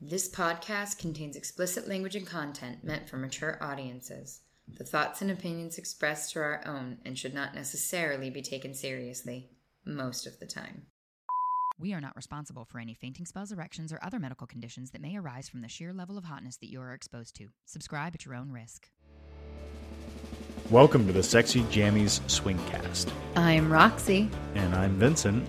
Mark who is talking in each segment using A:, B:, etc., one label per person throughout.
A: This podcast contains explicit language and content meant for mature audiences. The thoughts and opinions expressed are our own and should not necessarily be taken seriously, most of the time.
B: We are not responsible for any fainting spells, erections, or other medical conditions that may arise from the sheer level of hotness that you are exposed to. Subscribe at your own risk.
C: Welcome to the Sexy Jammies Swingcast.
A: I'm Roxy.
C: And I'm Vincent.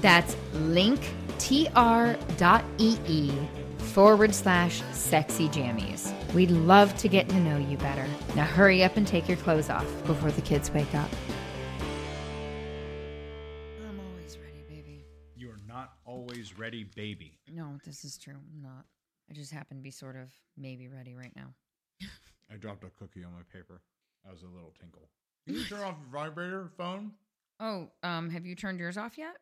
A: That's linktr.ee E forward slash sexy jammies. We'd love to get to know you better. Now hurry up and take your clothes off before the kids wake up. I'm always ready, baby.
C: You are not always ready, baby.
A: No, this is true. I'm not. I just happen to be sort of maybe ready right now.
C: I dropped a cookie on my paper. I was a little tinkle. Can you turn off your vibrator phone?
A: Oh, um, have you turned yours off yet?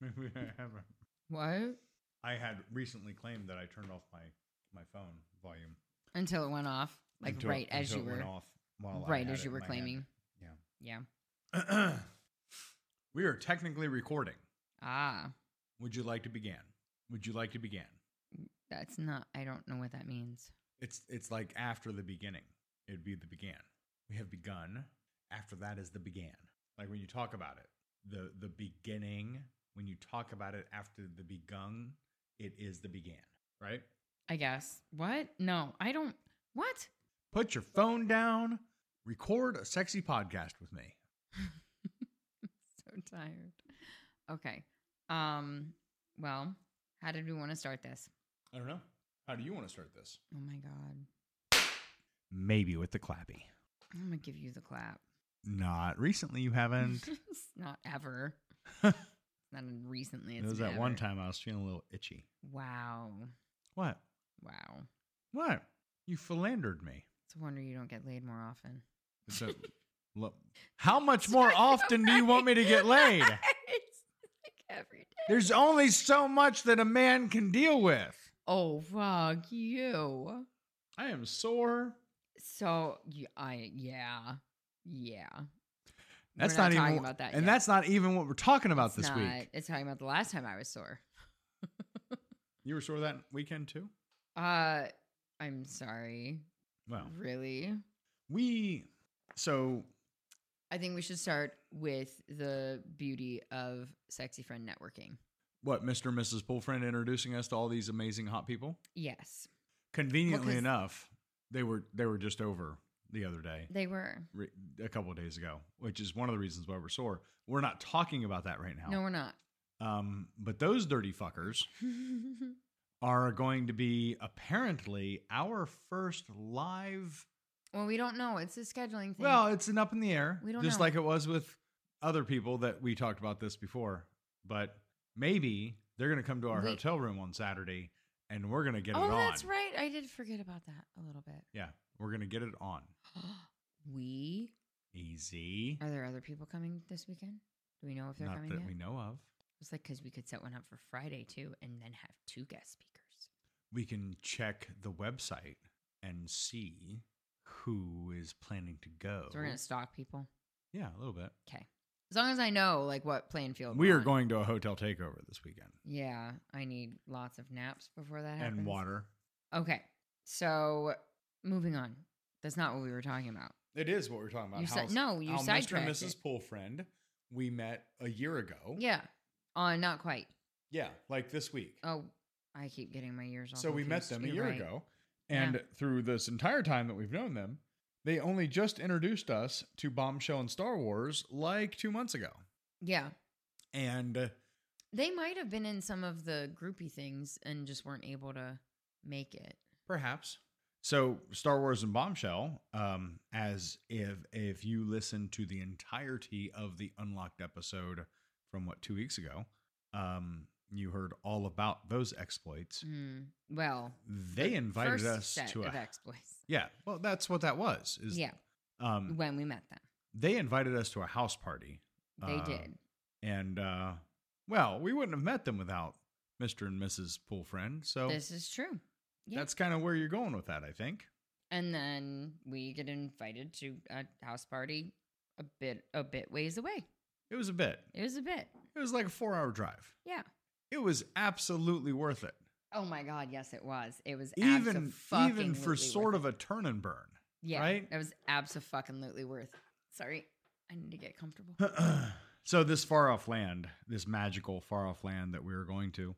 C: Maybe I haven't.
A: What?
C: I had recently claimed that I turned off my, my phone volume.
A: Until it went off, like
C: Until-
A: right as
C: until
A: you
C: it went
A: were.
C: off while I
A: Right
C: had
A: as
C: it
A: you
C: in
A: were
C: my hand.
A: claiming. Yeah.
C: Yeah. we are technically recording.
A: Ah,
C: Would you like to begin? Would you like to begin?
A: that's not. I don't know what that means.
C: It's it's like after the beginning. It'd be the began. We have begun. After that is the began. Like when you talk about it, the the beginning. When you talk about it after the begun, it is the began. Right.
A: I guess. What? No, I don't. What?
C: Put your phone down. Record a sexy podcast with me.
A: so tired. Okay. Um. Well, how did we want to start this?
C: I don't know. How do you want to start this?
A: Oh my god.
C: Maybe with the clappy.
A: I'm gonna give you the clap.
C: Not recently, you haven't.
A: It's not ever. not recently.
C: it
A: It's
C: was that one
A: never.
C: time I was feeling a little itchy.
A: Wow.
C: What?
A: Wow.
C: What? You philandered me.
A: It's a wonder you don't get laid more often.
C: It's a- look, how much
A: It's
C: more
A: right,
C: often do you want me to get
A: right.
C: laid?
A: it's like every day.
C: There's only so much that a man can deal with.
A: Oh fuck you.
C: I am sore.
A: So y- I yeah yeah.
C: That's
A: We're not,
C: not
A: talking
C: even-
A: about that.
C: And
A: yet.
C: that's not even what we're talking about
A: It's
C: this
A: not-
C: week.
A: It's talking about the last time I was sore.
C: You were sore that weekend too?
A: Uh, I'm sorry.
C: Well,
A: Mm-hmm. Really?
C: we. So
A: I think we should start with the beauty of sexy friend networking.
C: what, Mr. and Mrs. Bullfriend introducing us to all these amazing hot people?
A: Yes,
C: Conveniently
A: 'cause-
C: enough, they were they were just over the other day.
A: they were.
C: re- a couple of days ago, which is one of the reasons why we're sore. We're not talking about that right now.
A: No, we're not.
C: Um, but those dirty fuckers
A: well,
C: are going to be apparently our first live.
A: we don't know. It's a scheduling thing.
C: Well, it's an up in the air,
A: We don't
C: just
A: know.
C: like it was with other people that we talked about this before. But maybe they're going to come to our
A: We-
C: hotel room on Saturday, and we're going to get it
A: oh,
C: on.
A: that's right. I did forget about that a little bit.
C: Yeah, we're going to get it on.
A: we
C: Easy.
A: are there other people coming this weekend? Do we know if they're
C: Not
A: coming
C: that
A: yet?
C: we know of.
A: It's like because we could set one up for Friday too, and then have two guest speakers.
C: we can check the website and see who is planning to go.
A: So we're gonna stalk people.
C: yeah, a little bit.
A: Okay. As long as I know like what playing field
C: We
A: we're
C: are
A: on.
C: going to a hotel takeover this weekend
A: Yeah, I need lots of naps before that happens.
C: and water.
A: Okay. So moving on. That's not what we were talking about.
C: It is what we're talking about.
A: You
C: how
A: said no. You
C: how Mr.
A: sidetracked.
C: and
A: it.
C: Mrs. Poolfriend we met a year ago.
A: Yeah. Uh, not quite.
C: yeah, like this week.
A: Oh, I keep getting my years off.
C: so we met them a year ago,
A: Yeah.
C: and through this entire time that we've known them, they only just introduced us to Bombshell and Star Wars like two months ago,
A: Yeah.
C: and. uh,
A: They might have been in some of the groupie things and just weren't able to make it.
C: Perhaps. So, Star Wars and Bombshell, um, as if if you listen to the entirety of the unlocked episode from what two weeks ago, um, You heard all about those exploits.
A: Mm, well,
C: They
A: Mm. the
C: invited
A: first
C: us
A: set
C: to
A: of
C: a
A: exploits.
C: yeah. Well, that's what that was. Is
A: Yeah,
C: um,
A: when we met them,
C: they invited us to a house party.
A: they
C: uh,
A: did.
C: and uh, well, we wouldn't have met them without Mister and Mrs. Poolfriend. So
A: This is true. yeah.
C: that's kind of where you're going with that, I think.
A: And then we get invited to a house party a bit a bit ways away.
C: It was a bit.
A: It was a bit.
C: It was like a four-hour drive.
A: Yeah.
C: It was absolutely worth it,
A: Oh my god, yes it was. It was
C: even even
A: abso-fucking-lutely
C: for
A: worth
C: sort
A: it.
C: of a turn and burn.
A: Yeah,
C: right?
A: It was absolutely worth. it. Sorry. I need to get comfortable.
C: so this far off land, this magical far off land that we were going to,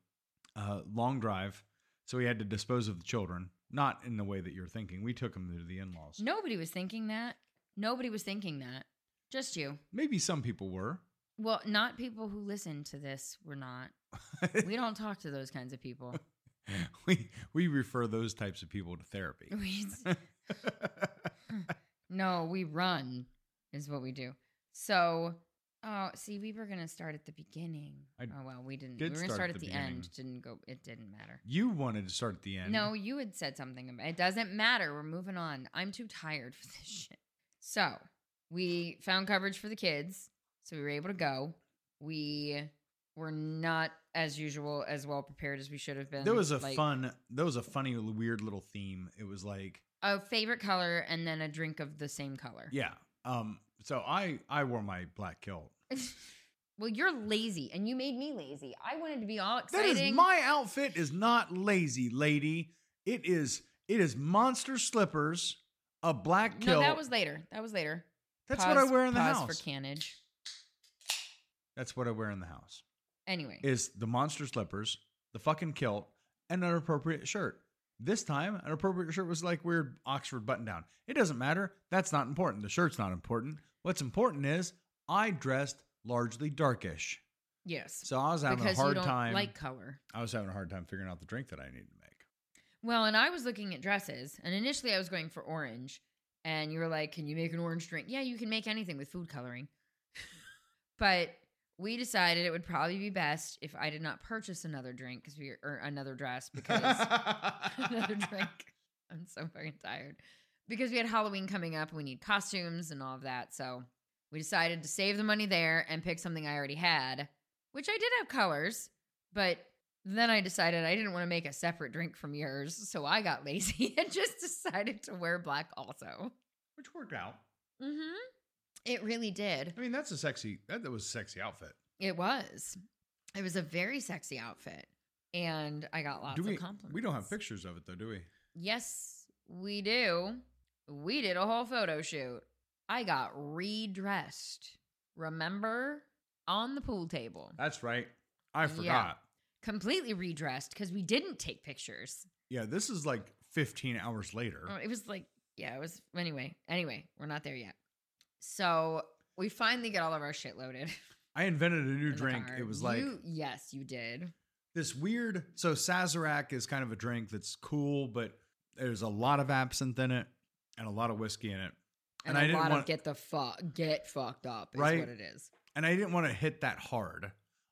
C: uh, long drive. So we had to dispose of the children, not in the way that you're thinking. We took them to the in laws.
A: Nobody was thinking that. Nobody was thinking that. Just you.
C: Maybe some people were.
A: Well, not people who listen to this were not. We don't talk to those kinds of people.
C: we we refer those types of people to therapy.
A: We s- no, we run is what we do. So, oh, see, we were gonna start at the beginning.
C: I
A: oh well, we didn't. we
C: did
A: were gonna
C: start
A: start
C: at
A: at
C: the
A: the, end.
C: beginning.
A: Didn't go. It didn't matter.
C: you wanted to start at the end.
A: No, you had said something about it. Doesn't matter. We're moving on. I'm too tired for this shit. So we found coverage for the kids. So we were able to go. We were not as usual as well prepared as we should have been.
C: There was a
A: Like,
C: fun there was a funny weird little theme. It was like
A: a favorite color and then a drink of the same color.
C: yeah. Um so I I wore my black kilt.
A: well, you're lazy and you made me lazy. I wanted to be all
C: That
A: exciting.
C: is my outfit is not lazy, lady. It is it is monster slippers, a black
A: no,
C: kilt.
A: that was later. That was later.
C: That's what I
A: Pause-
C: wear in the
A: pause
C: house.
A: for cannage.
C: That's what I wear in the house.
A: Anyway,
C: Is the monster slippers, the fucking kilt, and an appropriate shirt. This time, an appropriate shirt was like weird Oxford button down. It doesn't matter. That's not important. The shirt's not important. What's important is I dressed largely darkish.
A: yes,
C: So I was having
A: because
C: a hard
A: you don't
C: time.
A: like color.
C: I was having a hard time figuring out the drink that I needed to make.
A: Well, and I was looking at dresses, and initially I was going for orange, and you were like, "Can you make an orange drink?" Yeah, you can make anything with food coloring. but we decided it would probably be best if I did not purchase another drink because we or another dress because another drink. I'm so fucking tired. Because we had Halloween coming up, we need costumes and all of that. So we decided to save the money there and pick something I already had, which I did have colors, but then I decided I didn't want to make a separate drink from yours. So I got lazy and just decided to wear black also.
C: Which worked out.
A: Mm hmm. It really did.
C: I mean, that's a sexy. That, that was a sexy outfit.
A: It was. It was a very sexy outfit. And I got lots
C: do we?
A: of compliments.
C: We don't have pictures of it though, do we?
A: Yes, we do. We did a whole photo shoot. I got redressed. Remember? On the pool table.
C: That's right. I
A: Yeah.
C: forgot.
A: Completely redressed because we didn't take pictures.
C: Yeah. this is like 15 hours later.
A: Oh, It was like, yeah, it was. Anyway, anyway, we're not there yet. So we finally get all of our shit loaded.
C: I invented a new
A: in the
C: drink.
A: car.
C: It was like
A: You- yes, you did.
C: this weird. So Sazerac is kind of a drink that's cool, but there's a lot of absinthe in it and a lot of whiskey in it.
A: And,
C: I
A: a
C: didn't
A: lot
C: want-
A: of get the fuck, get fucked up is
C: Right?
A: what it is.
C: and I didn't want to hit that hard.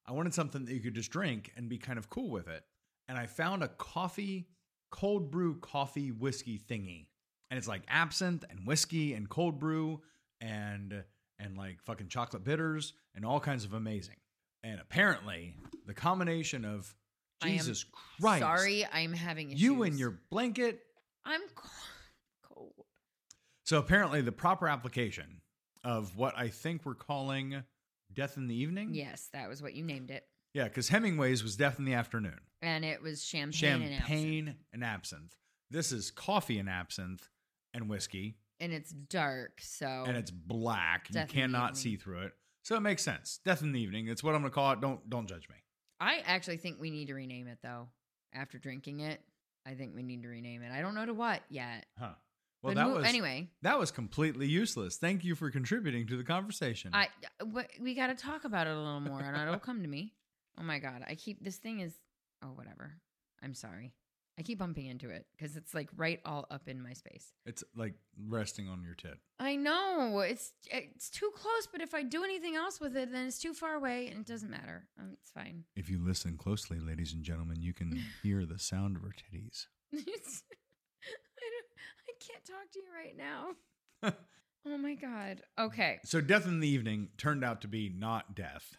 C: I wanted something that you could just drink and be kind of cool with it. And I found a coffee, cold brew coffee whiskey thingy. And it's like absinthe and whiskey and cold brew and and like fucking chocolate bitters and all kinds of amazing. And apparently, the combination of
A: I am
C: Jesus Christ,
A: Sorry, I'm having issues.
C: you and your blanket.
A: I'm co- cold.
C: So apparently, the proper application of what I think we're calling death in the evening.
A: Yes, that was what you named it.
C: Yeah, because Hemingway's was Death in the Afternoon.
A: And it was champagne, and absinthe.
C: Champagne and absinthe. This is coffee and absinthe and whiskey,
A: And it's dark, so
C: and it's black.
A: Oh. Death in the
C: you cannot
A: Evening.
C: see through it. So it makes sense. Death in the Evening. It's what I'm going to call it. Don't don't judge me.
A: I actually think we need to rename it though. After drinking it, I think we need to rename it. I don't know to what yet.
C: Huh. Well,
A: but
C: that
A: mo-
C: was
A: anyway.
C: that was completely useless. Thank you for contributing to the conversation.
A: I what, we got to talk about it a little more, and it'll come to me. Oh my god, I keep this thing is oh whatever. I'm sorry. I keep bumping into it because it's like right all up in my space.
C: It's like resting on your tit.
A: I know it's it's too close, but if I do anything else with it, then it's too far away, and it doesn't matter. Um, it's fine.
C: If you listen closely, ladies and gentlemen, you can hear the sound of her titties.
A: It's- I, don't, I can't talk to you right now. oh my god. Okay.
C: So, Death in the Evening turned out to be not death,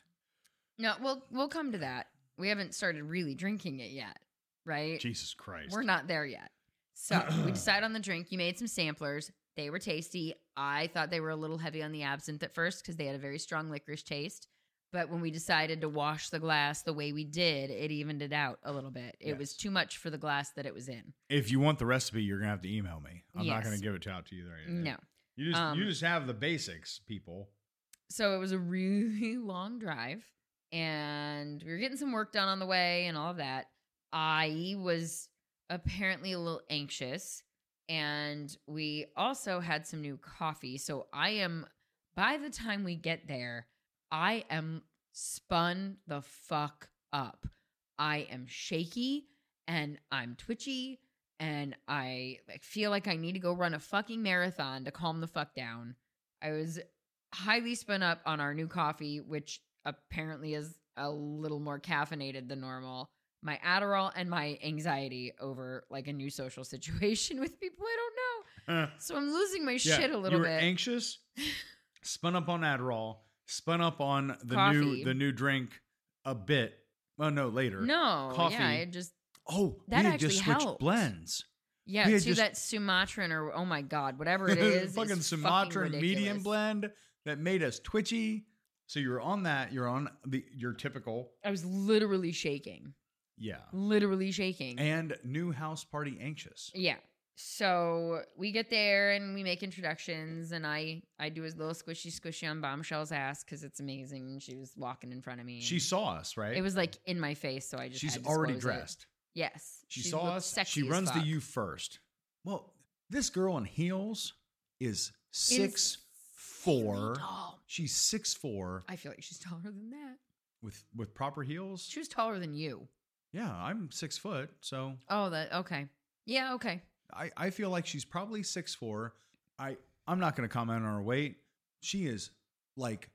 A: No, we'll we'll come to that. We haven't started really drinking it yet, right?
C: Jesus Christ.
A: We're not there yet. So we decide on the drink. You made some samplers. They were tasty. I thought they were a little heavy on the absinthe at first because they had a very strong licorice taste. But when we decided to wash the glass the way we did, it evened it out a little bit. It was
C: Yes.
A: too much for the glass that it was in.
C: If you want the recipe, you're gonna have to email me. I'm not
A: Yes.
C: gonna give it to- out to you there.
A: No.
C: you just you
A: Um,
C: just have the basics, people.
A: So it was a really long drive and we were getting some work done on the way and all of that. I was apparently a little anxious and we also had some new coffee. So I am, by the time we get there, I am spun the fuck up. I am shaky and I'm twitchy and I like, feel like I need to go run a fucking marathon to calm the fuck down. I was highly spun up on our new coffee, which apparently is a little more caffeinated than normal. My Adderall and my anxiety over like a new social situation with people I don't know.
C: Yeah,
A: So I'm losing my shit a
C: you
A: little
C: were
A: bit.
C: anxious, spun up on Adderall, spun up on the
A: Coffee.
C: new the new drink a bit. Oh no, later.
A: no,
C: Coffee.
A: yeah, I just
C: Oh,
A: That
C: we had just
A: actually
C: switched
A: helped.
C: blends.
A: yeah,
C: We
A: to
C: had just-
A: that Sumatran or oh my god, whatever it is,
C: fucking
A: is
C: Sumatran medium
A: ridiculous.
C: blend that made us twitchy. So you're on that. You're on the your typical.
A: I was literally shaking,
C: Yeah.
A: literally shaking.
C: And new house party anxious.
A: Yeah. So we get there and we make introductions, and I I do his little squishy squishy on Bombshell's ass because it's amazing. And she was walking in front of me. and
C: She saw us, right?
A: Mm. It was like in my face, so I just
C: She's
A: had to
C: already
A: disclose it.
C: dressed.
A: Yes,
C: She
A: looked
C: saw us.
A: sexy
C: She
A: as
C: runs to
A: fuck.
C: you first. Well, this girl in heels is six four.
A: Insanely tall.
C: She's six four
A: I feel like she's taller than that.
C: with with proper heels.
A: She was taller than you.
C: Yeah, I'm six foot, so
A: Oh, that okay. Yeah, okay.
C: I, I feel like she's probably six four. I I'm not going to comment on her weight. She is like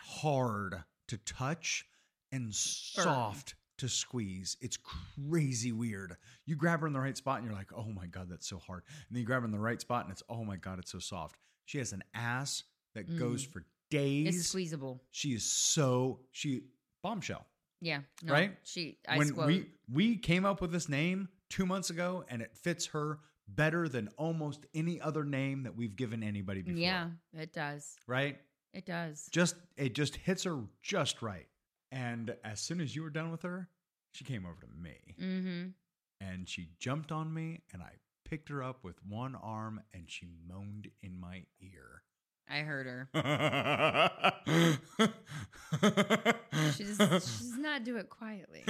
C: hard to touch and soft to squeeze. It's crazy weird. You grab her in the right spot and you're like, oh my god, that's so hard. And then you grab her in the right spot and it's oh my god, it's so soft. She has an ass that goes
A: Mm.
C: for
A: It's
C: days.
A: squeezable. She,
C: She is so she bombshell
A: yeah. No,
C: Right?
A: She. I
C: when
A: squote.
C: we we came up with this name two months ago, and it fits her better than almost any other name that we've given anybody before.
A: yeah, it does.
C: right.
A: It does.
C: Just it just hits her just right. And as soon as you were done with her, she came over to me
A: Mm-hmm.
C: and she jumped on me, and I picked her up with one arm, and she moaned in my ear.
A: I heard her. She
C: she
A: just, she does not do it quietly.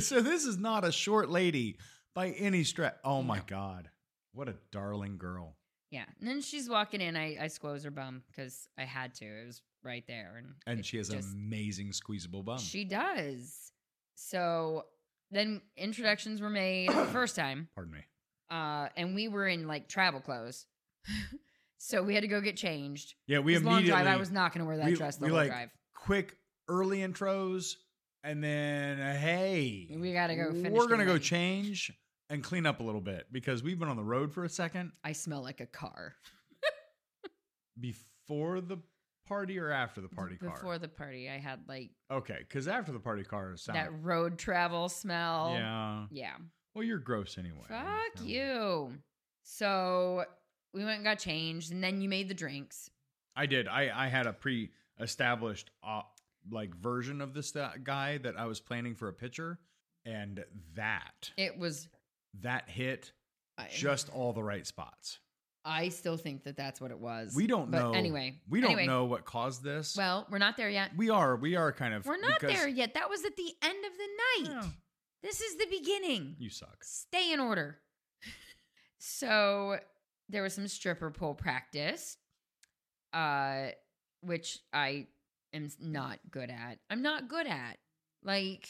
C: so this is not a short lady by any stretch. Oh my
A: No.
C: god, what a darling girl!
A: Yeah. And then she's walking in. I, I squoze her bum because I had to. It was right there. And,
C: And
A: it
C: she has
A: just-
C: amazing squeezable bum.
A: She does. So then introductions were made the first time.
C: Pardon me.
A: Uh, and we were in like travel clothes. so we had to go get changed.
C: Yeah, we
A: This long
C: immediately
A: drive, I was not going to wear that
C: we-
A: dress the
C: we,
A: whole
C: like,
A: drive.
C: quick early intros, and then uh, hey,
A: We gotta go finish
C: we're gonna
A: getting
C: go
A: ready.
C: change and clean up a little bit because we've been on the road for a second.
A: I smell like a car.
C: Before the party or after the party
A: Before
C: car?
A: the party, I had like
C: okay, because after the party car is sound.
A: that road travel smell.
C: yeah.
A: Yeah.
C: Well, you're gross anyway.
A: Fuck
C: So-
A: you. So we went and got changed, and then you made the drinks.
C: I did. I I had a pre-established uh, like version of this uh, guy that I was planning for a picture, and that
A: It was
C: that hit
A: I,
C: just all the right spots.
A: I still think that that's what it was.
C: We don't
A: but
C: know.
A: Anyway,
C: we don't
A: anyway,
C: know what caused this.
A: Well, we're not there yet.
C: we are. We are kind of.
A: We're not
C: because-
A: there yet. That was at the end of the night.
C: Yeah.
A: This is the beginning.
C: You suck.
A: Stay in order. so there was some stripper pole practice, uh,
C: Mm.
A: which I am s- not good at. I'm not good at. Like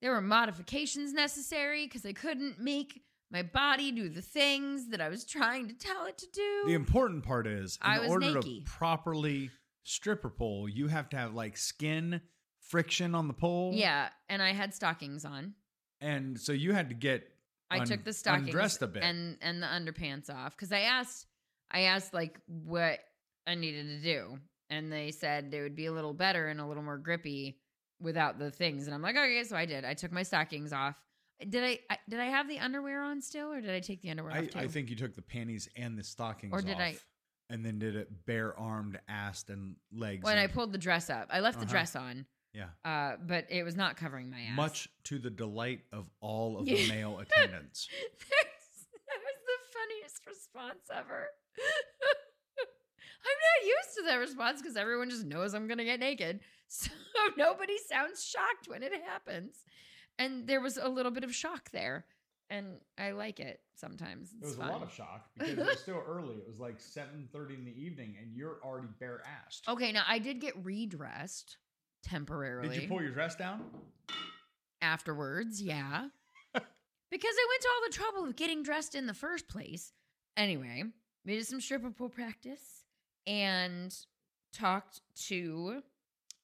A: There were modifications necessary because I couldn't make my body do the things that I was trying to tell it to do.
C: The important part is in
A: I was
C: order
A: naked.
C: to properly stripper pole, you have to have like skin friction on the pole.
A: yeah, and I had stockings on.
C: And so you had to get
A: I
C: un-
A: took the stockings
C: undressed a bit.
A: and and the underpants off because I asked I asked like what I needed to do, and they said it would be a little better and a little more grippy without the things. And I'm like, okay, so I did. I took my stockings off. Did I, I did I have the underwear on still, or did I take the underwear
C: I,
A: off too?
C: I think you took the panties and the stockings
A: Or did
C: off,
A: I-
C: and then did it bare armed, ass and legs.
A: when I
C: and-
A: pulled the dress up, I left the
C: Uh-huh.
A: dress on,
C: yeah,
A: uh, but it was not covering my ass.
C: much to the delight of all of the
A: Yeah.
C: male attendants.
A: There's- that was the funniest response ever. I'm not used to that response because everyone just knows I'm going to get naked. So nobody sounds shocked when it happens. And there was a little bit of shock there. And I like it sometimes. It's
C: It was
A: fun.
C: a lot of shock because it was still early. It was like seven thirty in the evening, and you're already bare assed.
A: okay, now I did get redressed temporarily
C: Did you pull your dress down?
A: afterwards. Yeah. because I went to all the trouble of getting dressed in the first place. Anyway, we did some stripper pole practice and talked to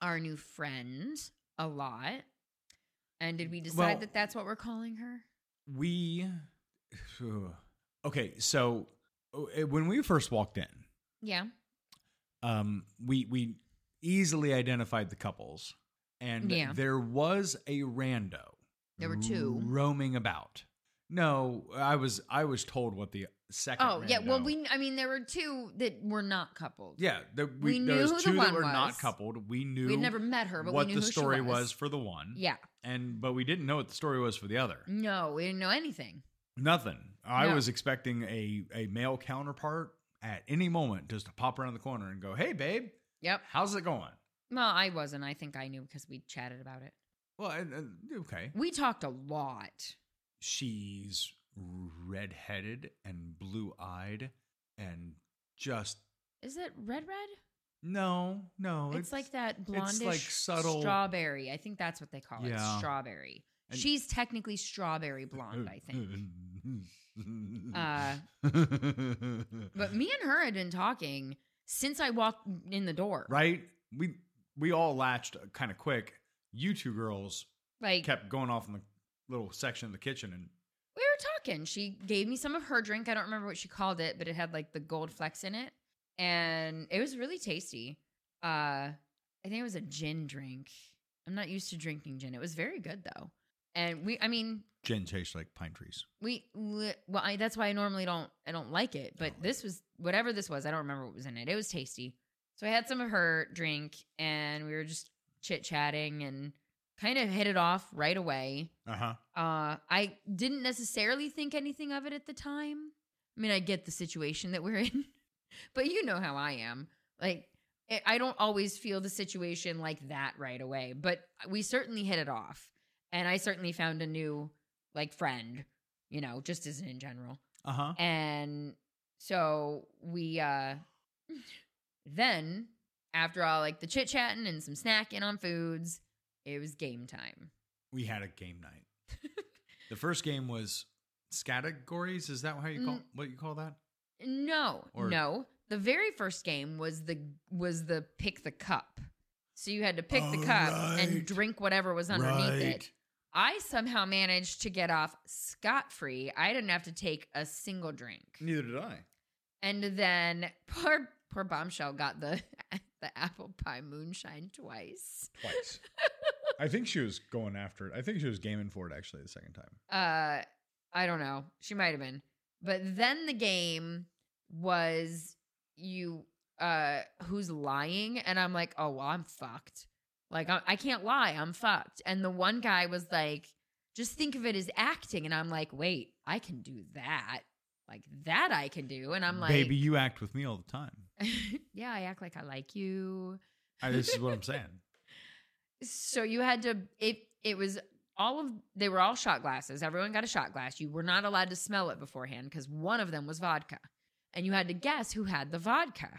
A: our new friend a lot. And did we decide
C: Well-
A: that that's what we're calling her?
C: We okay. So oh, eh, when we first walked in,
A: Yeah.
C: um, we we easily identified the couples, and
A: Yeah.
C: there was a rando.
A: There were two.
C: roaming about. No, I was I was told what the second.
A: Oh, yeah. Well,
C: rando-
A: we, I mean, there were two that were not coupled.
C: yeah the,
A: we
C: we,
A: knew
C: there was
A: who the
C: two that
A: one
C: were
A: was.
C: not coupled. We knew
A: We had never met her, but
C: what
A: we knew
C: the
A: who she
C: story
A: was.
C: was for the one.
A: Yeah.
C: and but we didn't know what the story was for the other.
A: No, we didn't know anything.
C: Nothing. I
A: No.
C: was expecting a a male counterpart at any moment just to pop around the corner and go, "Hey, babe,
A: Yep.
C: how's it going?"
A: Well, I wasn't. I think I knew because we chatted about it.
C: Well, and, and- okay.
A: We talked a lot.
C: She's redheaded and blue eyed and just
A: Is it red red?
C: no, no.
A: it's, like that blondish
C: like subtle-
A: strawberry. I think that's what they call it.
C: Yeah.
A: Strawberry.
C: And-
A: She's technically strawberry blonde, I think. Uh, But me and her had been talking since I walked in the door.
C: right? We we all latched kind of quick. You two girls
A: Like
C: kept going off in the little section of the kitchen and
A: we were talking. She gave me some of her drink. I don't remember what she called it, but it had like the gold flecks in it. And it was really tasty. Uh I think it was a gin drink. I'm not used to drinking gin. It was very good though. And we I mean,
C: gin tastes like pine trees.
A: We li- well, I, that's why I normally don't. I don't like it, but
C: don't like
A: this was whatever this was. I don't remember what was in it. It was tasty. So I had some of her drink, and we were just chit chatting and kind of hit it off right away.
C: Uh huh.
A: Uh, I didn't necessarily think anything of it at the time. I mean, I get the situation that we're in, but you know how I am. Like, eh, I- I don't always feel the situation like that right away, but we certainly hit it off. And I certainly found a new, like, friend, you know, just as in general.
C: Uh huh.
A: And so we, uh, then after all, like the chit chatting and some snacking on foods, it was game time.
C: We had a game night. the first game was categories. Is that how you call
A: Mm.
C: what you call that?
A: No,
C: Or-
A: no. The very first game was the was the pick the cup. So you had to pick the
C: Oh,
A: cup
C: right.
A: and drink whatever was underneath it. I somehow managed to get off scot free. I didn't have to take a single drink.
C: Neither did I.
A: And then poor poor bombshell got the the apple pie moonshine twice.
C: Twice. I think she was going after it. I think she was gaming for it actually the second time.
A: Uh I don't know. She might have been. But then the game was you uh who's lying and I'm like, "Oh, well, I'm fucked." Like I, I can't lie. I'm fucked. And the one guy was like, "Just think of it as acting." And I'm like, "Wait, I can do that." Like that I can do. And I'm like,
C: baby, you act with me all the time.
A: "Yeah, I act like I like you."
C: I, this is what I'm saying.
A: So you had to it it was all of they were all shot glasses. Everyone got a shot glass. You were not allowed to smell it beforehand because one of them was vodka. And you had to guess who had the vodka.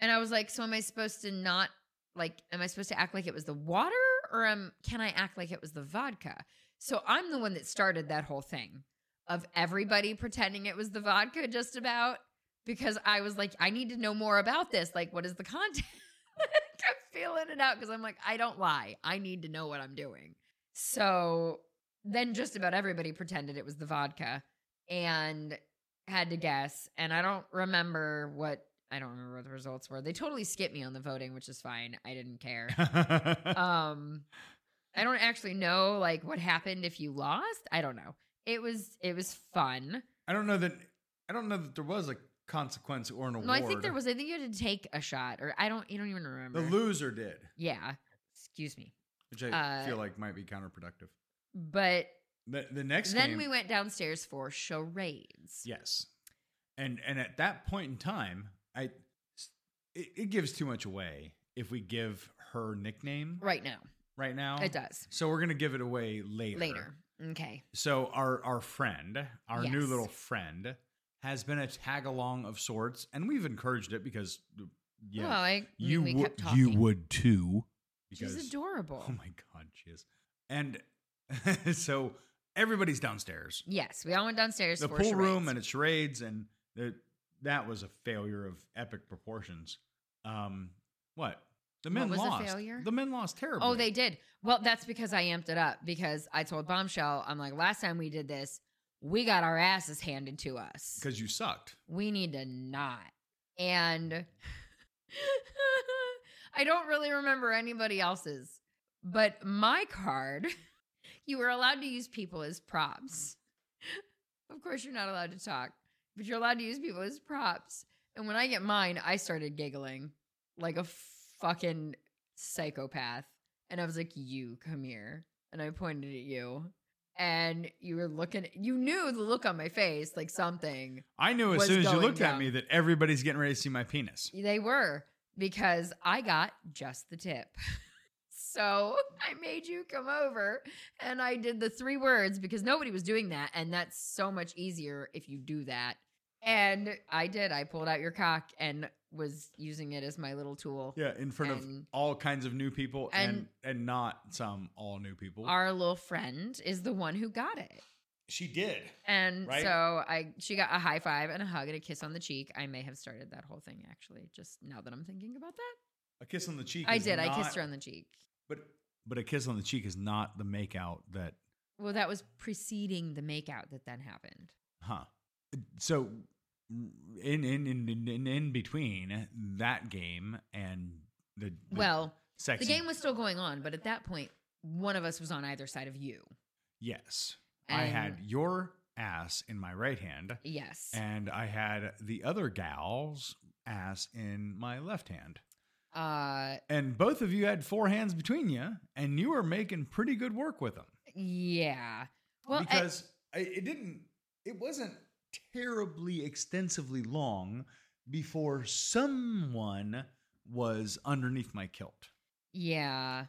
A: And I was like, so am I supposed to not like am I supposed to act like it was the water or um, can I act like it was the vodka? So I'm the one that started that whole thing of everybody pretending it was the vodka, just about because I was like, I need to know more about this. Like, what is the content? I kept feeling it out because I'm like, I don't lie. I need to know what I'm doing. So then just about everybody pretended it was the vodka and had to guess. And I don't remember what. I don't remember what the results were. They totally skipped me on the voting, which is fine. I didn't care um i don't actually know like what happened if you lost i don't know it was it was fun
C: I don't know that I don't know that there was a consequence or an award.
A: no i think there was i think you had to take a shot or i don't you don't even remember
C: the loser did,
A: yeah excuse me
C: which I
A: Uh,
C: feel like might be counterproductive.
A: but
C: The, the next
A: then
C: game,
A: we went downstairs for charades
C: Yes. And and at that point in time, I it, it gives too much away if we give her nickname
A: right now
C: right now.
A: it does
C: So we're gonna give it away later.
A: later okay
C: So our our friend, our new
A: Yes.
C: little friend, has been a tag along of sorts, and we've encouraged it because uh, yeah,
A: well i
C: you
A: we
C: would
A: kept talking
C: you would too.
A: she's
C: because-
A: adorable
C: Oh my god, she is. And so everybody's downstairs.
A: yes we all went downstairs
C: The
A: for
C: pool room
A: charades.
C: and its charades, and the, that was a failure of epic proportions. Um, what the
A: What
C: men
A: was the
C: lost?
A: failure?
C: The men lost terribly.
A: Oh, they did. Well, that's because I amped it up because I told Bombshell, I'm like, last time we did this, we got our asses handed to us.
C: because you sucked.
A: We need to not. And I don't really remember anybody else's, but my card, you were allowed to use people as props. Of course, you're not allowed to talk, but you're allowed to use people as props. And when I get mine, I started giggling like a fucking psychopath. And I was like, You come here. And I pointed at you. And you were looking, you knew the look on my face, like something.
C: I knew as
A: Was
C: soon as you
A: going
C: looked at
A: down.
C: me that everybody's getting ready to see my penis.
A: They were because I got just the tip. So I made you come over and I did the three words because nobody was doing that. And that's so much easier if you do that. And I did. I pulled out your cock and was using it as my little tool.
C: Yeah, in front of
A: And-
C: all kinds of new people and,
A: and-
C: and not some all new people.
A: Our little friend is the one who got it.
C: she did.
A: And
C: Right?
A: so I she got a high five and a hug and a kiss on the cheek. I may have started that whole thing actually, just now that I'm thinking about that.
C: A kiss on the cheek.
A: I
C: is
A: did. I
C: not-
A: kissed her on the cheek.
C: But but a kiss on the cheek is not the makeout that
A: Well, that was preceding the makeout that then happened.
C: huh. So in in in in, in, in between that game and the, the
A: Well,
C: sexy,
A: the game was still going on, but at that point, one of us was on either side of you.
C: yes, I had
A: And-
C: your ass in my right hand
A: Yes.
C: and I had the other gal's ass in my left hand.
A: Uh,
C: And both of you had four hands between you and you were making pretty good work with them.
A: yeah. Well, I-
C: because I, it didn't it wasn't terribly extensively long before someone was underneath my kilt
A: yeah.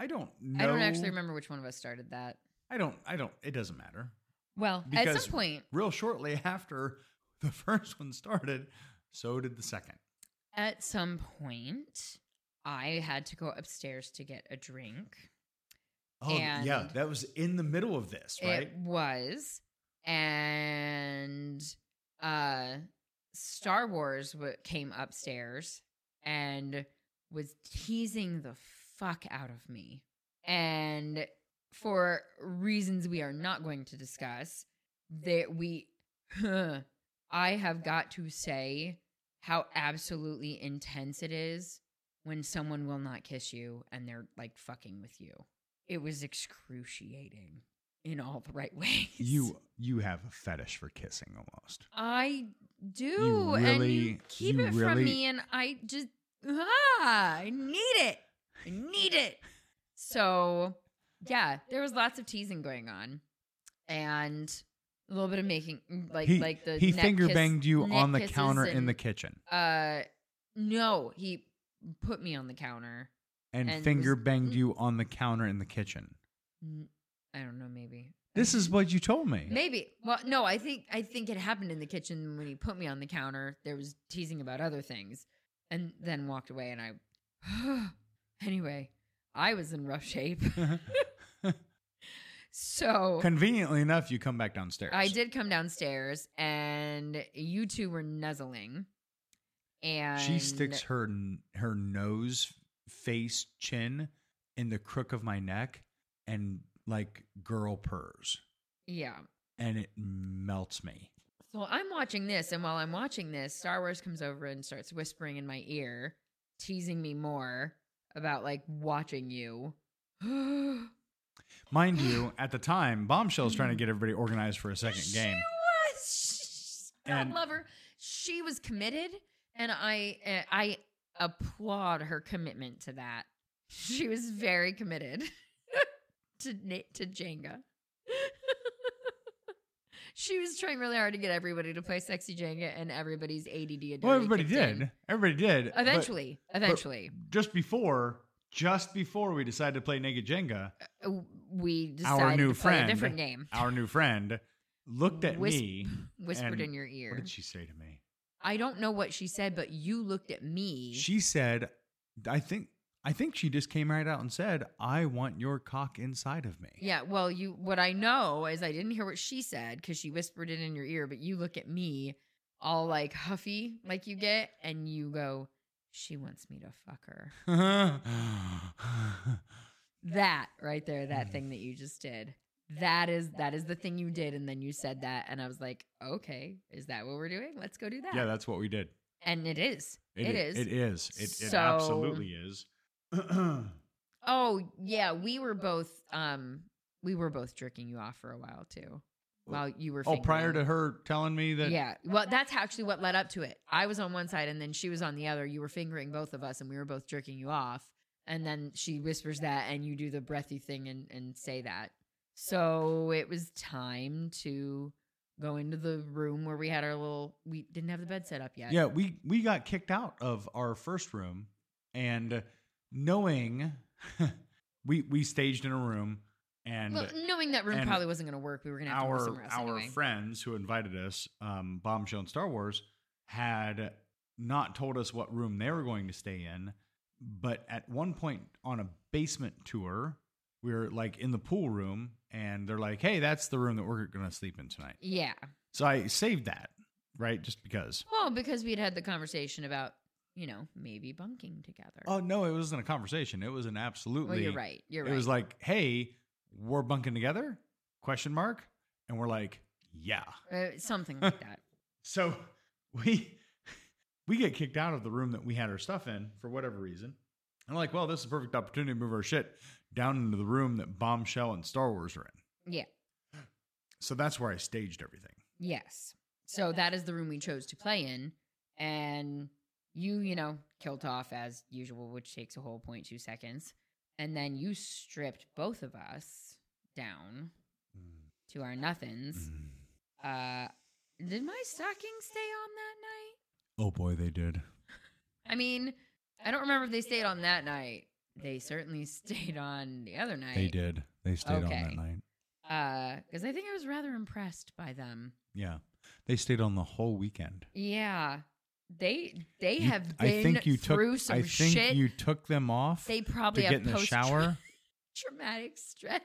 C: i don't know
A: I don't actually remember which one of us started that.
C: i don't i don't it doesn't matter
A: Well, at
C: Because-
A: some point,
C: real shortly after the first one started so did the second
A: at some point, I had to go upstairs to get a drink.
C: oh yeah
A: And-
C: that was in the middle of this right
A: It was. And uh Star Wars w- came upstairs and was teasing the fuck out of me. And for reasons we are not going to discuss, that we I have got to say how absolutely intense it is when someone will not kiss you and they're like fucking with you. It was excruciating in all the right ways.
C: you you have a fetish for kissing almost
A: I do,
C: You
A: and
C: really-
A: you keep
C: you
A: it
C: really-
A: from me, and I just ah, I need it. I need it. So yeah, there was lots of teasing going on, and a little bit of making like
C: he,
A: like the
C: he
A: neck
C: finger
A: kiss-
C: banged you
A: neck
C: on the
A: kisses
C: counter in
A: and-
C: the kitchen
A: Uh, no, he put me on the counter.
C: and,
A: and mm-hmm. was-
C: finger banged you on the counter in the kitchen
A: N- I don't know, maybe.
C: This is what you told me.
A: Maybe. Well, no, I think I think it happened in the kitchen when he put me on the counter. There was teasing about other things, and then walked away. And I, anyway, I was in rough shape.
C: Uh-huh.
A: So
C: Conveniently enough, you come back downstairs.
A: I did come downstairs and you two were nuzzling. And
C: She sticks her n- her nose, face, chin in the crook of my neck, and like girl purrs,
A: Yeah.
C: and it melts me.
A: So I'm watching this, and while I'm watching this, Star Wars comes over and starts whispering in my ear, teasing me more about like watching you. Second
C: Mind you, at the time, Bombshell's
A: Mm.
C: trying to get everybody organized for a second game.
A: She was. God
C: And-
A: love her. She was committed, and I eh, I applaud her commitment to that. She was very committed to Na- to Jenga. she was trying really hard to get everybody to play sexy Jenga, and everybody's ADD.
C: Well, everybody
A: kicked in.
C: did. Everybody did. but
A: Eventually, eventually,
C: just before, just before we decided to play Naked Jenga,
A: uh, we decided
C: new
A: to play
C: friend,
A: a different game.
C: our new friend looked at
A: Whis-
C: me.
A: Whispered
C: and-
A: in your ear.
C: What did she say to me?
A: I don't know what she said, but you looked at me.
C: She said, "I think, I think she just came right out and said, I want your cock inside of me.'
A: yeah, well, you. What I know is I didn't hear what she said because she whispered it in your ear. But you look at me, all like huffy, like you get, and you go, "She wants me to fuck her." That right there, that
C: Mm-hmm.
A: thing that you just did. That is that is the thing you did, and then you said that, and I was like, "Okay, is that what we're doing? Let's go do that."
C: yeah, that's what we did.
A: and it is. it is.
C: It is. It, it
A: So-
C: absolutely is.
A: Oh yeah, we were both um we were both jerking you off for a while too. While you were
C: oh, prior
A: fingering.
C: to her telling me that.
A: yeah. Well, that's actually what led up to it. I was on one side and then she was on the other. You were fingering both of us and we were both jerking you off. And then she whispers that and you do the breathy thing and, and say that. So it was time to go into the room where we had our little we didn't have the bed set up yet.
C: Yeah, we we got kicked out of our first room, and knowing we we staged in a room, and
A: Well, knowing that room
C: and
A: probably wasn't gonna work, we were gonna have to go
C: our
A: somewhere else
C: our
A: anyway.
C: friends who invited us, um, Bombshell and Star Wars, had not told us what room they were going to stay in, but at one point on a basement tour, we were like in the pool room, and they're like, "Hey, that's the room that we're going to sleep in tonight."
A: yeah.
C: So I saved that, right, just because.
A: Well, because we'd had the conversation about, you know, maybe bunking together.
C: Oh no, it wasn't a conversation. It was an absolutely.
A: well, you're right. You're
C: it
A: right.
C: was like, "Hey, we're bunking together?" Question mark, and we're like, "Yeah."
A: uh, something like that.
C: So we we get kicked out of the room that we had our stuff in for whatever reason. And like, well, this is a perfect opportunity to move our shit down into the room that Bombshell and Star Wars are in.
A: Yeah.
C: So that's where I staged everything.
A: Yes. So that is the room we chose to play in, and you, you know, killed off as usual, which takes a whole point two seconds, and then you stripped both of us down to our nothings.
C: Mm. Mm-hmm.
A: Uh, did my stocking stay on that night?
C: Oh boy, they did.
A: I mean, I don't remember if they stayed on that night. They certainly stayed on the other night.
C: They did. They stayed on
A: Okay.
C: that night.
A: because I think I was rather impressed by them.
C: Yeah. They stayed on the whole weekend.
A: Yeah, they they
C: You-
A: have been through some
C: I think
A: shit.
C: you took them off
A: they
C: to
A: probably
C: get
A: have
C: in the
A: post
C: shower.
A: traumatic stress.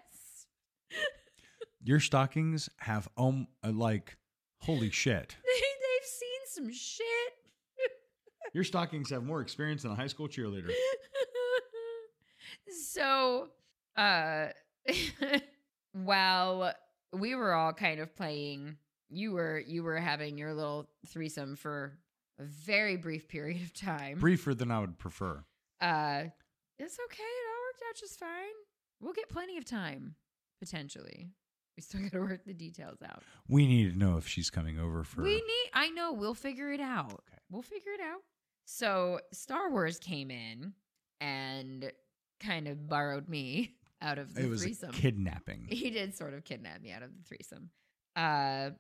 C: Your stockings have um uh, like holy shit.
A: They, they've seen some shit.
C: Your stockings have more experience than a high school cheerleader.
A: so, uh, while we were all kind of playing, you were you were having your little threesome for a very brief period of time.
C: Briefer than I would prefer.
A: Uh, it's okay. It all worked out just fine. We'll get plenty of time potentially. We still got to work the details out.
C: We need to know if she's coming over for.
A: We need. I know. We'll figure it out.
C: Okay.
A: We'll figure it out. So Star Wars came in and kind of borrowed me out of the
C: it was
A: threesome.
C: kidnapping.
A: he did sort of kidnap me out of the threesome. Uh,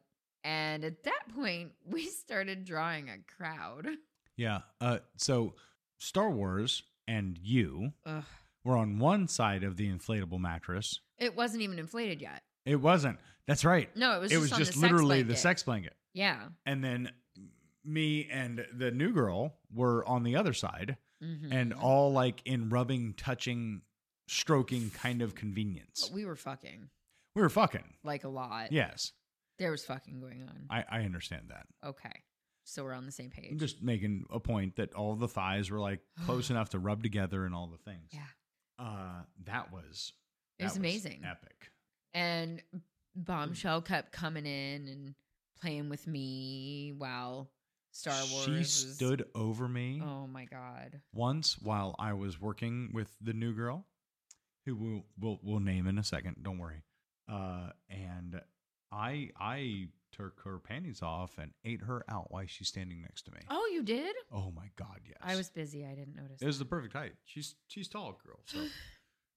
A: and at that point, we started drawing a crowd.
C: Yeah. Uh, so Star Wars and you
A: Ugh.
C: were on one side of the inflatable mattress.
A: It wasn't even inflated yet.
C: It wasn't. That's right.
A: No, it was.
C: it
A: just
C: was
A: on
C: just
A: the sex
C: literally the
A: blanket.
C: sex blanket.
A: Yeah.
C: And then me and the new girl were on the other side
A: Mm-hmm.
C: and all like in rubbing, touching stroking kind of convenience.
A: We were fucking
C: We were fucking.
A: like a lot.
C: Yes,
A: There was fucking going on.
C: I, I understand that.
A: okay. So we're on the same page.
C: I'm just making a point that all the thighs were like close enough to rub together and all the things.
A: Yeah.
C: Uh, that was.
A: It was
C: that
A: amazing.
C: Epic.
A: and
C: Mm.
A: Bombshell kept coming in and playing with me while Star Wars.
C: She
A: was-
C: stood over me
A: Oh my god.
C: once while I was working with the new girl, who we'll we'll, we'll name in a second. Don't worry. Uh, and I I took her panties off and ate her out while she's standing next to me. Oh,
A: Oh, you did?
C: my god, yes.
A: I was busy. I didn't notice.
C: It was the perfect height. She's she's tall, girl. So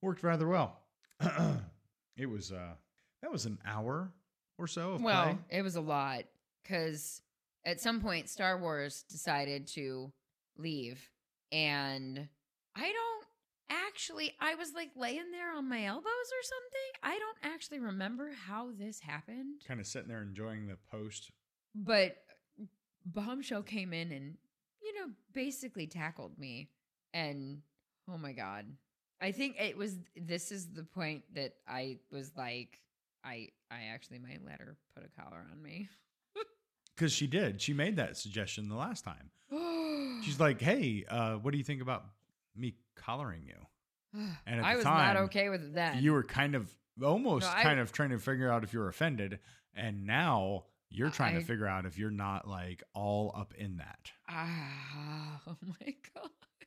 C: worked rather well. it was uh that was an hour or so of
A: well,
C: play.
A: it was a lot because at some point Star Wars decided to leave, and I don't actually. I was like laying there on my elbows or something. I don't actually remember how this happened,
C: Kind of sitting there enjoying the post.
A: but uh, Bombshell came in and you know basically tackled me, and oh my god. I think it was this is the point that I was like I I actually might let her put a collar on me.
C: Because she did. She made that suggestion the last time.
A: She's
C: She's like, "Hey, uh, what do you think about me collaring you?" and at
A: I
C: the
A: was
C: time,
A: not okay with that.
C: You were kind of almost
A: No, I-
C: kind of trying to figure out if you were offended, and now you're trying
A: I-
C: to figure out if you're not like all up in that.
A: Ah, oh my god!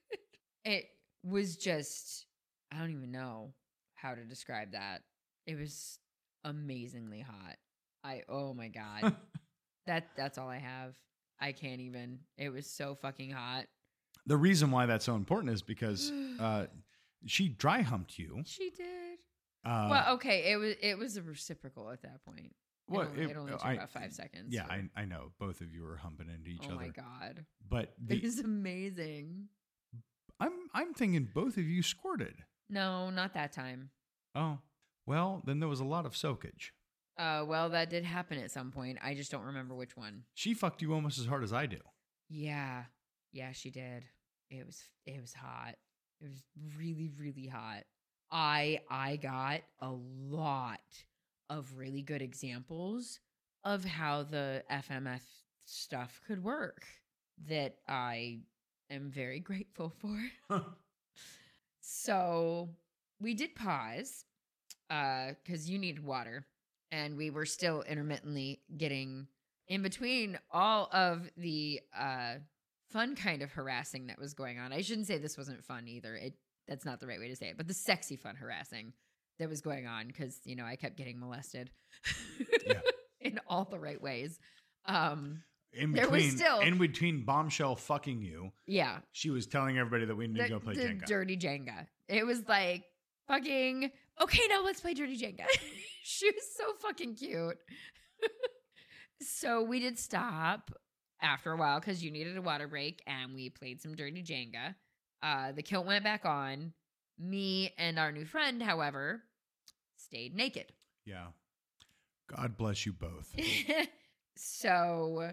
A: It was just I don't even know how to describe that. It was amazingly hot. I oh my god. that that's all I have. I can't even. It was so fucking hot.
C: The reason why that's so important is because uh, she dry humped you.
A: She did.
C: Uh,
A: well, oh, okay. It was it was a reciprocal at that point. It
C: well,
A: only- it, only took
C: I-
A: about five seconds.
C: Yeah, I, I know both of you were humping into each
A: oh
C: other,
A: my god!
C: but
A: it
C: the,
A: was amazing.
C: I'm I'm thinking both of you squirted.
A: No, not that time.
C: Oh, well, then there was a lot of soakage.
A: Uh, well, that did happen at some point. I just don't remember which one.
C: She fucked you almost as hard as I do.
A: Yeah, yeah, she did. It was it was hot. It was really really hot. I I got a lot of really good examples of how the FMF stuff could work that I am very grateful for. So we did pause because you needed water, and we were still intermittently getting in between all of the uh, fun kind of harassing that was going on. I shouldn't say this wasn't fun either. It that's not the right way to say it, but the sexy fun harassing that was going on because you know I kept getting molested
C: Yeah.
A: in all the right ways. Um,
C: in
A: There was
C: between,
A: still-
C: in between bombshell fucking you,
A: yeah,
C: she was telling everybody that we need to go play Jenga.
A: dirty Jenga. It was like fucking okay. Now let's play dirty Jenga. she was so fucking cute. so we did stop after a while because you needed a water break, and we played some dirty Jenga. Uh, the kilt went back on. Me and our new friend, however, stayed naked.
C: Yeah. God bless you both.
A: so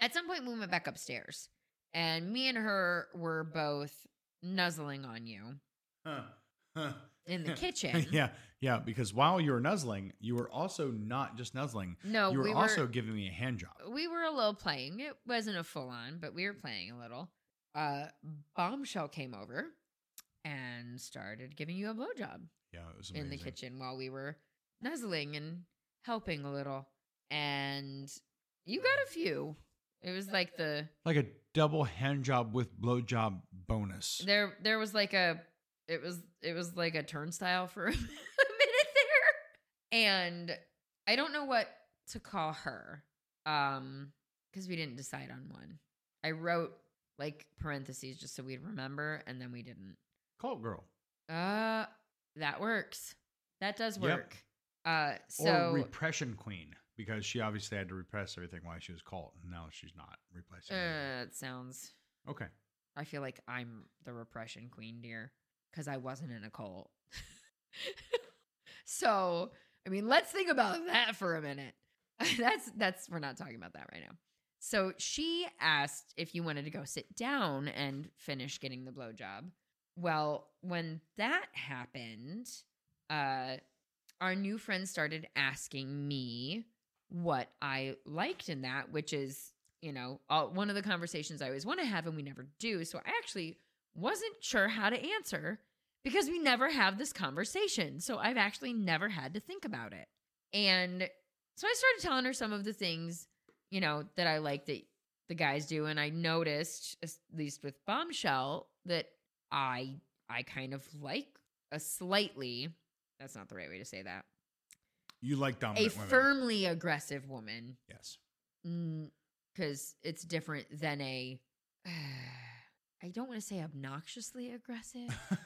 A: at some point we went back upstairs and me and her were both nuzzling on you in the kitchen.
C: yeah, yeah. Because while you were nuzzling, you were also not just nuzzling.
A: No,
C: you
A: Oh,
C: were
A: we were Oh,
C: also giving me a hand job.
A: we were a little playing. It wasn't a full on, but we were playing a little. Uh bombshell came over and started giving you a blowjob.
C: Yeah, it was
A: in the
C: amazing.
A: kitchen while we were nuzzling and helping a little. And you got a few. It was like the
C: like a double hand job with blow job bonus.
A: there there was like a it was it was like a turnstile for a minute there. And I don't know what to call her. Um because we didn't decide on one. I wrote like parentheses just so we'd remember and then we didn't.
C: Cult girl
A: Uh that works. That does
C: Yep.
A: work. Uh so
C: or repression queen because she obviously had to repress everything while she was cult. and Now she's not replacing. anything.
A: Uh, it sounds.
C: okay.
A: I feel like I'm the repression queen, dear, because I wasn't in a cult. so, I mean, let's think about that for a minute. that's that's we're not talking about that right now. So she asked if you wanted to go sit down and finish getting the blowjob, Well, when that happened, uh, our new friend started asking me what I liked in that, which is, you know, all, one of the conversations I always want to have and we never do. So I actually wasn't sure how to answer because we never have this conversation. So I've actually never had to think about it. And so I started telling her some of the things, you know, that I like that the guys do. And I noticed, at least with Bombshell, that I I kind of like a slightly that's not the right way to say that.
C: You like
A: A
C: dominant women.
A: firmly aggressive woman
C: yes.
A: because Mm, it's different than a I don't want to say obnoxiously aggressive,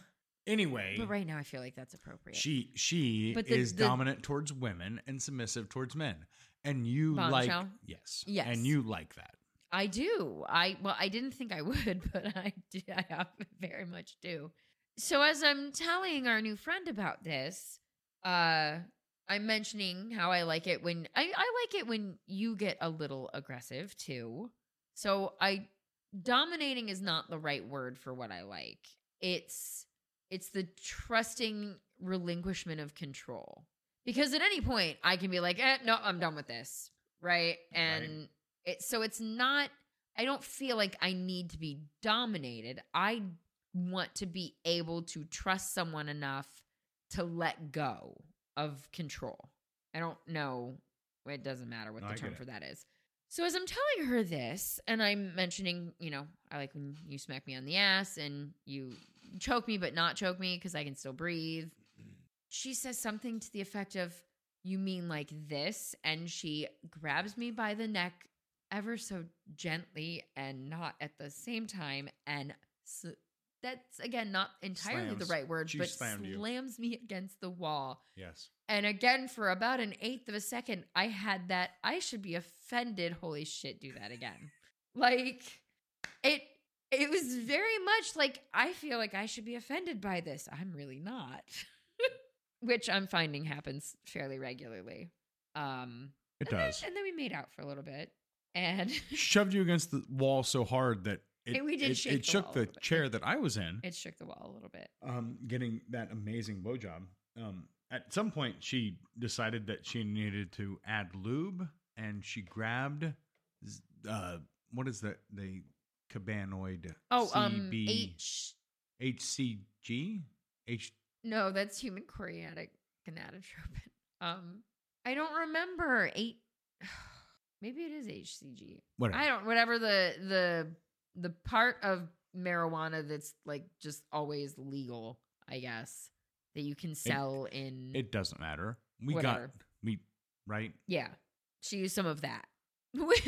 C: Anyway,
A: but right now I feel like that's appropriate.
C: she she
A: But the-
C: is
A: the-
C: dominant towards women and submissive towards men. And you like
A: Bombshell?
C: yes.
A: Yes.
C: And you like that.
A: I do. I well, I didn't think I would, but I do. I have- very much do. So as I'm telling our new friend about this, uh, I'm mentioning how I like it when I, I like it when you get a little aggressive too. So I dominating is not the right word for what I like. It's it's the trusting relinquishment of control. Because at any point I can be like, eh, no, I'm done with this. Right. And it so it's not I don't feel like I need to be dominated. I want to be able to trust someone enough to let go of control. I don't know. It doesn't matter what
C: No,
A: the
C: I get
A: term
C: it.
A: for that is. So as I'm telling her this, and I'm mentioning, you know, I like when you smack me on the ass and you choke me but not choke me because I can still breathe. She says something to the effect of, "You mean like this?" And she grabs me by the neck ever so gently and not at the same time and s that's again not entirely the
C: Slams.
A: right word
C: She
A: but
C: slammed you.
A: slams me against the wall
C: Yes.
A: and again, for about an eighth of a second, I had that I should be offended. Holy shit, do that again. like it it was very much like I feel like I should be offended by this. I'm really not. Which I'm finding happens fairly regularly. Um
C: It
A: and then-
C: does.
A: and then we made out for a little bit. And
C: Shoved you against the wall so hard that it,
A: And we did
C: it,
A: shake
C: it
A: the
C: shook
A: wall a
C: the
A: little bit.
C: chair that I was in.
A: it shook the wall a little bit.
C: um, getting that amazing blowjob. Um, at some point, she decided that she needed to add lube, and she grabbed z- uh, what is that? The cabanoid.
A: Oh, um
C: CB
A: H
C: HCG? H-
A: No, that's human chorionic gonadotropin. Um, I don't remember eight. Maybe it is HCG.
C: whatever.
A: I don't. Whatever the the the part of marijuana that's like just always legal, I guess that you can sell in.
C: It doesn't matter. We got
A: Whatever.
C: we right.
A: yeah, she used some of that, which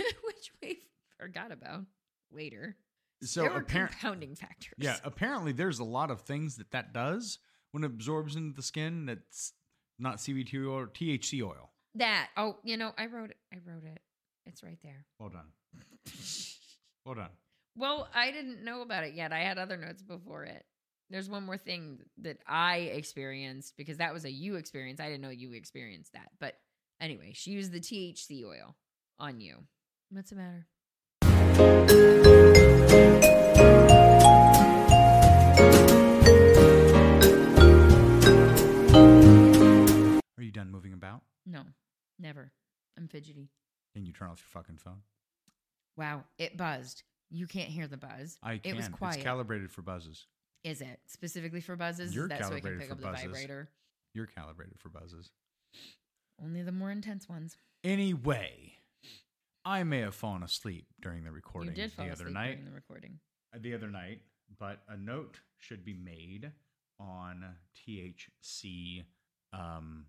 A: we forgot about later.
C: So
A: there were
C: apparently,
A: compounding factors.
C: yeah. uh Apparently, there's a lot of things that that does when it absorbs into the skin. That's not CBT or THC oil.
A: that. Oh, you know, I wrote it. I wrote it. It's right there.
C: Well done. Well done.
A: Well, I didn't know about it yet. I had other notes before it. There's one more thing that I experienced because that was a you experience. I didn't know you experienced that. But anyway, she used the THC oil on you. What's the matter?
C: Are you done moving about?
A: No, never. I'm fidgety.
C: Can you turn off your fucking phone?
A: Wow, it buzzed. You can't hear the buzz.
C: I can.
A: It was quiet.
C: It's calibrated for buzzes.
A: Is it specifically for buzzes?
C: You're
A: Is that so I can
C: calibrated
A: pick
C: for
A: up the
C: buzzes.
A: vibrator?
C: You're calibrated for buzzes.
A: Only the more intense ones.
C: Anyway, I may have fallen asleep during the recording
A: You did fall
C: the other
A: asleep
C: night.
A: during the recording.
C: uh, the other night, but a note should be made on THC. Um,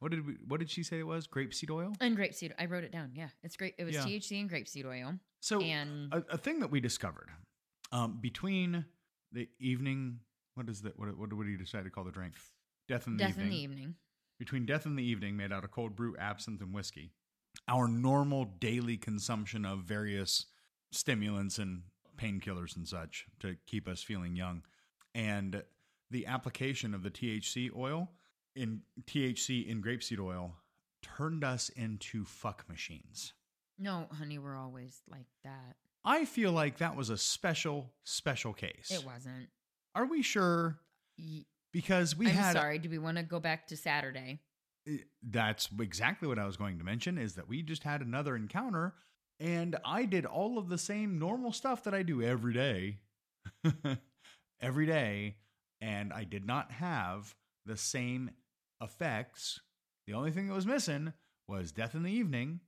C: what did we? What did she say it was? Grapeseed oil.
A: And grapeseed. I wrote it down. Yeah, it's great. It was
C: Yeah. Oh, uh,
A: THC and grapeseed oil.
C: So
A: and
C: a, a thing that we discovered um, between the evening. What is that? What, what, what do you decide to call the drink? Death in the
A: death
C: evening.
A: in the evening.
C: between death in the evening made out of cold brew absinthe and whiskey our normal daily consumption of various stimulants and painkillers and such to keep us feeling young and the application of the thc oil in thc in grapeseed oil turned us into fuck machines
A: No, honey, we're always like that.
C: i feel like that was a special special case
A: It wasn't.
C: Are we sure?
A: Y-
C: Because we
A: I'm
C: had
A: sorry. Do we want to go back to Saturday?
C: that's exactly what I was going to mention is that we just had another encounter and I did all of the same normal stuff that I do every day. every day and I did not have the same effects. The only thing that was missing was death in the evening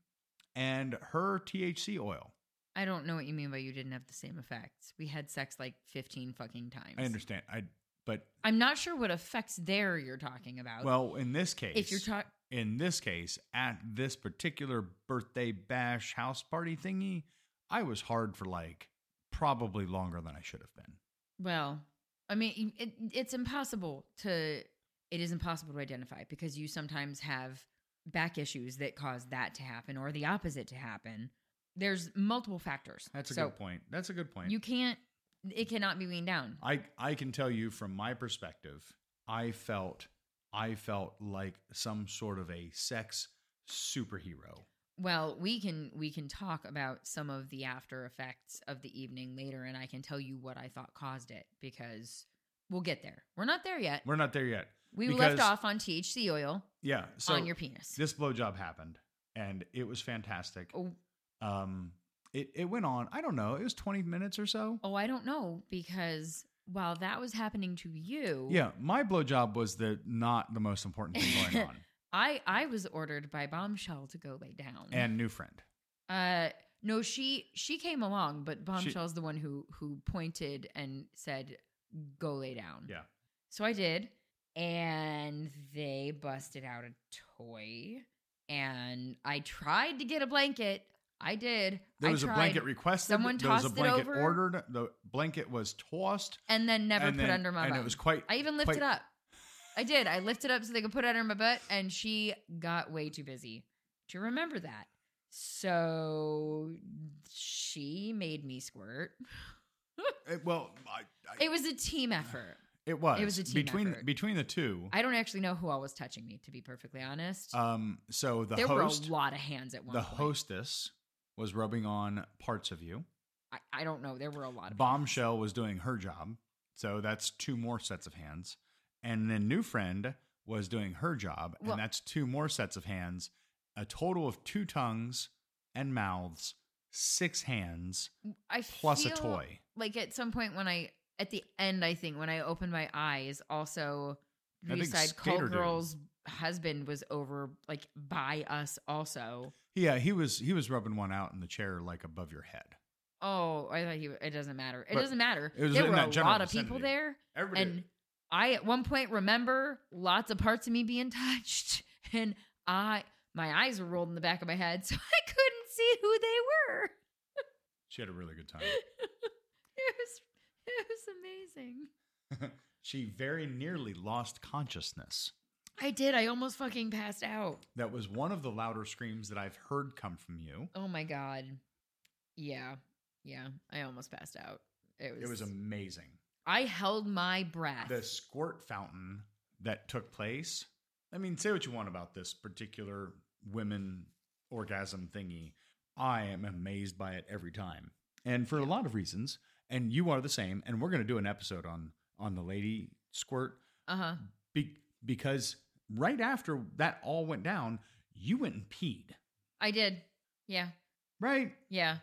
C: and her THC oil.
A: I don't know what you mean by you didn't have the same effects. We had sex like 15 fucking times.
C: I understand. I but
A: I'm not sure what effects there you're talking about.
C: well, in this case
A: if you're talking,
C: in this case, at this particular birthday bash house party thingy, I was hard for like probably longer than I should have been.
A: well, I mean, it, it's impossible to, it is impossible to identify because you sometimes have back issues that cause that to happen or the opposite to happen. There's multiple factors.
C: That's a
A: So
C: good point. That's a good point.
A: You can't, it cannot be leaned down.
C: I I can tell you from my perspective, I felt I felt like some sort of a sex superhero.
A: Well, we can we can talk about some of the after effects of the evening later and I can tell you what I thought caused it because we'll get there. We're not there yet.
C: We're not there yet.
A: We
C: because-
A: left off on THC oil
C: Yeah. So
A: on your penis.
C: this blowjob happened, and it was fantastic.
A: oh,
C: Um, it it went on. I don't know. It was twenty minutes or so.
A: oh, I don't know because while that was happening to you,
C: Yeah, my blowjob was the not the most important thing going on,
A: I I was ordered by Bombshell to go lay down.
C: and new friend.
A: uh no, she she came along, but Bombshell's the one who who pointed and said go lay down.
C: Yeah,
A: So I did, and they busted out a toy, and I tried to get a blanket. I did.
C: there
A: I
C: was a
A: tried,
C: blanket requested.
A: Someone
C: there was a
A: tossed it
C: blanket
A: over.
C: ordered. The blanket was tossed.
A: and then never
C: and
A: put
C: then-
A: under my
C: and
A: butt.
C: it was quite.
A: I even
C: quite-
A: lifted up. I did. I lifted up so they could put it under my butt, and she got way too busy to remember that. So she made me squirt.
C: It, eh, well, I, I,
A: It was a team effort.
C: it was.
A: it was a team
C: between
A: effort.
C: between the two.
A: I don't actually know who all was touching me, to be perfectly honest.
C: um, so the
A: there
C: host,
A: were a lot of hands at one
C: the
A: point.
C: hostess was rubbing on parts of you.
A: I, I don't know. There were a lot of
C: Bombshell was doing her job, so that's two more sets of hands. And then new friend was doing her job,
A: Well-
C: and that's two more sets of hands. A total of two tongues and mouths, six hands
A: I
C: plus a
A: feel
C: toy.
A: Like at some point when I at the end, I think when I opened my eyes, also
C: I think
A: Viewside
C: Skater
A: Cult
C: did.
A: Girl's husband was over like by us also.
C: Yeah, he was he was rubbing one out in the chair like above your head.
A: Oh, I thought he. It doesn't matter. It
C: But
A: doesn't matter.
C: it was
A: there
C: in
A: were
C: that
A: a
C: general
A: lot of people
C: vicinity.
A: there,
C: Everybody,
A: and I at one point remember lots of parts of me being touched, and I my eyes were rolled in the back of my head, so I couldn't see who they were.
C: she had a really good time.
A: It was it was amazing.
C: she very nearly lost consciousness.
A: I did. I almost fucking passed out.
C: That was one of the louder screams that I've heard come from you.
A: Oh my god. Yeah. Yeah. I almost passed out. It was
C: It was amazing.
A: I held my breath.
C: the squirt fountain that took place. I mean, say what you want about this particular women orgasm thingy. I am amazed by it every time. And for a lot of reasons, and you are the same, and we're going to do an episode on on the lady squirt
A: uh-huh.
C: be- because right after that all went down, you went and peed,
A: I did. Yeah.
C: right?
A: Yeah.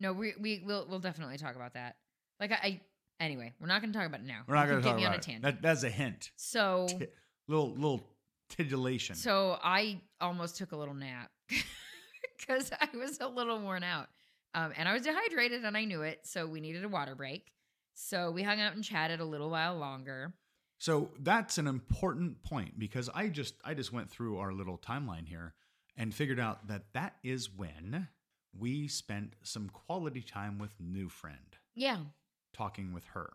A: No, we we will we'll definitely talk about that. Like I, I anyway, we're not gonna talk about it now.
C: We're not
A: You
C: going to
A: get
C: talk
A: me
C: about
A: on a
C: it.
A: tangent.
C: That, that's a hint,
A: so
C: Ti- little little titillation.
A: So I almost took a little nap because I was a little worn out. Um, and I was dehydrated and I knew it. So we needed a water break. So we hung out and chatted a little while longer.
C: So that's an important point because I just I just went through our little timeline here and figured out that that is when we spent some quality time with new friend
A: Yeah.
C: talking with her.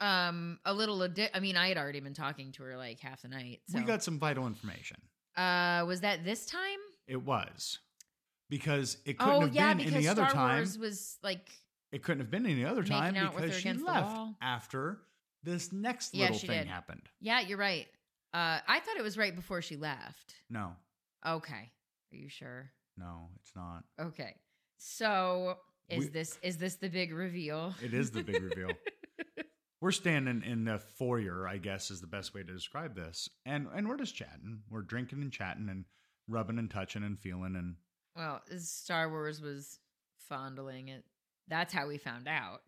A: Um, a little addi- I mean, I had already been talking to her like half the night. So
C: We got some vital information.
A: uh was that this time?
C: It was because it couldn't
A: Oh
C: have
A: yeah,
C: been
A: because
C: any other
A: Star
C: time.
A: Wars was like
C: it couldn't have been any other
A: Making
C: time
A: out with
C: because
A: her
C: she
A: against the
C: left
A: wall.
C: after this next
A: Yeah,
C: little
A: she
C: thing
A: did.
C: happened.
A: yeah, you're right. Uh I thought it was right before she left.
C: No,
A: Okay. Are you sure?
C: no, it's not.
A: Okay. So is
C: We-
A: this is this the big reveal?
C: It is the big reveal. We're standing in the foyer, I guess is the best way to describe this. And and we're just chatting. We're drinking and chatting and rubbing and touching and feeling and
A: Well, Star Wars was fondling it. That's how we found out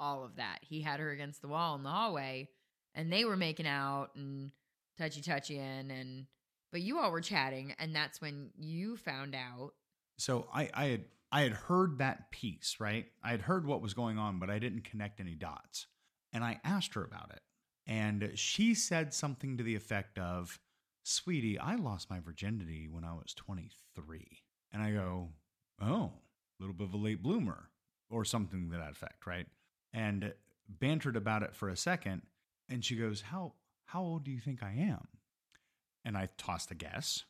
A: all of that. He had her against the wall in the hallway, and they were making out and touchy touchying, and but you all were chatting, and that's when you found out.
C: so I, I had I had heard that piece, right? I had heard what was going on, but I didn't connect any dots. And I asked her about it. And she said something to the effect of, Sweetie, I lost my virginity when I was 23. And I go, Oh, a little bit of a late bloomer, or something to that effect, right? And bantered about it for a second. And she goes, How how old do you think I am? And I tossed a guess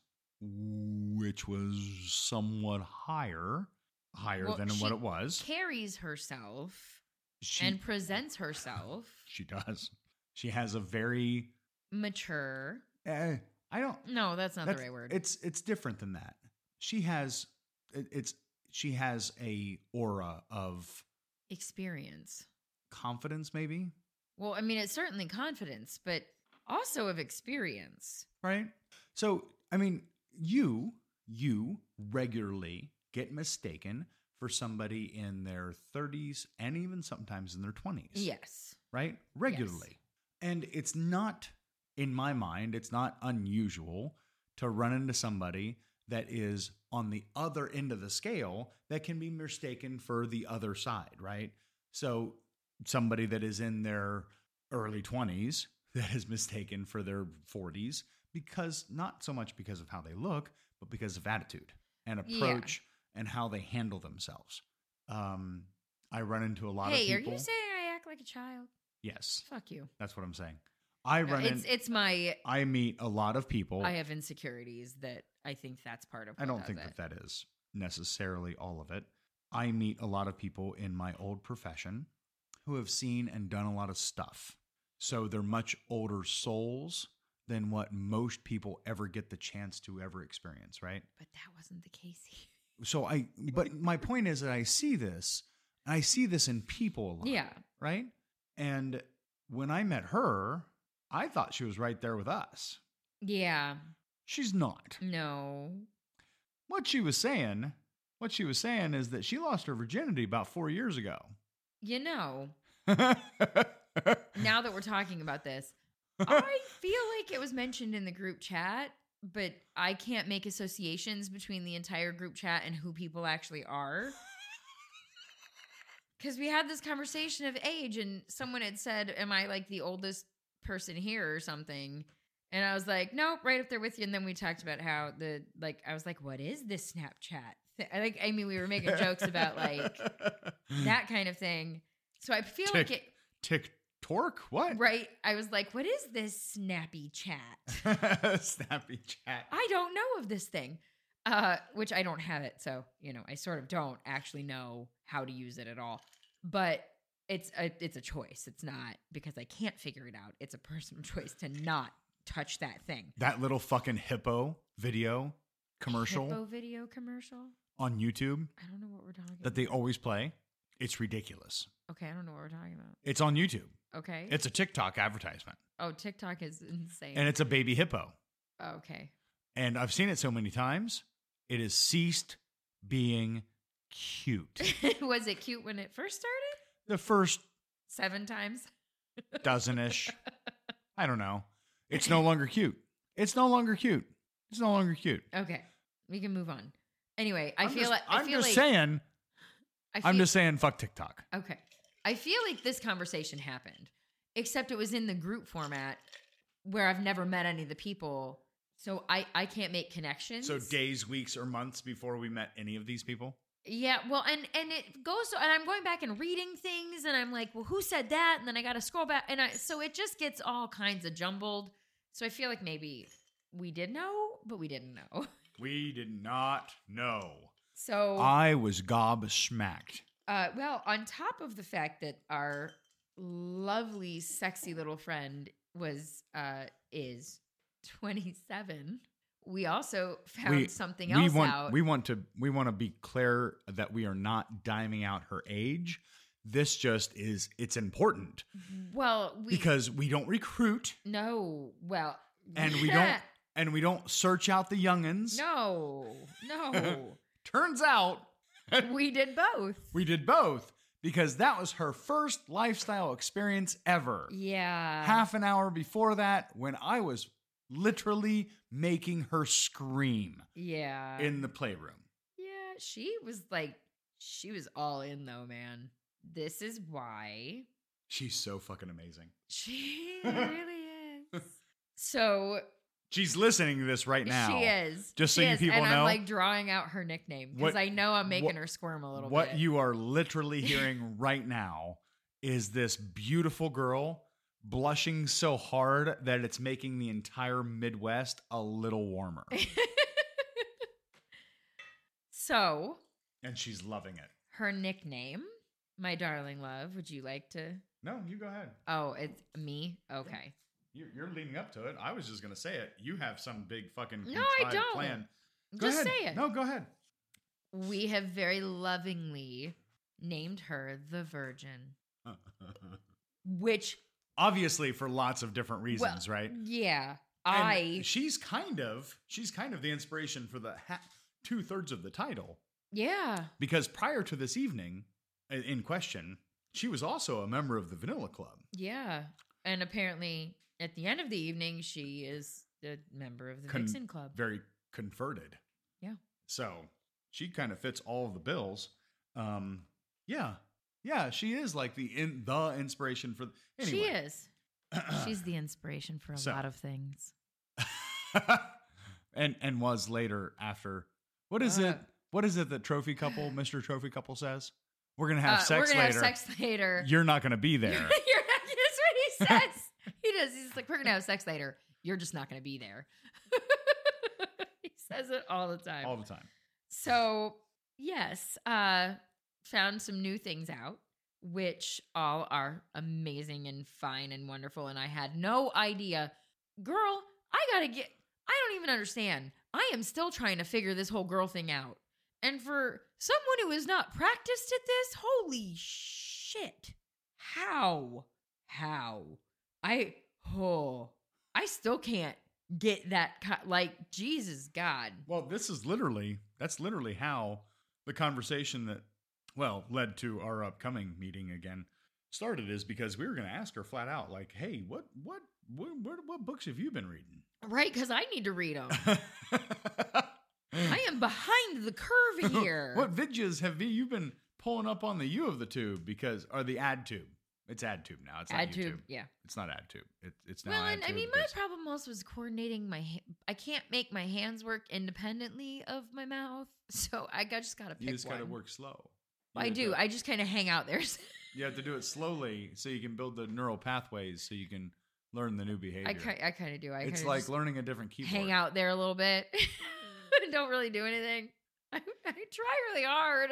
C: which was somewhat higher, higher
A: Well,
C: than
A: she
C: what it was.
A: Carries herself
C: She
A: and presents herself
C: she does. She has a very.
A: mature.
C: Eh, I don't.
A: No, that's Mm, not
C: that's-
A: the right word.
C: It's it's different than that. She has it, it's she has a aura of
A: Experience.
C: confidence, maybe
A: Well, I mean, it's certainly confidence, but also of experience.
C: right? So I mean, you you regularly get mistaken for somebody in their 30s and even sometimes in their 20s.
A: Yes.
C: right? Regularly. And it's not, in my mind, it's not unusual to run into somebody that is on the other end of the scale that can be mistaken for the other side, right? So somebody that is in their early 20s that is mistaken for their 40s because not so much because of how they look, but because of attitude and
A: Yeah.
C: approach and how they handle themselves. Um, I run into a lot of
A: Hey, are
C: people.
A: you saying I act like a child?
C: yes.
A: Fuck you.
C: That's what I'm saying. I
A: No,
C: run
A: it's
C: in,
A: it's my
C: I meet a lot of people.
A: I
C: I,
A: have insecurities that I think that's part of.
C: don't think that that is necessarily all of it. I meet a lot of people in my old profession who have seen and done a lot of stuff. So they're much older souls than what most people ever get the chance to ever experience, right?
A: But that wasn't the case. here.
C: So I but my point is that I see this and I see this in people a lot.
A: Yeah,
C: right? And when I met her, I thought she was right there with us.
A: yeah,
C: She's not.
A: no,
C: What she was saying, what she was saying is that she lost her virginity about four years ago.
A: you know. Now that we're talking about this, I feel like it was mentioned in the group chat, but I can't make associations between the entire group chat and who people actually are. Because we had this conversation of age, and someone had said, Am I like the oldest person here or something? And I was like, Nope, right up there with you. And then we talked about how the, like, I was like, What is this Snapchat? thi-" I Like, I mean, we were making jokes about like that kind of thing. So I feel like
C: Tick.
A: it,
C: tick torque. What?
A: right? I was like, What is this snappy chat?
C: Snappy chat.
A: I don't know of this thing, uh, which I don't have it. So, you know, I sort of don't actually know how to use it at all. But it's a, it's a choice. It's not because I can't figure it out. It's a personal choice to not touch that thing.
C: that little fucking hippo video commercial
A: Hippo video commercial.
C: on YouTube
A: I don't know what we're talking
C: that they always play. It's ridiculous.
A: Okay, I don't know what we're talking about.
C: It's on YouTube.
A: Okay.
C: It's a TikTok advertisement,
A: oh, TikTok is insane.
C: and it's a baby hippo.
A: okay.
C: and I've seen it so many times, it has ceased being cute.
A: Was it cute when it first started?
C: the first
A: Seven times?
C: dozenish, I don't know. It's no longer cute. It's no longer cute. It's no longer cute.
A: Okay. We can move on. Anyway, I
C: I'm
A: feel
C: just-
A: like I
C: I'm
A: feel
C: just
A: like
C: saying.
A: I
C: I'm
A: feel-
C: just saying. Fuck TikTok.
A: Okay. I feel like this conversation happened, except it was in the group format where I've never met any of the people. So I, I can't make connections.
C: days, weeks, or months before we met any of these people.
A: Yeah, well, and and it goes, and I'm going back and reading things, and I'm like, well, who said that? And then I got to scroll back, and I so it just gets all kinds of jumbled. So I feel like maybe we did know, but we didn't know.
C: We did not know.
A: So
C: I was gobsmacked.
A: Uh, well, on top of the fact that our lovely, sexy little friend was uh, is twenty seven, we also found
C: We-
A: something else
C: we want
A: out.
C: we want to we want to be clear that we are not diming out her age This just is it's important
A: Well, we
C: because we don't recruit
A: no. Well,
C: and we don't and we don't search out the youngins.
A: No, no.
C: Turns out
A: we did both.
C: we did both because that was her first lifestyle experience ever.
A: Yeah.
C: Half an hour before that when I was literally making her scream
A: Yeah.
C: in the playroom.
A: yeah. She was like, she was all in though, man. This is why
C: She's so fucking amazing.
A: she really is. So
C: She's listening to this right now.
A: she is.
C: Just so
A: She
C: you
A: is,
C: people
A: and
C: know,
A: I'm like drawing out her nickname
C: what-
A: because I know I'm making
C: what-
A: her squirm a little
C: What
A: bit.
C: you are literally hearing right now is this beautiful girl blushing so hard that it's making the entire Midwest a little warmer.
A: so
C: and she's loving it.
A: her nickname, my darling love. Would you like to?
C: No, you go ahead.
A: Oh, it's me. Okay.
C: You're, you're leading up to it. I was just going to say it. You have some big fucking
A: No, I
C: contrived
A: don't.
C: plan. Go
A: Just
C: ahead.
A: say it.
C: No, go ahead.
A: We have very lovingly named her the Virgin, which
C: Obviously, for lots of different reasons, right?
A: Yeah.
C: And
A: I
C: she's kind of she's kind of the inspiration for the ha- two thirds of the title
A: yeah.
C: because prior to this evening i- in question, she was also a member of the Vanilla Club.
A: Yeah. And apparently at the end of the evening she is a member of the
C: Con-
A: Vixen Club.
C: Very converted.
A: Yeah.
C: So she kind of fits all of the bills. Um, yeah, yeah, she is like the in the inspiration for anyway.
A: She is. She's the inspiration for a
C: So-
A: lot of things.
C: and and was later after. What is it?
A: Uh.
C: What is it that trophy couple, Mister Trophy Couple says? We're gonna have
A: Uh,
C: sex
A: we're gonna
C: later.
A: have sex later.
C: You're not gonna be
A: You're
C: there.
A: not- that's what he says. he does. He's like, we're gonna have sex later. You're just not gonna be there. he says it all the time.
C: all the time.
A: So, yes, uh found some new things out which all are amazing and fine and wonderful and I had no idea. Girl, I got to get I don't even understand. I am still trying to figure this whole girl thing out. And for someone who is not practiced at this, holy shit. How? How? I oh. I still can't get that co- like Jesus God.
C: Well, this is literally that's literally how the conversation that well led to our upcoming meeting again started is because we were gonna ask her flat out like, hey, what what what what, what books have you been reading?
A: Right, because I need to read them. I am behind the curve here.
C: what vidges have you been pulling up on the U of the tube because or the ad tube? It's ad tube now. It's not
A: Ad
C: YouTube.
A: tube, yeah.
C: It's not ad tube. It, it's now
A: well,
C: ad
A: and I
C: tube
A: mean, my
C: because-
A: problem also is coordinating my. Ha- I can't make my hands work independently of my mouth, so I got, just gotta pick
C: you just
A: one.
C: gotta work slow. You
A: I
C: have to-
A: do. I just kind of hang out there.
C: you have to do it slowly so you can build the neural pathways so you can learn the new behavior.
A: I kind, I kind of do. I
C: it's
A: kinda
C: like
A: just
C: learning a different keyboard.
A: hang out there a little bit. Don't really do anything. I, I try really hard.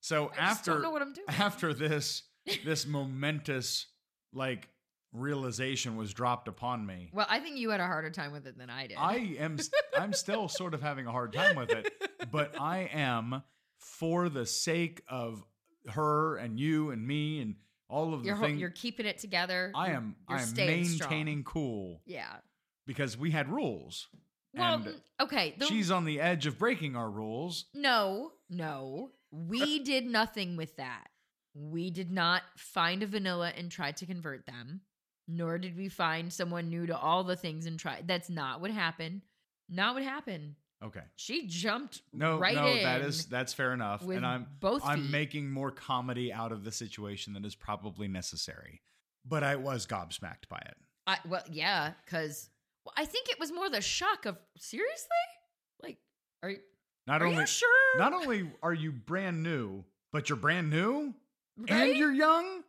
C: So
A: I just
C: after
A: don't know what I'm doing.
C: after this this momentous like realization was dropped upon me.
A: well, I think you had a harder time with it than I did.
C: I am st- I'm still sort of having a hard time with it, but uh, I am for the sake of her and you and me and all of the
A: you're ho-
C: things
A: you're keeping it together.
C: I
A: You're-
C: am
A: you're
C: I am
A: staying strong.
C: maintaining cool
A: Yeah.
C: because we had rules.
A: Well,
C: and
A: n- okay. The,
C: she's on the edge of breaking our rules.
A: no, no. We did nothing with that. We did not find a vanilla and try to convert them, nor did we find someone new to all the things and try. That's not what happened. Not what happened.
C: Okay.
A: She jumped
C: No,
A: right
C: no,
A: in.
C: that is that's fair enough.
A: with
C: And I'm
A: both
C: I'm
A: feet.
C: making more comedy out of the situation than is probably necessary. But I was gobsmacked by it.
A: I, well, yeah, because well, I think it was more the shock of seriously, like, are you-
C: Not
A: are
C: only
A: you sure?
C: not only are you brand new, but you're brand new
A: right?
C: and you're young.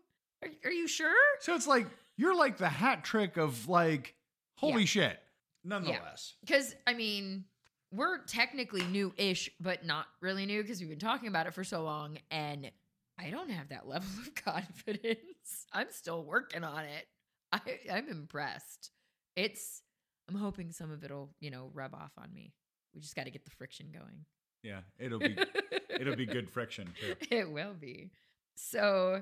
A: are, are you sure?
C: So it's like you're like the hat trick of like holy
A: Yeah.
C: shit. Nonetheless.
A: Because I mean, we're technically new-ish, but not really new because we've been talking about it for so long, and I don't have that level of confidence. I'm still working on it. I, I'm impressed. It's. I'm hoping some of it'll, you know, rub off on me. We just got to get the friction going.
C: Yeah, it'll be it'll be good friction too.
A: it will be. So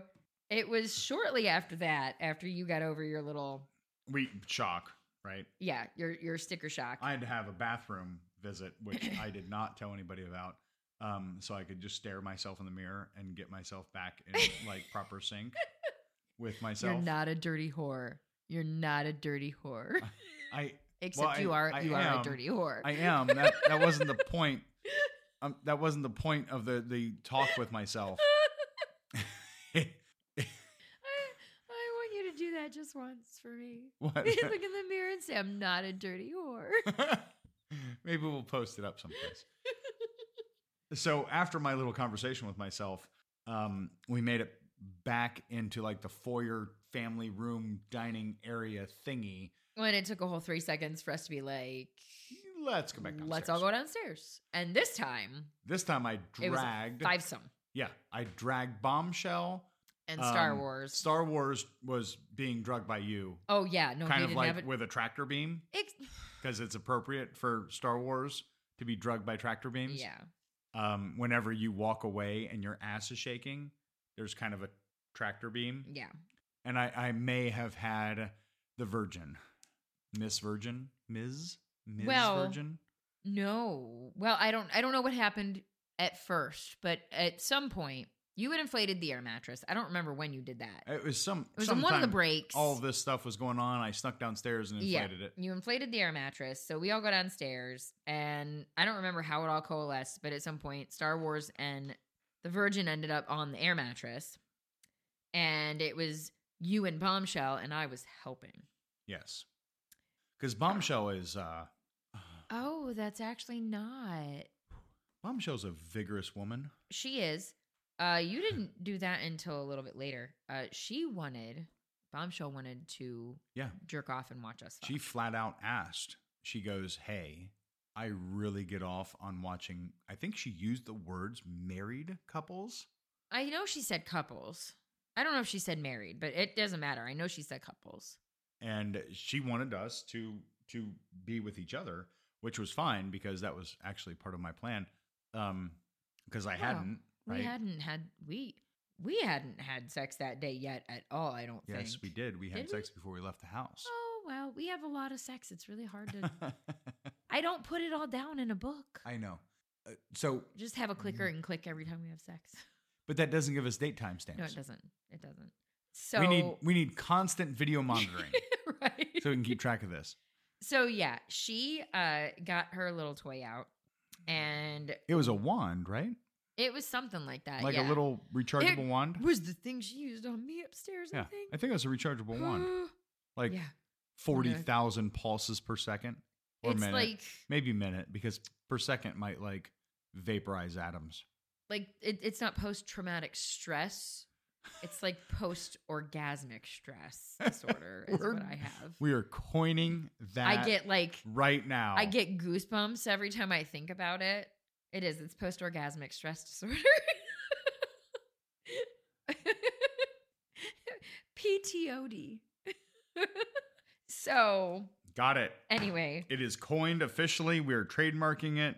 A: it was shortly after that, after you got over your little
C: We shock, right?
A: yeah, your your sticker shock.
C: I had to have a bathroom visit, which I did not tell anybody about, um, so I could just stare myself in the mirror and get myself back in like proper sync with myself.
A: You're not a dirty whore. You're not a dirty whore.
C: I
A: Except
C: I-
A: you are
C: I
A: you are
C: am.
A: a dirty whore.
C: I am. That that wasn't the point. Um, that wasn't the point of the the talk with myself.
A: I, I want you to do that just once for me.
C: what?
A: Look in the mirror and say, I'm not a dirty whore.
C: Maybe we'll post it up someplace. so after my little conversation with myself, um, we made it back into like the foyer family room dining area thingy.
A: When it took a whole three seconds for us to be like,
C: Let's go back downstairs.
A: let's all go downstairs. And this time,
C: This time I
A: It was
C: dragged.
A: five some
C: yeah, I dragged Bombshell.
A: and Star
C: Um,
A: Wars.
C: Star Wars was being drugged by you,
A: oh, yeah. No,
C: kind
A: we
C: of
A: didn't
C: like
A: have it.
C: with a tractor beam,
A: Ex-
C: because it's appropriate for Star Wars to be drugged by tractor beams.
A: yeah.
C: um, whenever you walk away and your ass is shaking, there's kind of a tractor beam.
A: Yeah.
C: And I, I may have had the Virgin, Miss Virgin, Ms. Ms.
A: Well-
C: Virgin.
A: No. Well, I don't I don't know what happened at first, but at some point you had inflated the air mattress. I don't remember when you did that.
C: It was some.
A: It was on one of the
C: sometime
A: breaks.
C: All this stuff was going on. I snuck downstairs and inflated it.
A: You inflated the air mattress. So we all go downstairs and I don't remember how it all coalesced, but at some point Star Wars and the Virgin ended up on the air mattress. And it was you and Bombshell and I was helping.
C: Yes, because bombshell is uh,
A: Oh, that's actually not.
C: bombshell's a vigorous woman.
A: She is. Uh, you didn't do that until a little bit later. Uh, she wanted Bombshell wanted to
C: Yeah,
A: jerk off and watch us.
C: she
A: fuck.
C: flat out asked. She goes, "Hey." I really get off on watching. I think she used the words married couples.
A: I know she said couples. I don't know if she said married, but it doesn't matter. I know she said couples.
C: and she wanted us to to be with each other, which was fine because that was actually part of my plan. Um, because I
A: Well,
C: hadn't,
A: We
C: right?
A: hadn't had we we hadn't had sex that day yet at all. I don't think.
C: yes, we did. We had
A: Did we?
C: sex before we left the house.
A: Oh well, we have a lot of sex. It's really hard to. Oh. I don't put it all down in a book.
C: I Mm-hmm. know. Uh, so,
A: Just have a clicker and click every time we have sex.
C: but that doesn't give us date timestamps.
A: No, it doesn't. It doesn't. So
C: We need we need constant video monitoring
A: right.
C: so we can keep track of this.
A: So yeah, she uh got her little toy out and
C: It was a wand, right?
A: it was something like that.
C: Like
A: Uh, yeah.
C: a little rechargeable
A: It
C: wand.
A: was the thing she used on me upstairs,
C: yeah,
A: I think.
C: I think it was a rechargeable wand. Like
A: yeah.
C: forty thousand pulses per second or
A: It's
C: minute.
A: like
C: maybe minute because per second might like vaporize atoms.
A: like it, it's not post traumatic stress. It's like post orgasmic stress disorder is
C: We're-
A: what I have.
C: We are coining that
A: I get like
C: right now.
A: I get goosebumps every time I think about it. It is. It's post orgasmic stress disorder. PTOD. so,
C: got it.
A: anyway,
C: It is coined officially. We are trademarking it.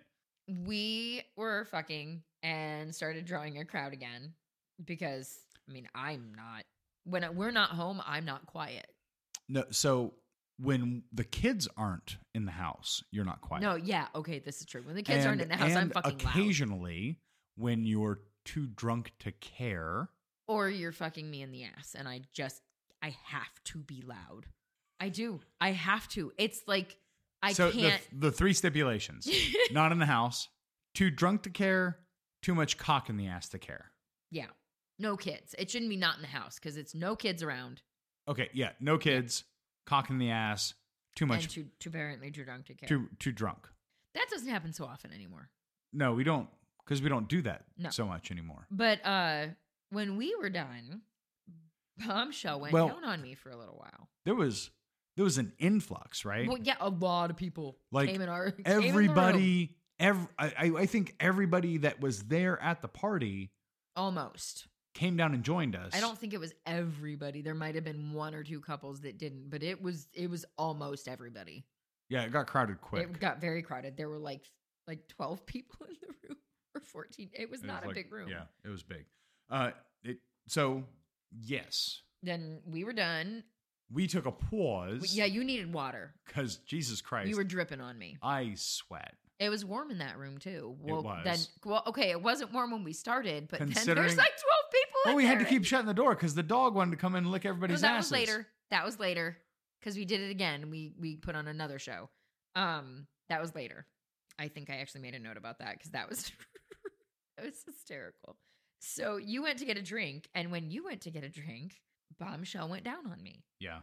A: we were fucking and started drawing a crowd again because, I mean, I'm not, when I- we're not home, I'm not quiet.
C: No, so when the kids aren't in the house, you're not quiet.
A: No, yeah, okay, this is true. When the kids aren't in
C: And-
A: the house, I'm
C: and
A: fucking loud.
C: occasionally when you're too drunk to care.
A: or you're fucking me in the ass and i just i have to be loud i do i have to it's like i
C: so
A: can't
C: The, the three stipulations: not in the house, too drunk to care, too much cock in the ass to care.
A: yeah no kids it shouldn't be not in the house because it's no kids around
C: Okay, yeah, no kids, cock in the ass, too much,
A: and too too apparently too drunk to care
C: too too drunk.
A: that doesn't happen so often anymore
C: No, we don't, because we don't do that
A: No.
C: so much anymore.
A: but uh when we were done bombshell went
C: Well-
A: down on me for a little while
C: There was there was an influx, right?
A: well yeah a lot of people
C: Like,
A: came in our came in the room.
C: everybody, every, I, I- I think everybody that was there at the party
A: almost
C: came down and joined us.
A: I don't think it was everybody. There might have been one or two couples that didn't, but it was it was almost everybody.
C: Yeah, it got crowded quick.
A: It got very crowded. There were like like twelve people in the room or fourteen. It was
C: It
A: not
C: was
A: a
C: like-
A: big room.
C: Yeah, it was big. Uh, it So, yes,
A: Then we were done.
C: we took a pause.
A: W- Yeah, you needed water.
C: Because Jesus Christ,
A: You were dripping on me.
C: I sweat.
A: It was warm in that room too.
C: It
A: Well, Then,
C: was.
A: well, okay, it wasn't warm when we started, but then
C: Considering-
A: there's like twelve people.
C: Well,
A: in
C: we had to
A: there.
C: keep shutting the door because the dog wanted to come in and lick
A: No,
C: everybody's
A: Oh, that
C: asses.
A: was later. That was later because we did it again. We we put on another show. Um, that was later. I think I actually made a note about that because that was it was hysterical. So you went to get a drink, and when you went to get a drink, bombshell went down on me.
C: Yeah.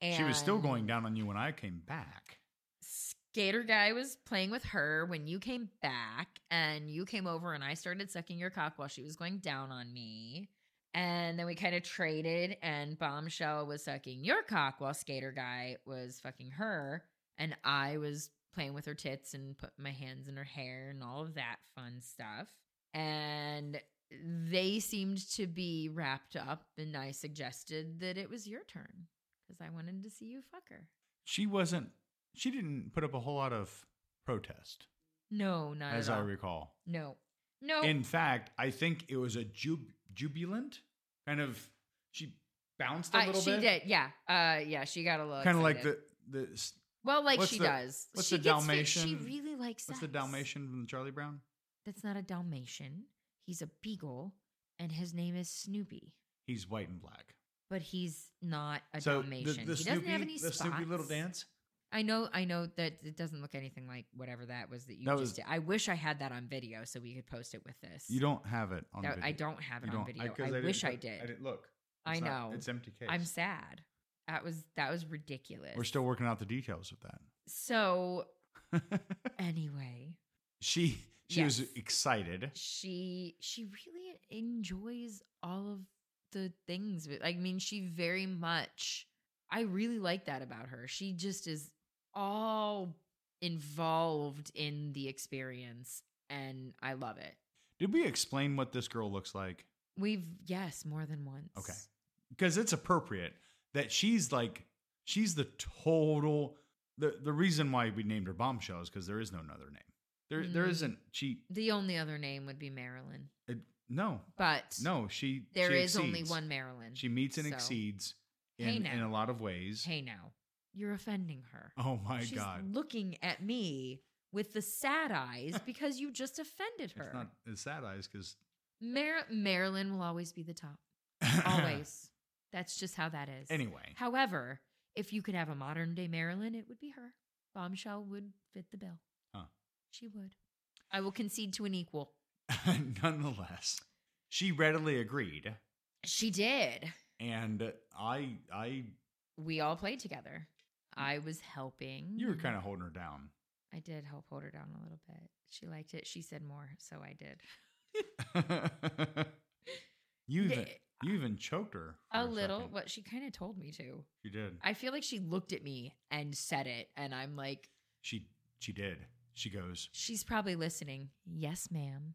A: And
C: She was still going down on you when I came back.
A: Skater guy was playing with her when you came back, and you came over, and I started sucking your cock while she was going down on me. And then we kind of traded, and Bombshell was sucking your cock while Skater guy was fucking her, and I was playing with her tits and putting my hands in her hair and all of that fun stuff. And they seemed to be wrapped up, and I suggested that it was your turn because I wanted to see you fuck her.
C: She wasn't, she didn't put up a whole lot of protest,
A: No, not
C: as
A: at
C: I
A: all.
C: recall.
A: No. No.
C: In fact, I think it was a jub- jubilant kind of, she bounced a
A: I-
C: little
A: she
C: bit.
A: did. Yeah. Uh yeah, she got a little
C: Kind of like the,
A: excited.
C: the,
A: Well, like
C: what's
A: she
C: the-
A: does.
C: what's
A: she
C: the
A: gets fit- She
C: Dalmatian-
A: really likes
C: what's the
A: sex.
C: Dalmatian from Charlie Brown?
A: That's not a Dalmatian. He's a beagle and his name is Snoopy.
C: He's white and black.
A: But he's not a Dalmatian. he doesn't have any
C: the
A: spots.
C: Snoopy little dance.
A: I know I know that it doesn't look anything like whatever that was that you
C: That
A: just
C: was-
A: did. I wish I had that on video so we could post it with this.
C: You don't have it on
A: That-
C: video.
A: I don't have it
C: You
A: on
C: don't-
A: video.
C: 'cause
A: I,
C: didn't
A: wish I
C: put-
A: did.
C: I didn't look.
A: I
C: It's not-
A: know.
C: it's empty case.
A: I'm sad. That was that was ridiculous.
C: We're still working out the details of
A: So
C: that.
A: anyway,
C: she she was
A: Yes.
C: excited.
A: she she really enjoys all of the things. with- I mean, she very much. I really like that about her. She just is all involved in the experience, and I love it.
C: Did we explain what this girl looks like?
A: We've yes, more than once.
C: Okay. Because it's appropriate that she's like she's the total the the reason why we named her bombshell is because there is no other name. There there
A: Mhm.
C: isn't she
A: The only other name would be Marilyn,
C: it, no
A: but
C: no she
A: there
C: she
A: is only
C: exceeds.
A: one Marilyn.
C: She meets and
A: so-
C: exceeds in,
A: Hey
C: in
A: now.
C: a lot of ways.
A: Hey, now you're offending her.
C: Oh my
A: She's
C: god!
A: looking at me with the sad eyes because you just offended her.
C: It's not it's sad eyes because
A: Mar- Marilyn will always be the top. Always. That's just how that is.
C: anyway,
A: However, if you could have a modern day Marilyn, it would be her. Bombshell would fit the bill.
C: Huh.
A: She would. I will concede to an equal.
C: nonetheless, she readily agreed,
A: She did.
C: and I I
A: We all played together. I was helping.
C: Mm. you were kind of holding her down.
A: I did help hold her down a little bit. She liked it. She said more, so I did.
C: you
A: The-
C: even you even choked her for
A: A little,
C: second.
A: but she kind of told me to.
C: She did.
A: I feel like she looked at me and said it, and I'm like,
C: She she did. She goes.
A: she's probably listening. Yes, ma'am.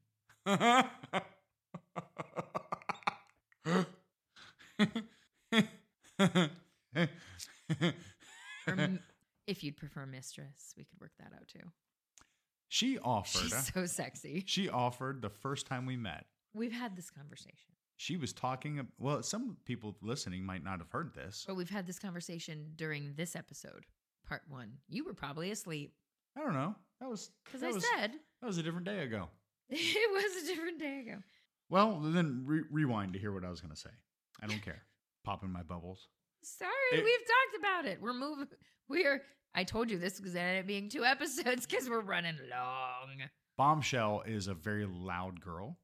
A: Or m- if you'd prefer mistress, we could work that out too.
C: she offered. uh,
A: She's so sexy.
C: she offered the first time we met.
A: We've had this conversation,
C: She was talking. ab- Well, some people listening might not have heard this.
A: but we've had this conversation during this episode, part one. You were probably asleep
C: I don't know. That was
A: because
C: that
A: I
C: was-
A: said
C: that was a different day ago.
A: it was a different day ago.
C: Well, then re- rewind to hear what I was going to say. I don't care. Popping my bubbles.
A: Sorry, we've
C: It-
A: talked about it. We're moving. We're. I told you this was gonna end up being two episodes because we're running long.
C: Bombshell is a very loud girl.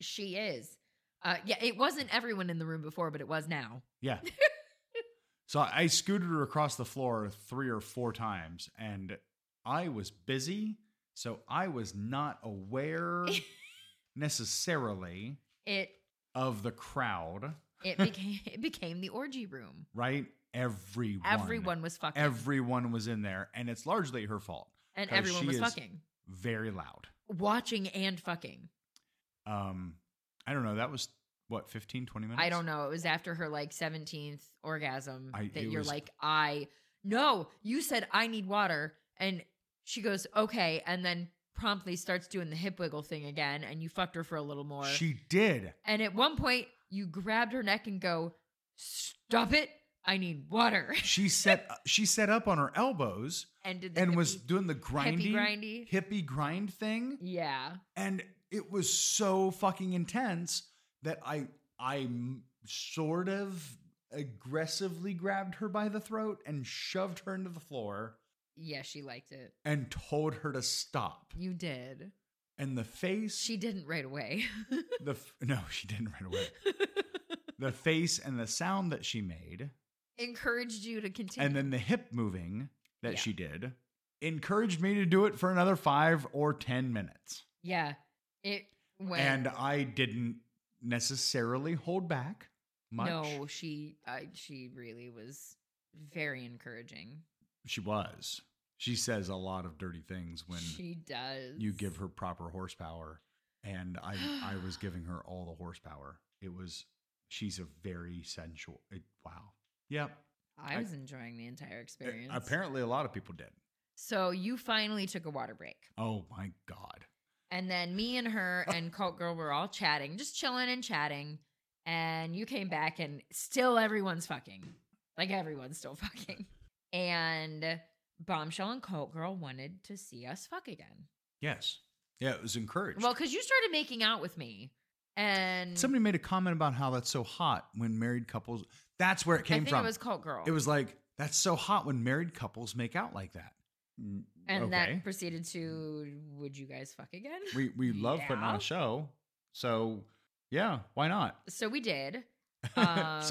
A: She is. Uh, yeah, it wasn't everyone in the room before, but it was now.
C: Yeah. so I scooted her across the floor three or four times, and I was busy, so I was not aware necessarily
A: It
C: of the crowd.
A: it became it became the orgy room.
C: Right? Everyone.
A: Everyone was fucking.
C: Everyone was in there, and it's largely her fault.
A: and
C: 'cause
A: everyone
C: she
A: was
C: is-
A: fucking,
C: Very loud.
A: watching and fucking.
C: Um, I don't know. That was what 15, 20 minutes.
A: I don't know. It was after her like seventeenth orgasm
C: I-
A: that
C: it
A: you're
C: was-
A: like, I no. You said I need water, and she goes okay, and then promptly starts doing the hip wiggle thing again, and you fucked her for a little more.
C: She did.
A: and at one point, you grabbed her neck and go, "Stop it! I need water."
C: She set she set up on her elbows
A: And did the
C: and was
A: hippie-
C: doing the
A: hippie
C: grindy
A: grindy.
C: hippie grind thing.
A: Yeah,
C: and it was so fucking intense that I I m- sort of aggressively grabbed her by the throat and shoved her into the floor
A: yeah, she liked it.
C: and told her to stop.
A: You did.
C: And the face
A: She didn't right away.
C: the f- no she didn't right away. the face and the sound that she made
A: Encouraged you to continue.
C: and then the hip moving that
A: Yeah.
C: she did encouraged me to do it for another 5 or 10 minutes.
A: yeah, it went.
C: And I didn't necessarily hold back much.
A: no, she, I, she really was very encouraging.
C: She was. She says a lot of dirty things when
A: she does,
C: you give her proper horsepower. And I, I was giving her all the horsepower. It was, she's a very sensual. It, wow. Yep.
A: I
C: I-
A: was enjoying the entire experience.
C: apparently, a lot of people did.
A: So you finally took a water break.
C: Oh my God.
A: And then me and her and Cult Girl were all chatting, just chilling and chatting. And you came back and still everyone's fucking. Like everyone's still fucking. And Bombshell and Cult Girl wanted to see us fuck again.
C: Yes. Yeah, it was encouraged.
A: Well, because you started making out with me. And
C: Somebody made a comment about how that's so hot when married couples. That's where it
A: I
C: came
A: think
C: from.
A: it was Cult Girl.
C: It was like, that's so hot when married couples make out like that. Mm,
A: and that proceeded to would you guys fuck again?
C: we we love putting on
A: Yeah.
C: a show. So yeah, why not?
A: so we did.
C: so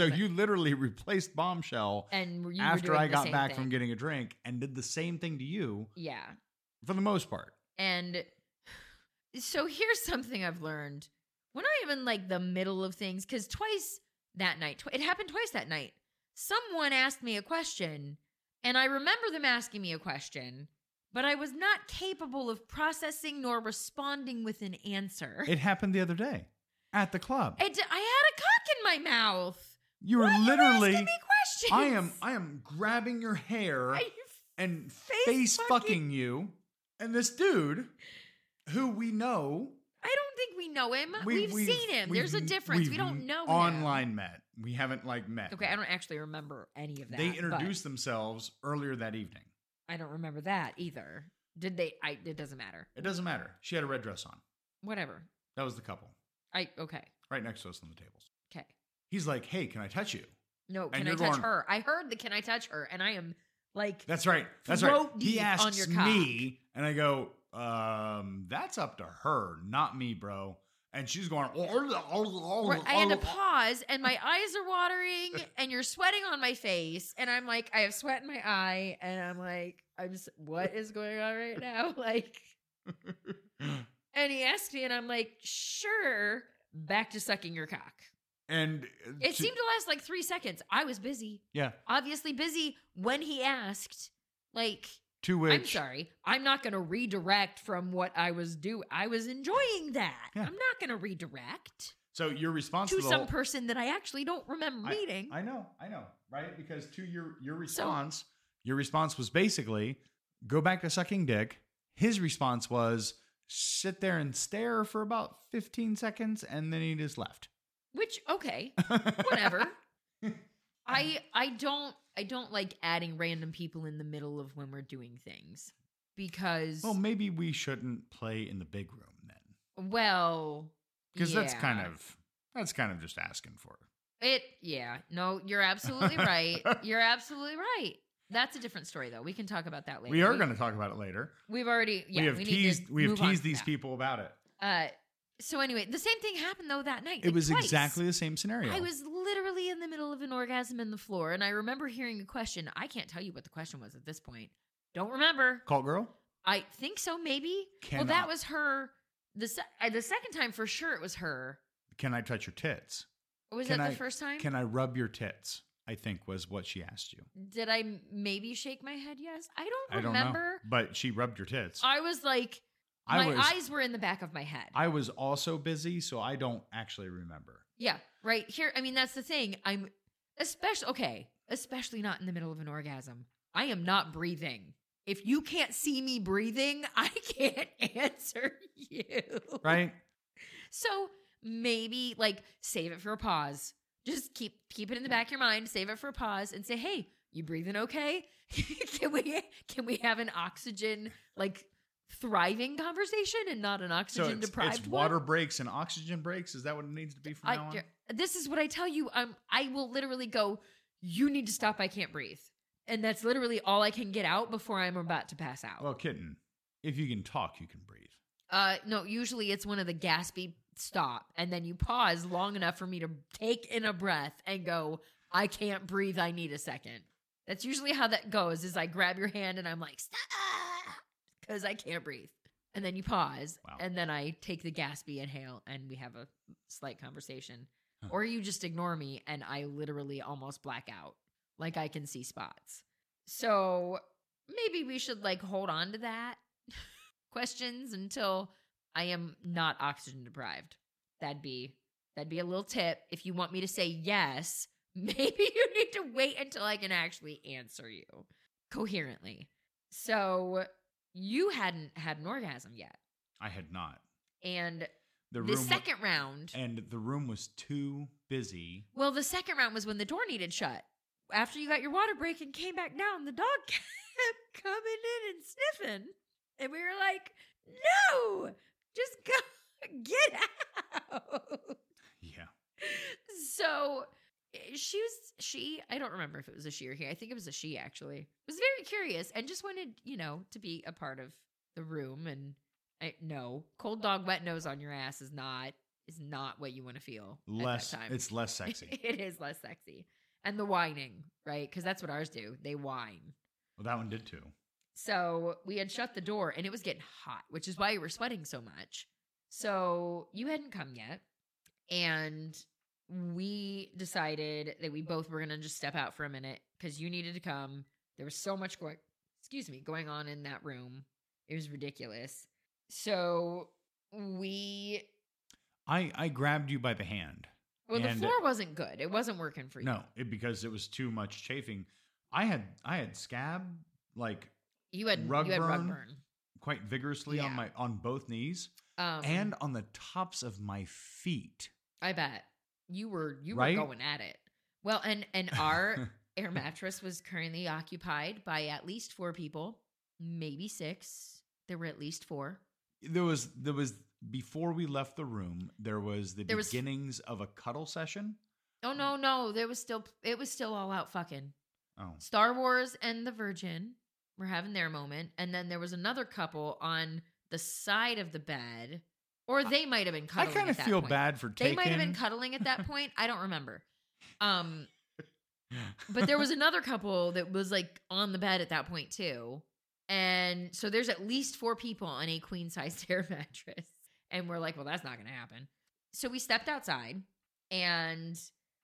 A: Um,
C: you literally replaced bombshell
A: And you were
C: after
A: doing
C: I
A: the
C: got
A: same
C: back
A: thing.
C: from getting a drink and did the same thing to you
A: Yeah.
C: for the most part.
A: And so here's something I've learned. When I am in like the middle of things, because twice that night, tw- it happened twice that night, someone asked me a question, and I remember them asking me a question, but I was not capable of processing nor responding with an answer.
C: It happened the other day at the club.
A: I d- I had a cock in my mouth.
C: you were
A: Why are you
C: literally
A: asking me questions.
C: I am I am grabbing your hair
A: I-
C: and
A: face
C: face,
A: fucking-
C: fucking you. And this dude who we know
A: I don't think we know him.
C: we,
A: we've, seen him. There's a
C: we've-
A: difference. We
C: we've
A: don't know him.
C: Online met. We haven't like met.
A: Okay, I don't actually remember any of that.
C: They
A: but-
C: introduced themselves earlier that evening.
A: I don't remember that either. Did they? I. It doesn't matter.
C: It doesn't matter. She had a red dress on.
A: Whatever.
C: That was the couple
A: I. Okay.
C: right next to us on the tables.
A: Okay.
C: He's like, "Hey, can I touch you?"
A: No. Can I
C: you're
A: touch
C: going-
A: her? I heard the can I touch her, and I am like,
C: That's right. That's
A: Throat
C: right.
A: deep
C: He
A: on
C: asks
A: your cock.
C: me, and I go, "Um, that's up to her, not me, bro." And she's going, "Oh,
A: Right, I had to pause, and my eyes are watering, and you're sweating on my face, and I'm like, I have sweat in my eye, and I'm like, I'm. s- What is going on right now? Like, and he asked me, and I'm like, sure. Back to sucking your cock.
C: and
A: It
C: she-
A: seemed to last like three seconds. I was busy,
C: yeah.
A: obviously busy when he asked. Like,
C: To which
A: I'm sorry. I'm not going to redirect from what I was doing. I was enjoying that.
C: Yeah.
A: I'm not going to redirect
C: So your response to,
A: to
C: the
A: some
C: whole-
A: person that I actually don't remember
C: I-
A: meeting.
C: I know, I know, right? Because to your your response, your response was basically go back to sucking dick. His response was sit there and stare for about 15 seconds and then he just left.
A: which okay, whatever. I I don't I don't like adding random people in the middle of when we're doing things because
C: well, maybe we shouldn't play in the big room then.
A: well
C: Cuz that's
A: yeah.
C: kind of that's kind of just asking for it.
A: It yeah. No, you're absolutely right. You're absolutely right. That's a different story though. We can talk about that later.
C: We are going to talk about it later.
A: We've already yeah,
C: we have
A: we need to
C: teased we have
A: move on
C: teased
A: from
C: these
A: that.
C: people about it.
A: Uh, so anyway, the same thing happened though that night.
C: It
A: like,
C: was
A: twice.
C: exactly the same scenario.
A: I was literally in the middle of an orgasm in the floor, and I remember hearing a question. I can't tell you what the question was at this point. Don't remember.
C: Call girl?
A: I think so, maybe.
C: Can
A: well, that
C: I-
A: was her. The se- uh, the second time for sure it was her.
C: Can I touch your tits?
A: Was
C: Can
A: that the
C: I-
A: first time?
C: Can I rub your tits? I think was what she asked you.
A: Did I m- maybe shake my head? Yes. I don't
C: I don't know.
A: remember.
C: But she rubbed your tits.
A: I was like,
C: I
A: my
C: was-
A: eyes were in the back of my head.
C: I was also busy, so I don't actually remember.
A: Yeah, right here. I mean, that's the thing. I'm especially okay, especially not in the middle of an orgasm. I am not breathing. If you can't see me breathing, I can't answer you.
C: Right?
A: So maybe like save it for a pause. Just keep keep it in the back of your mind, save it for a pause and say, "Hey, you breathing okay? can we can we have an oxygen like thriving conversation and not an
C: So
A: oxygen
C: it's,
A: deprived
C: it's
A: one?"
C: water breaks and oxygen breaks. Is that what it needs to be from
A: I,
C: now on?
A: you're- this is what I tell you. Um, I will literally go. You need to stop. I can't breathe, and that's literally all I can get out before I'm about to pass out.
C: Well, kitten, if you can talk, you can breathe.
A: Uh, no, usually it's one of the gaspy stop, and then you pause long enough for me to take in a breath and go. I can't breathe. I need a second. That's usually how that goes. Is I grab your hand and I'm like, stop, because I can't breathe. And then you pause,
C: Wow.
A: and then I take the gaspy inhale, and we have a slight conversation.
C: Huh.
A: Or you just ignore me, and I literally almost black out. Like I can see spots. So maybe we should like hold on to that questions until I am not oxygen deprived. That'd be that'd be a little tip. If you want me to say yes, maybe you need to wait until I can actually answer you coherently. So you hadn't had an orgasm yet.
C: I had not.
A: And
C: The,
A: the
C: room wa-
A: second round.
C: and the room was too busy.
A: Well, the second round was when the door needed shut. After you got your water break and came back down, the dog kept coming in and sniffing. And we were like, no, just go get out.
C: Yeah.
A: So eh, she was, she, I don't remember if it was a she or he. I think it was a she actually, was very curious and just wanted, you know, to be a part of the room. And I, no, cold dog, wet nose on your ass is not, is not what you want to feel. at that
C: Less.
A: time.
C: It's less sexy.
A: it is less sexy. And the whining, right? Because that's what ours do. They whine.
C: well, that one did too.
A: So we had shut the door and it was getting hot, which is why you were sweating so much. So you hadn't come yet. And we decided that we both were going to just step out for a minute because you needed to come. There was so much going, excuse me, going on in that room. It was ridiculous. So we,
C: I I grabbed you by the hand.
A: well, the
C: And-
A: floor wasn't good. It wasn't working for you.
C: No, it, because it was too much chafing. I had I had scab like
A: You had
C: Rug
A: you had rug
C: burn?
A: burn.
C: quite vigorously on
A: Yeah.
C: my on both knees
A: Um,
C: and on the tops of my feet.
A: I bet you were you
C: Right?
A: were going at it. Well, and and our air mattress was currently occupied by at least four people, maybe six. There were at least four.
C: there was there was before we left the room there was the
A: There was-
C: beginnings of a cuddle session
A: Oh no, no, there was still it was still all out fucking
C: oh
A: Star Wars and the Virgin were having their moment, and then there was another couple on the side of the bed, or they might have been
C: i
A: cuddling.
C: kind of
A: at that
C: feel
A: point.
C: bad for
A: They
C: taking
A: might have been cuddling at that point. I don't remember. Um, But there was another couple that was like on the bed at that point too. And so there's at least four people on a queen size air mattress. And we're like, well, that's not going to happen. So we stepped outside and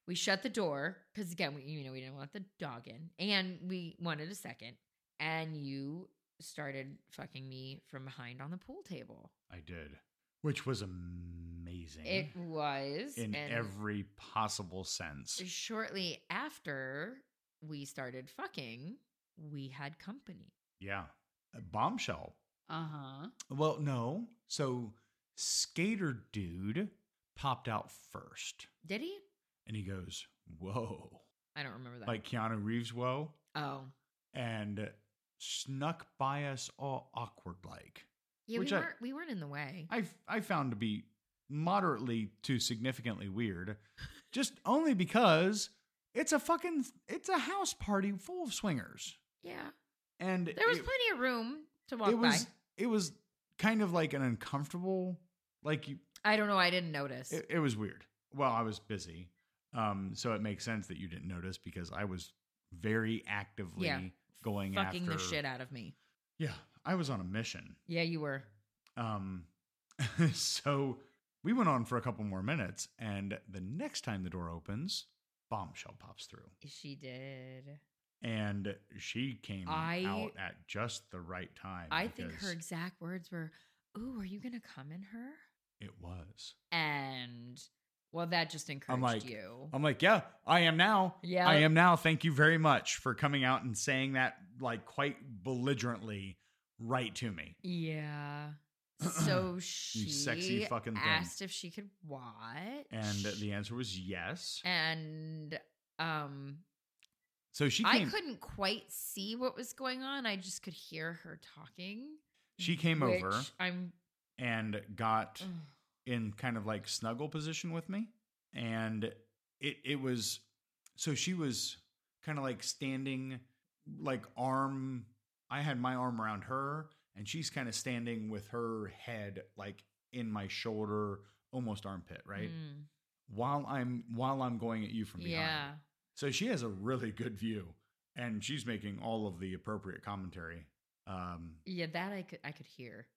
A: we shut the door because, again, we, you know, we didn't want the dog in and we wanted a second. And you started fucking me from behind on the pool table.
C: i did which was amazing
A: It was.
C: in
A: and-
C: every possible sense
A: shortly after we started fucking, we had company.
C: yeah a bombshell
A: Uh
C: Uh-huh.
A: huh.
C: well no so skater dude popped out first
A: Did he?
C: and he goes whoa
A: I don't remember that.
C: like keanu reeves whoa
A: oh,
C: and snuck by us all awkward like
A: yeah, we
C: Which I-
A: weren't. We weren't in the way.
C: I I found to be moderately to significantly weird, just only because it's a fucking it's a house party full of swingers,
A: yeah,
C: and
A: there was
C: it,
A: plenty of room to walk
C: it was
A: by.
C: it was kind of like an uncomfortable like you,
A: I don't know. I didn't notice.
C: it, it was weird. Well, I was busy, um, so it makes sense that you didn't notice because I was very actively
A: Yeah.
C: going
A: fucking
C: after
A: the shit out of me.
C: Yeah, I was on a mission.
A: Yeah, you were.
C: Um, so we went on for a couple more minutes, and the next time the door opens, bombshell pops through,
A: She did.
C: and she came
A: I-
C: out at just the right time.
A: I think
C: because
A: her exact words were, "Ooh, are you gonna come in her?"
C: it was.
A: And well, that just encouraged
C: like,
A: you.
C: I'm like, yeah, I am now.
A: Yeah.
C: I am now. Thank you very much for coming out and saying that like quite belligerently right to me.
A: yeah.
D: So she
C: sexy fucking thing.
D: asked if she could watch.
C: And the answer was yes.
A: And um
C: So she
A: I
C: came.
A: couldn't quite see what was going on. I just could hear her talking.
C: She came
A: which Mm.
C: over
A: I'm
C: and got
A: ugh,
C: in kind of like snuggle position with me, and it it was so she was kind of like standing, like arm. I had my arm around her, and she's kind of standing with her head like in my shoulder, almost armpit, right?
A: mm,
C: While I'm while I'm going at you from behind.
A: yeah.
C: So she has a really good view, and she's making all of the appropriate commentary. Um,
A: Yeah, that I could I could hear.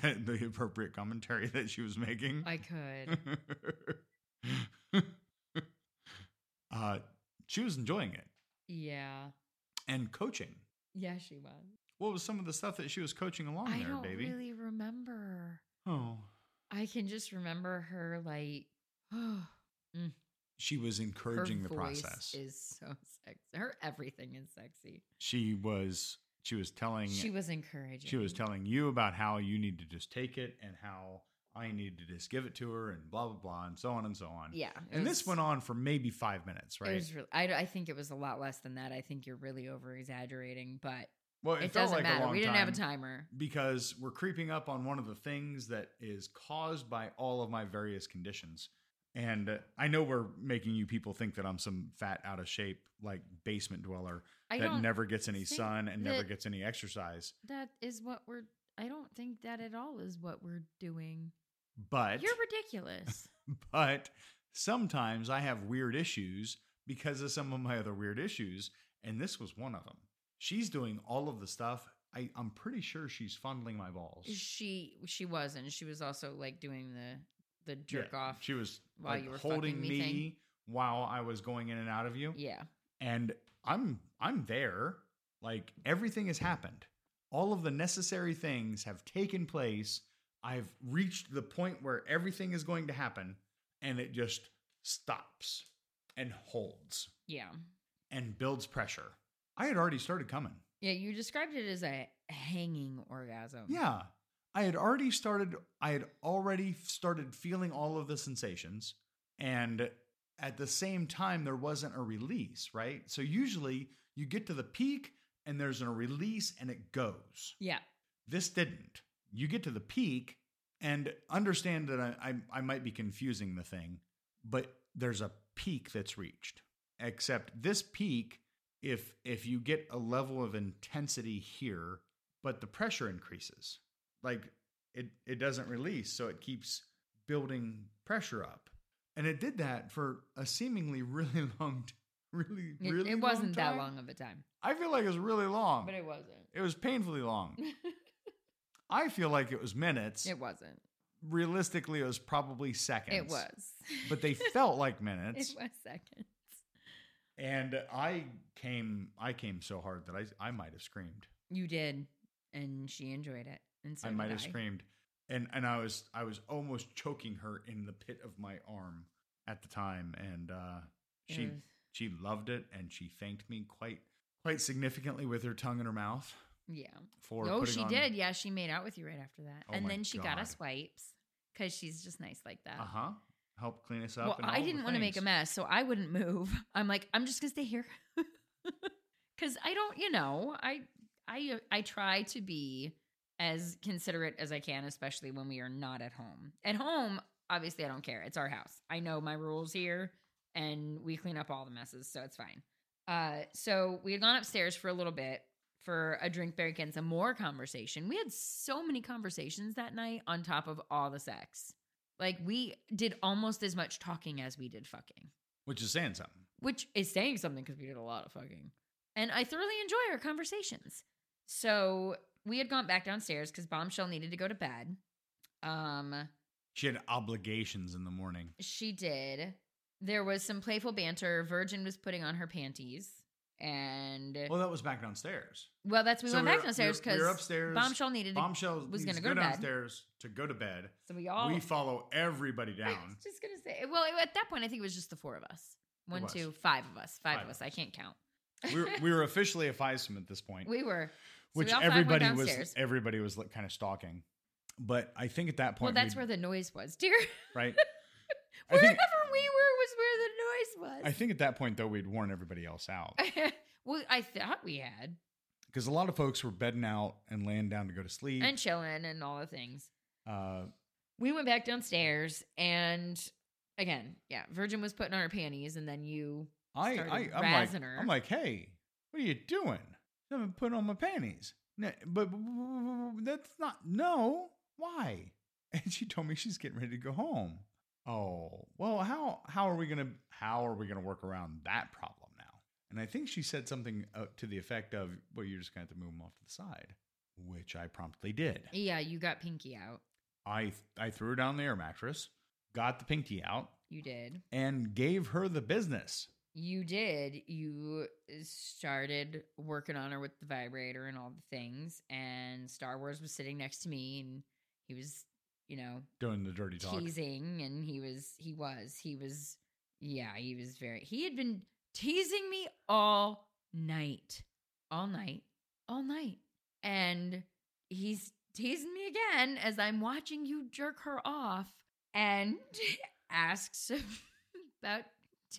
C: that- the appropriate commentary that she was making.
A: I could.
C: uh, she was enjoying it
A: yeah.
C: and coaching.
A: Yeah, she was.
C: What was some of the stuff that she was coaching along
A: I
C: there,
A: don't
C: baby?
A: really remember.
C: Oh,
A: I can just remember her like
C: she was
A: her
C: encouraging the
A: voice
C: process.
A: is so sexy. Her everything is sexy.
C: she was. She was telling.
A: She was encouraging.
C: she was telling you about how you need to just take it and how I need to just give it to her and blah blah blah and so on and so on.
A: Yeah. it
C: And this
A: was-
C: went on for maybe five minutes,
A: It
C: right?
A: was really, I, I think it was a lot less than that. I think you're really over exaggerating, but
C: well,
A: it, doesn't matter. We didn't have a
C: time.
A: timer.
C: because we're creeping up on one of the things that is caused by all of my various conditions. And uh, I know we're making you people think that I'm some fat, out of shape, like basement dweller
A: I
C: that
A: don't.
C: never gets any
A: think
C: sun and never
A: that-
C: gets any exercise.
A: that is what we're. I don't think that at all is what we're doing.
C: But
A: You're ridiculous.
C: but sometimes I have weird issues because of some of my other weird issues, and this was one of them. She's doing all of the stuff. I, I'm pretty sure she's fondling my balls.
A: she she wasn't. She was also like doing the the
C: Yeah,
A: jerk off.
C: She was
A: while
C: like,
A: you were fucking
C: holding
A: me
C: me,
A: thing.
C: while I was going in and out of you.
A: yeah.
C: And I'm I'm there. Like everything has happened. All of the necessary things have taken place. I've reached the point where everything is going to happen and it just stops and holds
A: Yeah.
C: and builds pressure. I had already started coming.
A: Yeah, you described it as a hanging orgasm.
C: Yeah. I had already started I had already started feeling all of the sensations and at the same time there wasn't a release, right? So usually you get to the peak and there's a release and it goes.
A: Yeah.
C: This didn't. You get to the peak and understand that I I, I might be confusing the thing, but there's a peak that's reached. Except this peak if if you get a level of intensity here but the pressure increases like it it doesn't release so it keeps building pressure up and it did that for a seemingly really long t- really
A: It,
C: really
A: it wasn't that
C: time. Oh.
A: long of a time,
C: i feel like it was really long
A: but
C: it,
A: it wasn't.
C: was painfully long i feel like it was minutes
A: it wasn't.
C: realistically it was probably seconds
A: It was.
C: but they felt like
A: it
C: minutes
A: was seconds.
C: and i came i came so hard that i i might have screamed
A: You did, and she enjoyed it, and so
C: I might
A: did
C: have screamed, and and I was I was almost choking her in the pit of my arm at the time, and uh,
A: It
C: she
A: was-
C: she loved it, and she thanked me quite quite significantly with her tongue in her mouth
A: Yeah.
C: for.
A: oh,
C: putting
A: she
C: on,
A: did. Yeah, she made out with you right after that,
C: Oh
A: and
C: my
A: then she got us
C: God.
A: wipes because she's just nice like that.
C: Uh huh. Help clean us up.
A: Well,
C: and all
A: I
C: the
A: didn't want to make a
C: things.
A: mess, so I wouldn't move. I'm like, I'm just gonna stay here because I don't, you know, I I uh, I try to be as considerate as I can, especially when we are not at home. At home, obviously, I don't care. It's our house. I know my rules here, and we clean up all the messes, so it's fine. Uh, so we had gone upstairs for a little bit for a drink break and some more conversation. We had so many conversations that night on top of all the sex. Like we did almost as much talking as we did fucking,
C: Which is saying something.
A: which is saying something because we did a lot of fucking. And I thoroughly enjoy our conversations. So we had gone back downstairs because Bombshell needed to go to bed. Um,
C: She had obligations in the morning.
A: she did. There was some playful banter. Virgin was putting on her panties, and
C: Well, that was back downstairs.
A: well, that's we
C: so
A: went
C: we
A: back
C: were-
A: downstairs
C: we were- we
A: because
C: were upstairs.
A: Bombshell needed. To,
C: Bombshell
A: was
C: needs
A: gonna go to bed. Oh.
C: downstairs to go to bed.
A: so we all
C: we follow everybody
A: I
C: down.
A: was just gonna say. Well, at that point, I think it was just the four of us. One,
C: was.
A: two, five of us. Five,
C: Five
A: of
C: of
A: us. I can't count.
C: we, were, we were officially a fivesome at this point.
A: We were. So
C: which
A: we all five went
C: everybody was
A: downstairs.
C: everybody was like kind of stalking But I think at that
A: Well,
C: point,
A: that's
C: we'd-
A: where the noise was, dear.
C: right. I
A: Wherever
C: think
A: we were was where the noise was.
C: I think at that point though we'd warn everybody else out
A: well, I thought we had
C: because a lot of folks were bedding out and laying down to go to sleep.
A: and chilling and all the things.
C: uh,
A: We went back downstairs and again, yeah, Virgin was putting on her panties, and then you
C: I,
A: started
C: I I'm like
A: razzing her.
C: I'm like, hey, what are you doing? I'm putting on my panties. No, but, but- but- but that's not no. Why? And she told me she's getting ready to go home. Oh well, how how are we gonna how are we gonna work around that problem now? And I think she said something uh, to the effect of, "Well, you're just gonna have to move them off to the side," which I promptly did.
A: yeah, you got pinky out.
C: I I threw her down the air mattress, got the pinky out,
A: You did.
C: and gave her the business.
A: You did. You started working on her with the vibrator and all the things. And Star Wars was sitting next to me, and he was, you know,
C: Doing the dirty talk.
A: teasing. And he was, he was, he was, yeah, he was very, he had been teasing me all night, all night, all night. And he's teasing me again as I'm watching you jerk her off and asks about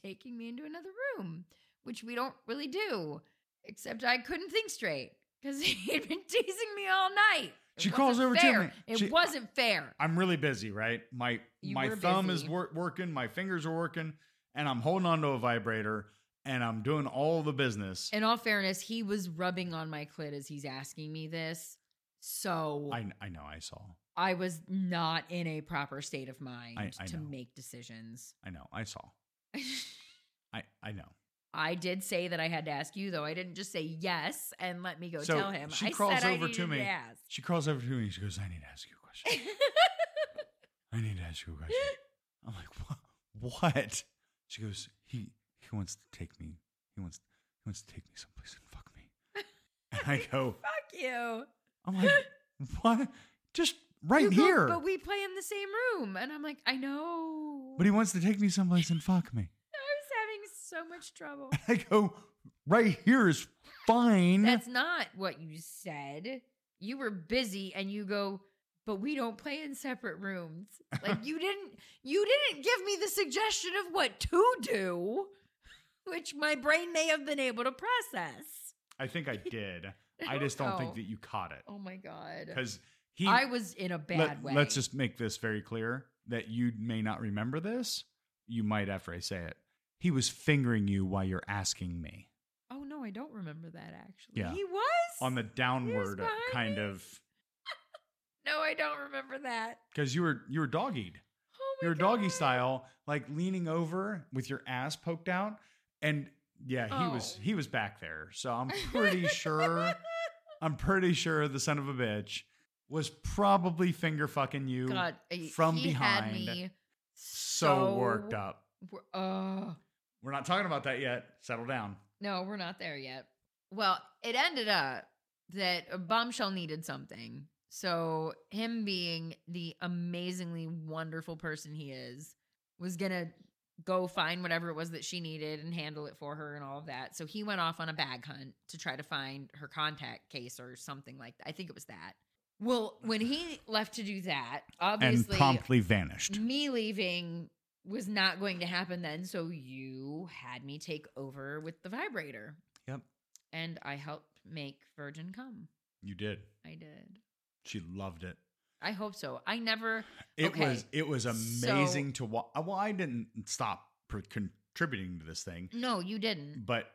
A: taking me into another room, which we don't really do, except I couldn't think straight because he'd been teasing me all night. It
C: She calls
A: wasn't
C: over to
A: fair.
C: me.
A: It
C: She-
A: wasn't fair.
C: I'm really busy, right? My
A: You
C: my
A: were
C: thumb is
A: busy.
C: wor- working, my fingers are working, and I'm holding onto a vibrator, and I'm doing all the business.
A: In all fairness, he was rubbing on my clit as he's asking me this. So I,
C: I I know, I saw,
A: was not in a proper state of mind
C: I
A: to
C: know.
A: make decisions.
C: I know, I saw, I I know.
A: I did say that I had to ask you, though. I didn't just say yes and let me go
C: So
A: tell him.
C: she
A: I
C: crawls
A: said I
C: over to
A: needed
C: me.
A: ask.
C: She crawls over to me and she goes, "I need to ask you a question. I need to ask you a question." I'm like, "What? What?" She goes, "He he wants to take me. He wants he wants to take me someplace and fuck me." And I go,
A: Fuck you.
C: "I'm like, what? Just right
A: You go,
C: here."
A: but we play in the same room. And I'm like, I know.
C: but he wants to take me someplace and fuck me.
A: I was having so much trouble.
C: I go, right here is fine.
A: That's not what you said. You were busy and you go, but we don't play in separate rooms. Like you didn't you didn't give me the suggestion of what to do, which my brain may have been able to process.
C: I think I did. I just don't think that you caught it
A: Oh my god.
C: because he.
A: I was in a
C: let,
A: bad way.
C: Let's just make this very clear that you may not remember this. You might after I say it. He was fingering you while you're asking me
A: Oh no, I don't remember that actually.
C: Yeah.
A: He was
C: on the downward
A: behind
C: kind
A: me.
C: of
A: No, I don't remember that.
C: because you were you were doggied.
A: Oh my
C: you were
A: god.
C: doggy style, like leaning over with your ass poked out, and yeah, he was
A: Oh.
C: he was back there. So I'm pretty sure. I'm pretty sure the son of a bitch was probably finger fucking you
A: God, I-
C: from
A: he had
C: behind.
A: me
C: so worked up.
A: wor- Oh.
C: We're not talking about that yet. Settle down.
A: No, we're not there yet. Well, it ended up that a bombshell needed something. So, him being the amazingly wonderful person he is, was going to go find whatever it was that she needed and handle it for her and all of that. So, he went off on a bag hunt to try to find her contact case or something like that. I think it was that. Well, when he left to do that, obviously Mm.
C: vanished.
A: me leaving was not going to happen then so you had me take over with the vibrator
C: Yep.
A: and i helped make virgin come
C: You did.
A: i did
C: She loved it.
A: i hope so i never
C: It
A: Okay.
C: was it was
A: So-
C: amazing to watch. Well, I didn't stop per- contributing to this thing,
A: no you didn't
C: but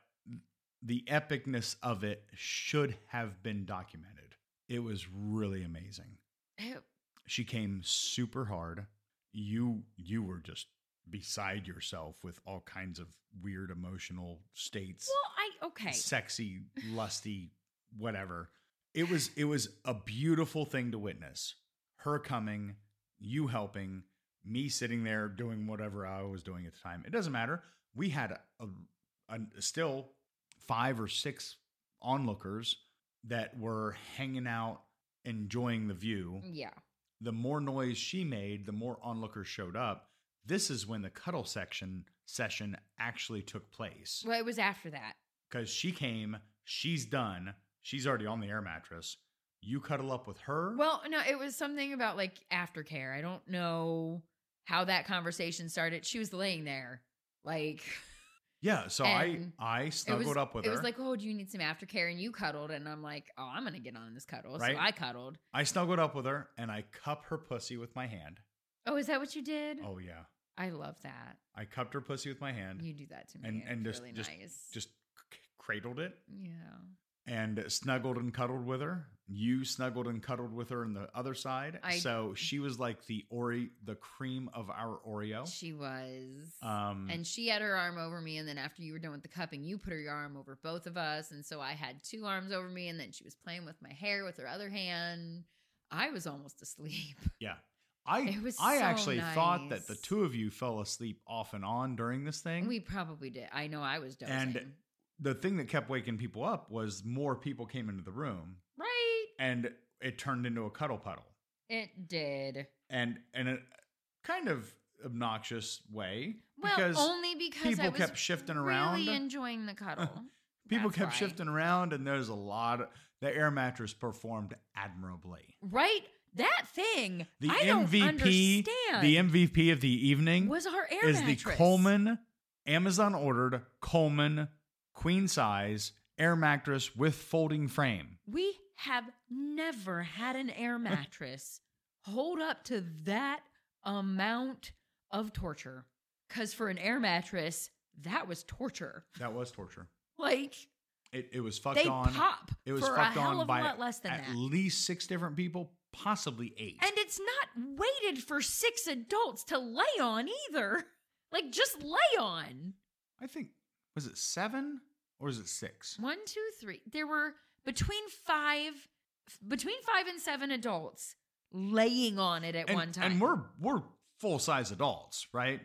C: the epicness of it should have been documented. It was really amazing. She came super hard. You you were just beside yourself with all kinds of weird emotional states.
A: well i okay
C: sexy, lusty, whatever. It was it was a beautiful thing to witness. Her coming, you helping, me sitting there doing whatever I was doing at the time. It doesn't matter. We had a, a, a- still five or six onlookers that were hanging out, enjoying the view.
A: yeah
C: The more noise she made, the more onlookers showed up. This is when the cuddle section session actually took place
A: well it was after that
C: because she came, she's done, she's already on the air mattress. You cuddle up with her.
A: Well, no, it was something about like aftercare. I don't know how that conversation started. She was laying there, like
C: yeah. So I
A: and
C: I snuggled up with
A: it
C: her.
A: was like, oh, do you need some aftercare? And you cuddled, and I'm like, oh, I'm gonna get on this cuddle.
C: Right.
A: So I cuddled.
C: I snuggled up with her and I cup her pussy with my hand.
A: Oh, is that what you did?
C: Oh yeah,
A: I love that.
C: I cupped her pussy with my hand.
A: You do that to me.
C: and-
A: It's
C: and just-
A: really nice.
C: Just c- cradled it
A: yeah.
C: and snuggled and cuddled with her. You snuggled and cuddled with her on the other side.
A: I-
C: so she was like the Ore, the cream of our Oreo.
A: She was.
C: um,
A: and she had her arm over me, and then after you were done with the cupping, you put her arm over both of us, and so I had two arms over me, and then she was playing with my hair with her other hand. I was almost asleep.
C: I
A: it was
C: I
A: so
C: actually thought that the
A: nice.
C: two of you fell asleep off and on during this thing.
A: We probably did. I know I was dozing.
C: And- the thing that kept waking people up was more people came into the room
A: right,
C: and it turned into a cuddle puddle.
A: it did.
C: And in a kind of obnoxious way
A: Well,
C: because
A: only because I
C: people
A: was
C: kept shifting around.
A: Really enjoying the cuddle.
C: people
A: That's
C: kept
A: why.
C: shifting around and there's a lot of, the air mattress performed admirably.
A: right? That thing.
C: The
A: I
C: MVP,
A: Don't
C: the
A: understand.
C: MVP of the evening
A: was our air
C: is
A: mattress.
C: the Coleman Amazon ordered Coleman queen size air mattress with folding frame.
A: We have never had an air mattress hold up to that amount of torture. Because for an air mattress, that was torture.
C: That was torture.
A: Like
C: It, it was fucked
A: they
C: on.
A: pop
C: it was
A: for a
C: fucked
A: hell
C: on
A: of a
C: by
A: lot less than
C: at
A: that.
C: least six different people, possibly eight.
A: And it's not weighted for six adults to lay on either. Like, just lay on.
C: I think was it seven or is it six?
A: One, two, three. There were between five, between five and seven adults laying on it at
C: and,
A: one time.
C: and we're we're full size adults, right?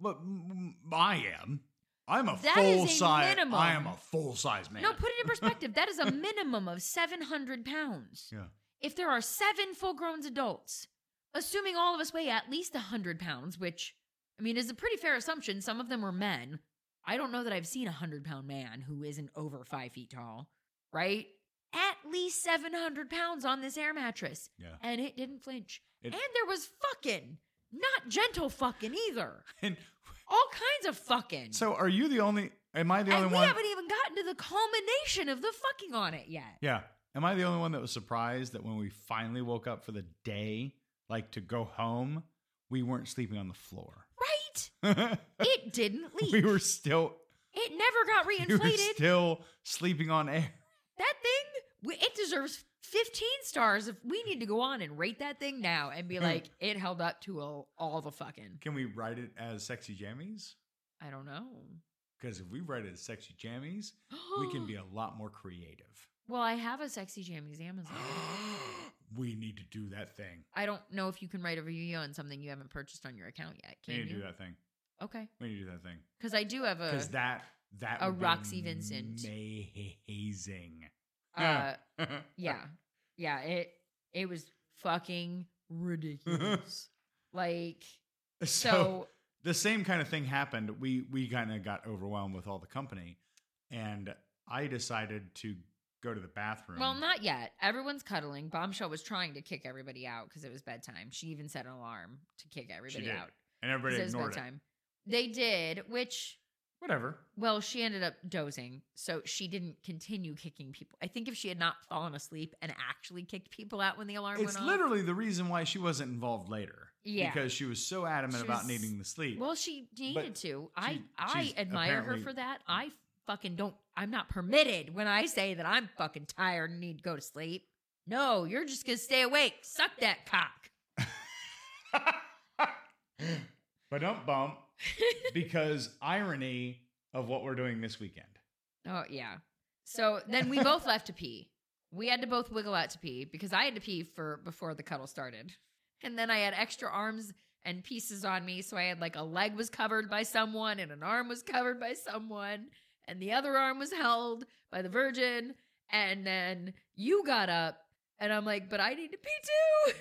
C: But mm, I am. I'm a
A: That is a
C: full size.
A: minimum.
C: I am a full size man.
A: No, put it in perspective. that is a minimum of 700 pounds.
C: Yeah.
A: If there are seven full grown adults, assuming all of us weigh at least 100 pounds, which, I mean, is a pretty fair assumption. Some of them were men. I don't know that I've seen a 100 pound man who isn't over five feet tall, right? At least 700 pounds on this air mattress.
C: Yeah.
A: And it didn't flinch.
C: It-
A: and there was fucking, not gentle fucking either.
C: And
A: All kinds of fucking.
C: so, are you the only? Am I the
A: and
C: only
A: we
C: one?
A: haven't even gotten to the culmination of the fucking on it yet.
C: Yeah. Am I the only one that was surprised that when we finally woke up for the day, like to go home, we weren't sleeping on the floor?
A: Right?
C: we
A: It didn't leak.
C: were still
A: it never got
C: we were
A: reinflated.
C: still sleeping on air.
A: that thing, we- it deserves 15 stars. If we need to go on and rate that thing now and
C: Hmm.
A: be like, it held up to all, all the fucking.
C: Can we write it as sexy jammies?
A: I don't know.
C: Because if we write it as sexy jammies, we can be a lot more creative.
A: Well, I have a sexy jammies Amazon.
C: we need to do that thing.
A: I don't know if you can write a review on something you haven't purchased on your account yet.
C: We
A: Can
C: need
A: you?
C: to do that thing.
A: Okay,
C: We need to do that thing.
A: because I do have a
C: Because that that
A: a
C: would be
A: Roxy Vincent.
C: amazing.
A: uh, yeah, yeah. It it was fucking ridiculous. like so
C: the same kind of thing happened. We we kind of got overwhelmed with all the company, and I decided to go to the bathroom.
A: Well, not yet. Everyone's cuddling. Bombshell was trying to kick everybody out because it was bedtime. She even set an alarm to kick everybody
C: did.
A: out.
C: and
A: 'cause
C: everybody
A: it was
C: ignored it.
A: bedtime. They did, which
C: Whatever.
A: well, she ended up dozing, so she didn't continue kicking people. I think if she had not fallen asleep and actually kicked people out when the alarm
C: It's
A: went
C: literally the reason why she wasn't involved later.
A: Yeah.
C: because she was so adamant
A: She
C: about
A: was-
C: needing the sleep.
A: off. Well, she needed to. I
C: she-
A: I
C: she's
A: admire her
C: apparently-
A: for that. I fucking don't. I'm not permitted when I say that I'm fucking tired and need to go to sleep. No, you're just gonna stay awake. Suck that cock.
C: but don't bump because irony of what we're doing this weekend.
A: Oh yeah. So then we both left to pee. We had to both wiggle out to pee because I had to pee for before the cuddle started. And then I had extra arms and pieces on me, so I had like a leg was covered by someone and an arm was covered by someone and the other arm was held by the virgin and then you got up and I'm like, "But I need to pee too."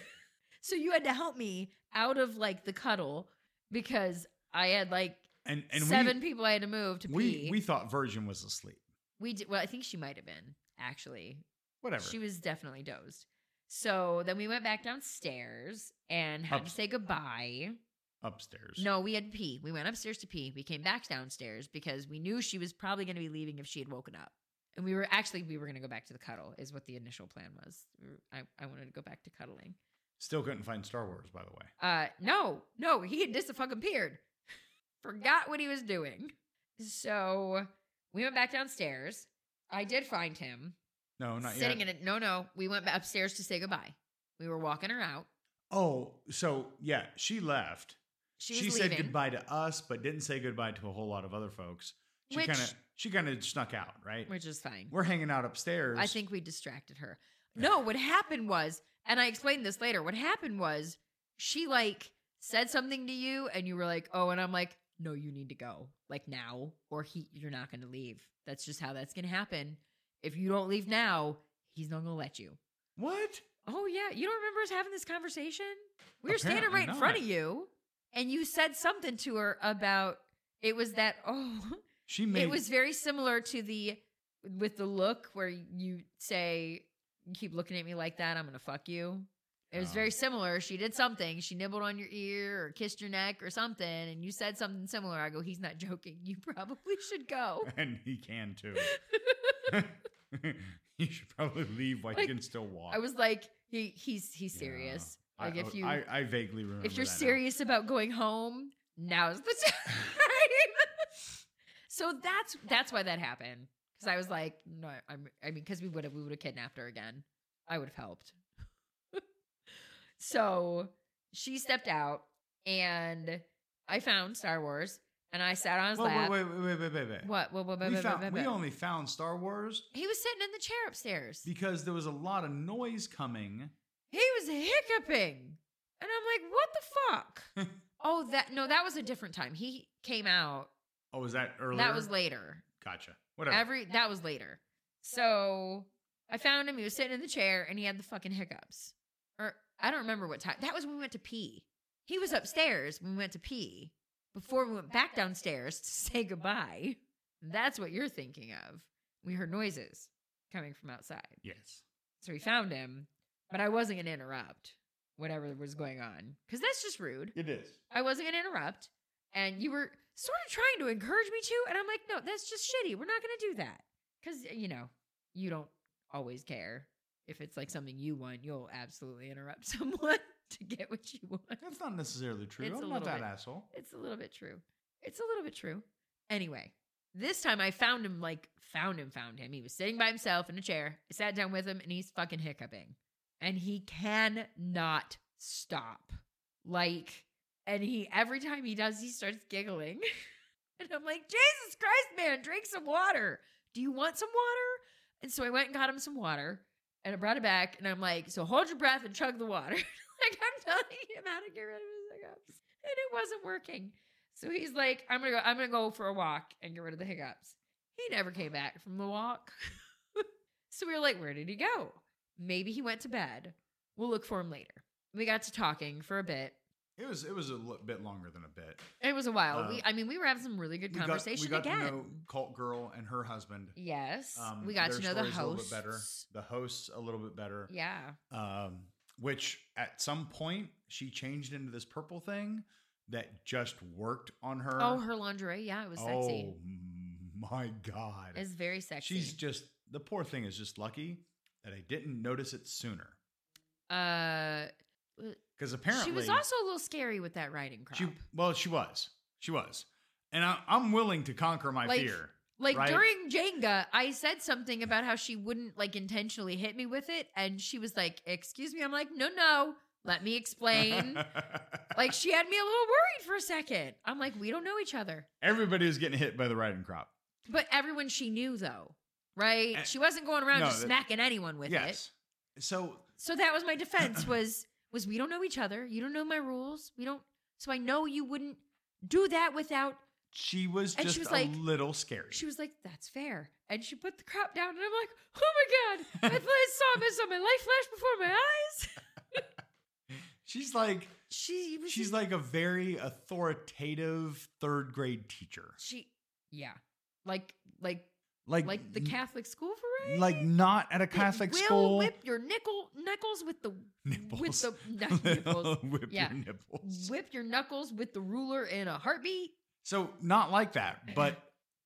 A: so you had to help me out of like the cuddle because I had like
C: And and
A: seven
C: we,
A: people I had to move to
C: we
A: pee.
C: we thought Virgin was asleep.
A: We did. Well, I think she might have been actually.
C: Whatever.
A: She was definitely dozed. So then we went back downstairs and had
C: Up-
A: to say goodbye.
C: upstairs.
E: No, we had pee. We went upstairs to pee. We came back downstairs because we knew she was probably going to be leaving if she had woken up.
A: And we were actually we were going to go back to the cuddle is what the initial plan was. We were- I, I wanted to go back to cuddling.
C: Still couldn't find Star Wars, by the way.
A: Uh, no, no, he had fucking peered. Forgot what he was doing. So we went back downstairs. I did find him
C: No, not
A: sitting
C: yet.
A: in it. No, no, we went ba- upstairs to say goodbye. We were walking her out.
C: oh, so yeah, she left.
A: She
C: She,
A: was leaving.
C: said goodbye to us, but didn't say goodbye to a whole lot of other folks. She
A: Which-
C: kind of she kind of snuck out, right?
A: which is fine.
C: We're hanging out upstairs.
A: I think we distracted her. No, what happened was, and I explained this later, what happened was she like said something to you and you were like, oh, and I'm like, no, you need to go like now or he, you're not going to leave. That's just how that's going to happen. If you don't leave now, he's not going to let you.
C: what?
A: Oh, yeah. You don't remember us having this conversation? We were standing
C: Apparently
A: right in front
C: not.
A: of you and you said something to her about it was that, oh,
C: She made
A: it was very similar to the with the look where you say you keep looking at me like that i'm gonna fuck you it was
C: Oh.
A: very similar she did something she nibbled on your ear or kissed your neck or something and you said something similar i go he's not joking you probably should go
C: and he can too. you should probably leave while
A: Like,
C: you can still walk.
A: i was like he he's he's
C: Yeah.
A: serious
C: I-
A: like if you
C: I, I vaguely remember.
A: if you're
C: that now.
A: serious about going home now's the time so that's that's why that happened because i was like no i'm i mean because we would have we would have kidnapped her again i would have helped so she stepped out and i found star wars and i sat on his
C: Well,
A: lap
C: wait, wait, wait, wait, wait, wait.
A: what what what, what,
C: we,
A: what,
C: found,
A: what,
C: we
A: what?
C: only found Star Wars
A: he was sitting in the chair upstairs
C: because there was a lot of noise coming.
A: he was hiccuping and i'm like what the fuck
E: Oh, that no, that was a different time. He came out.
C: Oh, was that earlier?
E: That was later.
C: Gotcha. Whatever.
E: Every that was later.
A: So I found him. He was sitting in the chair and he had the fucking hiccups.
E: Or I don't remember what time. That was when we went to pee.
A: He was upstairs when we went to pee before we went back downstairs to say goodbye. That's what you're thinking of. We heard noises coming from outside.
C: yes.
A: So we found him, but I wasn't going to interrupt whatever was going on because that's just rude.
C: It is.
A: I wasn't going to interrupt. And you were sort of trying to encourage me to. And I'm like, no, that's just shitty. We're not going to do that. Because, you know, you don't always care. If it's like something you want, you'll absolutely interrupt someone to get what you want.
C: That's not necessarily true.
A: It's a
C: I'm not
A: little
C: that
A: bit.
C: asshole.
A: It's a little bit true. It's a little bit true. Anyway, this time I found him, like, found him, found him. He was sitting by himself in a chair. I sat down with him and he's fucking hiccuping. And he cannot stop. Like, and he, every time he does, he starts giggling. and I'm like, Jesus Christ, man, drink some water. Do you want some water? And so I went and got him some water and I brought it back. And I'm like, so hold your breath and chug the water. like, I'm telling him how to get rid of his hiccups and it wasn't working. So he's like, I'm gonna go, I'm gonna go for a walk and get rid of the hiccups. He never came back from the walk. so we were like, where did he go? Maybe he went to bed. We'll look for him later. We got to talking for a bit.
C: It was it was a l- bit longer than a bit.
A: It was a while.
C: Uh,
A: we, I mean, we were having some really good
C: We got-
A: conversation
C: we got
A: again.
C: to know Cult Girl and her husband.
A: yes,
C: Um,
A: we got
C: their
A: to know the
C: stories a little
A: host.
C: bit better. The hosts a little bit better.
A: Yeah,
C: um, which at some point she changed into this purple thing that just worked on her.
A: Oh, her lingerie. Yeah, it was sexy.
C: Oh, my god,
A: It's very sexy.
C: she's just the poor thing is just lucky that I didn't notice it sooner
A: uh,
C: because apparently
A: she was also a little scary with that riding crop.
C: she- well she was she was, and I, I'm willing to conquer my
A: Like,
C: fear.
A: Like
C: right?
A: during Jenga, I said something about how she wouldn't like intentionally hit me with it. And she was like, Excuse me. I'm like, No, no, let me explain. like she had me a little worried for a second. I'm like, We don't know each other.
C: Everybody was getting hit by the riding crop.
A: But everyone she knew though, right?
C: Eh,
A: she wasn't going around
C: no,
A: just
C: that-
A: smacking anyone with it.
C: yes. So
A: So that was my defense was was we don't know each other. You don't know my rules. We don't so I know you wouldn't do that without
C: she was
A: And she
C: just
A: was
C: a
A: like-
C: little scary.
A: She was like, "That's fair," and she put the crop down, and I'm like, "Oh my god! I saw this on my life flash before my eyes."
C: She's like
A: She was
C: She's like a very authoritative third grade teacher.
A: she yeah, like like
C: Like,
A: like the Catholic school variety.
C: like not at a
A: It
C: Catholic
A: will
C: school.
A: whip your nickel knuckles with the with
C: nipples.
A: the not nipples.
C: whip
A: Yeah.
C: your nipples.
A: whip your knuckles with the ruler in a heartbeat.
C: So not like that, but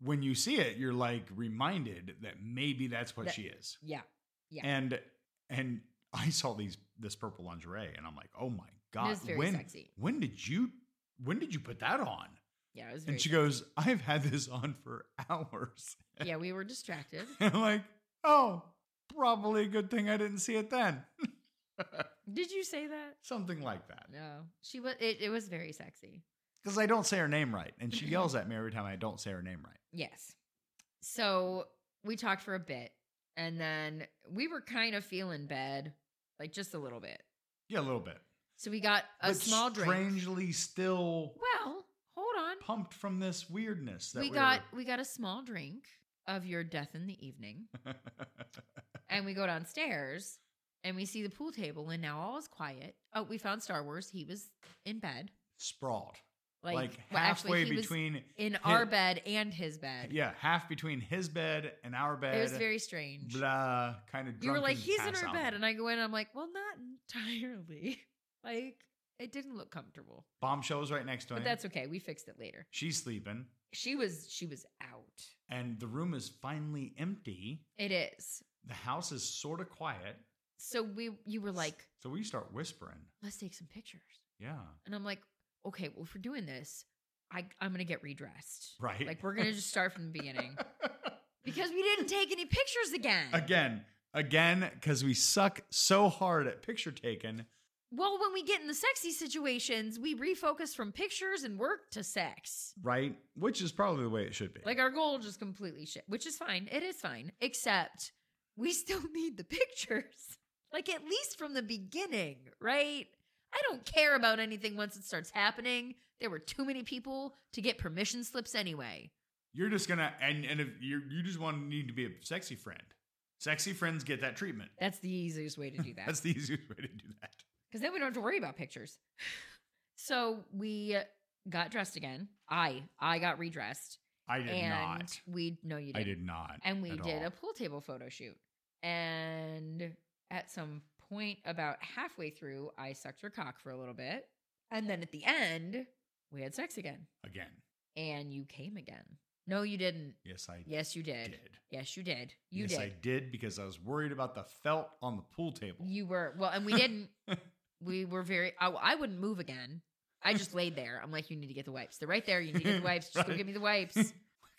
C: when you see it, you're like reminded that maybe that's what
F: That-
C: she is.
F: Yeah. Yeah.
C: And and I saw these this purple lingerie, and I'm like, oh my god,
A: was very
C: when
A: sexy.
C: when did you when did you put that on?
A: Yeah, it was very.
C: And she goes, I've had this on for hours.
A: yeah, we were distracted.
C: And I'm like, oh, probably a good thing I didn't see it then.
A: Did you say that?
C: Something like that.
A: No, she was. It, it was very sexy.
C: Because I don't say her name right, and she yells at me every time I don't say her name right.
F: Yes.
A: So we talked for a bit, and then we were kind of feeling bad, like just a little bit.
C: Yeah, a little bit.
A: So we got a
C: But
A: small drink.
C: Strangely, still
A: Well, hold on.
C: pumped from this weirdness that
A: we
C: we're-
A: got we got a small drink of your death in the evening and we go downstairs and we see the pool table and now all is quiet oh we found star wars he was in bed
C: sprawled
A: like,
C: like,
A: well,
C: halfway
A: actually, he was
C: between
A: in our
C: hit-
A: bed and his bed
C: yeah half between his bed and our bed
A: it was very strange
C: blah kind of
A: you were like he's in our bed and i go in and i'm like well not entirely like it didn't look comfortable
C: bombshell was right next to him
A: but that's okay we fixed it later
C: she's sleeping
A: she was she was out
C: and the room is finally empty
A: it is
C: the house is sort of quiet
A: so we you were like
C: so we start whispering
A: let's take some pictures
C: yeah
A: And I'm like, okay, well, if we're doing this, I, I'm going to get redressed.
C: right
A: Like, we're going to just start from the beginning because we didn't take any pictures again.
C: again again because we suck so hard at picture taking
A: Well, when we get in the sexy situations, we refocus from pictures and work to sex.
C: right which is probably the way it should be
A: Like, our goal just completely shit, which is fine. It is fine, except we still need the pictures. Like, at least from the beginning, right? I don't care about anything once it starts happening. There were too many people to get permission slips anyway.
C: You're just gonna and and if you you just want to need to be a sexy friend. Sexy friends get that treatment.
A: That's the easiest way to do that.
C: That's the easiest way to do that.
A: because then we don't have to worry about pictures. so we got dressed again. I I got redressed,
C: I did
A: and
C: not.
A: we no you
C: I
A: didn't.
C: did not.
A: And we
C: at
A: did
C: all.
A: a pool table photo shoot. And at some point, about halfway through, I sucked her cock for a little bit, and then at the end, we had sex again,
C: again.
A: and you came again. No, you didn't.
C: Yes, I
A: Yes, you did.
C: did.
A: Yes, you did. You
C: yes,
A: did.
C: I did because I was worried about the felt on the pool table.
A: You were well, and we didn't. we were very. I, I wouldn't move again. I just laid there. I'm like, you need to get the wipes. They're right there. You need to get the wipes. Just go
C: Right.
A: give me the wipes. I'm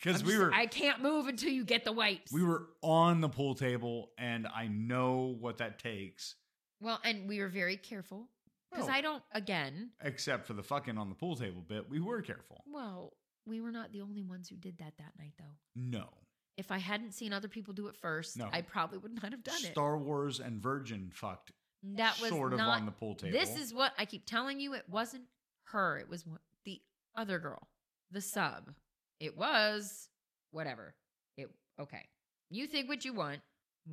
C: Because we
A: just-
C: were
A: I can't move until you get the wipes.
C: we were on the pool table, and I know what that takes.
A: well, and we were very careful because
C: Well,
A: I don't. Again,
C: except for the fucking on the pool table bit, we were careful.
A: well, we were not the only ones who did that that night, though.
C: No,
A: If I hadn't seen other people do it first,
C: No.
A: I probably would not have done
C: Star Wars and Virgin fucked
A: it. That was
C: sort of
A: not.
C: on the pool table.
A: this is what I keep telling you. It wasn't her. It was one- the other girl, the sub. It was whatever. It okay. You think what you want.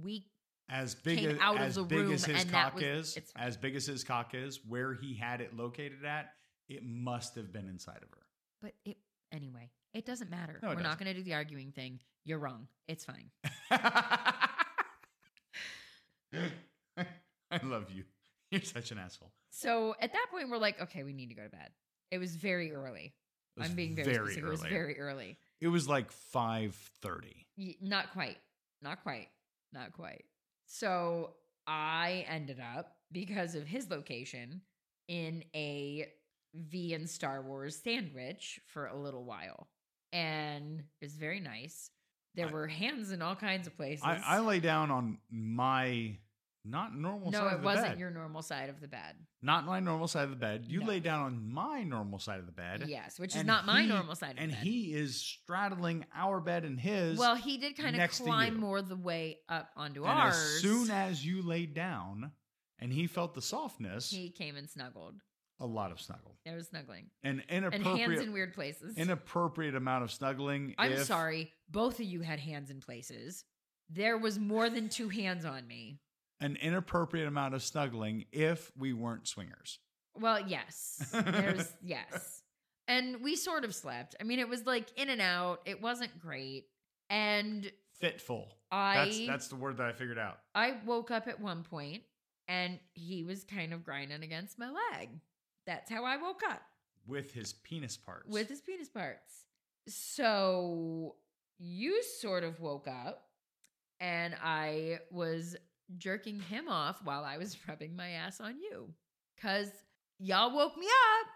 A: We
C: as big
A: came
C: as,
A: out of
C: as
A: the
C: big
A: room
C: as his
A: and that
C: cock
A: was-
C: is,
A: it's fine.
C: as big as his cock is, where he had it located at, it must have been inside of her.
A: but it anyway. It doesn't matter.
C: No, it
A: We're not going to do the arguing thing. You're wrong. It's fine.
C: I love you. You're such an asshole.
A: So at that point, we're like, okay, we need to go to bed. It was very early.
C: It was
A: I'm being very, specific. It was very early.
C: It was like five thirty.
A: Y- not quite. Not quite. Not quite. So I ended up, because of his location, in a V and Star Wars sandwich for a little while. And it was very nice. There
C: I-
A: were hands in all kinds of places.
C: I, I lay down on my not normal
A: no,
C: side of
A: it
C: the
A: wasn't
C: bed.
A: your normal side of the bed.
C: not my normal side of the bed. You
A: No.
C: lay down on my normal side of the bed.
A: Yes, which is
C: And
A: not my
C: he-
A: normal side of
C: And
A: the bed.
C: he is straddling our bed and his.
A: well, he did kind of
C: next to
A: climb
C: you.
A: more the way up onto
C: And
A: ours.
C: as soon as you laid down and he felt the softness,
A: he came and snuggled.
C: a lot of snuggle.
A: There was snuggling.
C: An
A: And hands
C: inappropriate
A: in weird places.
C: inappropriate amount of snuggling.
A: I'm
C: if-
A: sorry, both of you had hands in places. There was more than two hands on me.
C: An inappropriate amount of snuggling if we weren't swingers.
A: Well, yes. There's yes. And we sort of slept. I mean, it was like in and out. It wasn't great. And
C: Fitful.
A: I
C: That's that's the word that I figured out.
A: I woke up at one point and he was kind of grinding against my leg. That's how I woke up
C: With his penis parts.
A: with his penis parts. So you sort of woke up and I was jerking him off while I was rubbing my ass on you because y'all woke me up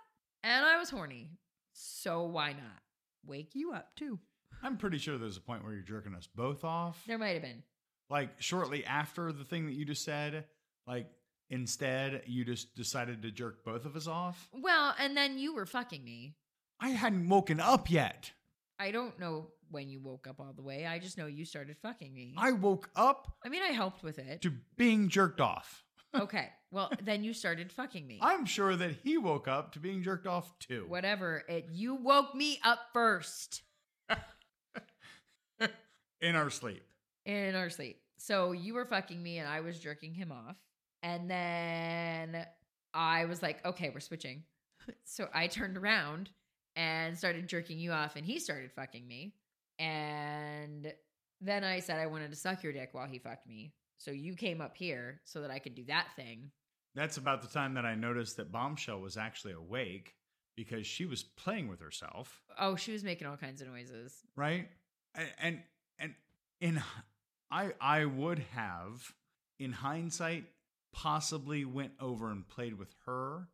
A: and I was horny. So why not wake you up too?
C: I'm pretty sure there's a point where you're jerking us both off.
A: There might have been.
C: like shortly after the thing that you just said, like instead you just decided to jerk both of us off.
A: Well, and then you were fucking me.
C: I hadn't woken up yet.
A: I don't know when you woke up all the way. I just know you started fucking me. I,
C: I woke up
A: mean, I helped with it.
C: to being jerked off.
A: okay. Well, then you started fucking me.
C: I'm sure that he woke up to being jerked off too.
A: Whatever. It you woke me up first
C: In our sleep.
A: in our sleep. So you were fucking me and I was jerking him off. And then I was like, "Okay, we're switching." so I turned around and started jerking you off and he started fucking me. And then I said I wanted to suck your dick while he fucked me. So you came up here so that I could do that thing.
C: That's about the time that I noticed that Bombshell was actually awake because she was playing with herself,
A: Oh, she was making all kinds of noises.
C: right? And and, and in I I would have in hindsight possibly went over and played with her,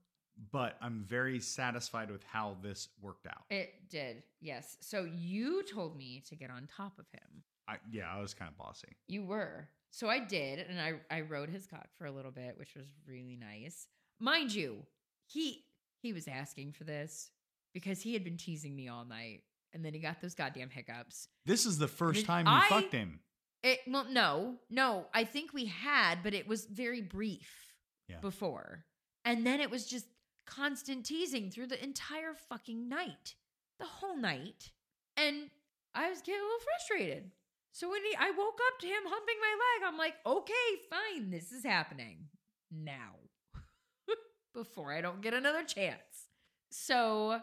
C: but I'm very satisfied with how this worked out.
A: It did, yes. So you told me to get on top of him.
C: I, yeah, I was kind of bossy.
A: You were. So I did, and I, I rode his cock for a little bit, which was really nice. Mind you, he he was asking for this because he had been teasing me all night. And then he got those goddamn hiccups.
C: This is the first
A: Did
C: time you
A: I-
C: fucked him.
A: It well, no, no. I think we had, but it was very brief
C: Yeah.
A: before. And then it was just constant teasing through the entire fucking night. The whole night. And I was getting a little frustrated. So when he I woke up to him humping my leg, I'm like, okay, fine, this is happening now. before I don't get another chance. So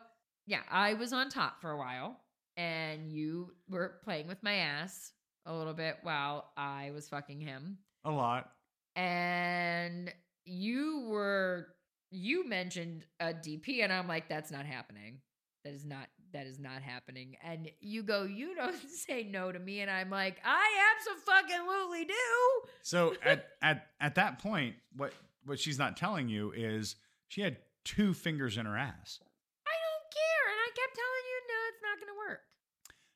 A: yeah, I was on top for a while and you were playing with my ass a little bit while I was fucking him.
C: A lot.
A: And you were you mentioned a DP and I'm like that's not happening. That is not that is not happening. And you go, you don't say no to me and I'm like, I absolutely do.
C: So at at at that point, what what she's not telling you is she had two fingers in her ass.
A: I don't care. And I kept telling you no, it's not going to work.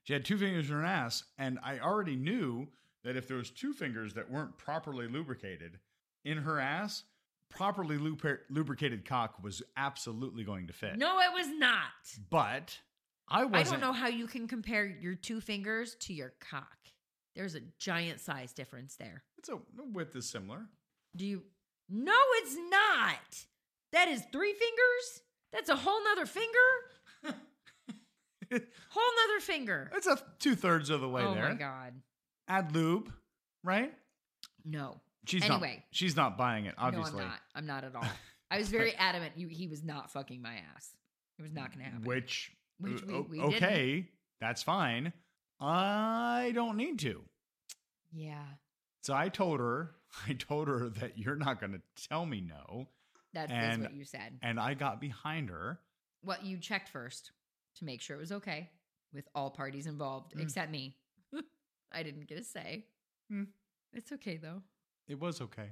C: She had two fingers in her ass, and I already knew that if there was two fingers that weren't properly lubricated in her ass, properly luper- lubricated cock was absolutely going to fit.
A: No, it was not.
C: but I
A: I
C: wasn't.
A: don't know how you can compare your two fingers to your cock. There's a giant size difference there.
C: It's a the width is similar.
A: Do you? No, it's not. That is three fingers. That's a whole nother finger. whole nother finger.
C: It's a two thirds of the way
A: oh
C: there.
A: my god.
C: Ad lube, right?
A: No,
C: She's not.
A: Anyway.
C: She's not buying it. Obviously,
A: no, I'm not. I'm not at all. I was very adamant. You, he was not fucking my ass. It was not going to happen.
C: Which,
A: Which we-
C: Mm, uh, o-
A: we didn't.
C: okay, that's fine. I don't need to.
A: Yeah,
C: So I told her, I told her that you're not going to tell me no,
A: that's,
C: And-
A: that's what you said.
C: and I got behind her.
A: What you checked first to make sure it was okay with all parties involved
C: Mm.
A: except me. I didn't get a say.
C: Mm.
A: It's okay though.
C: It was okay.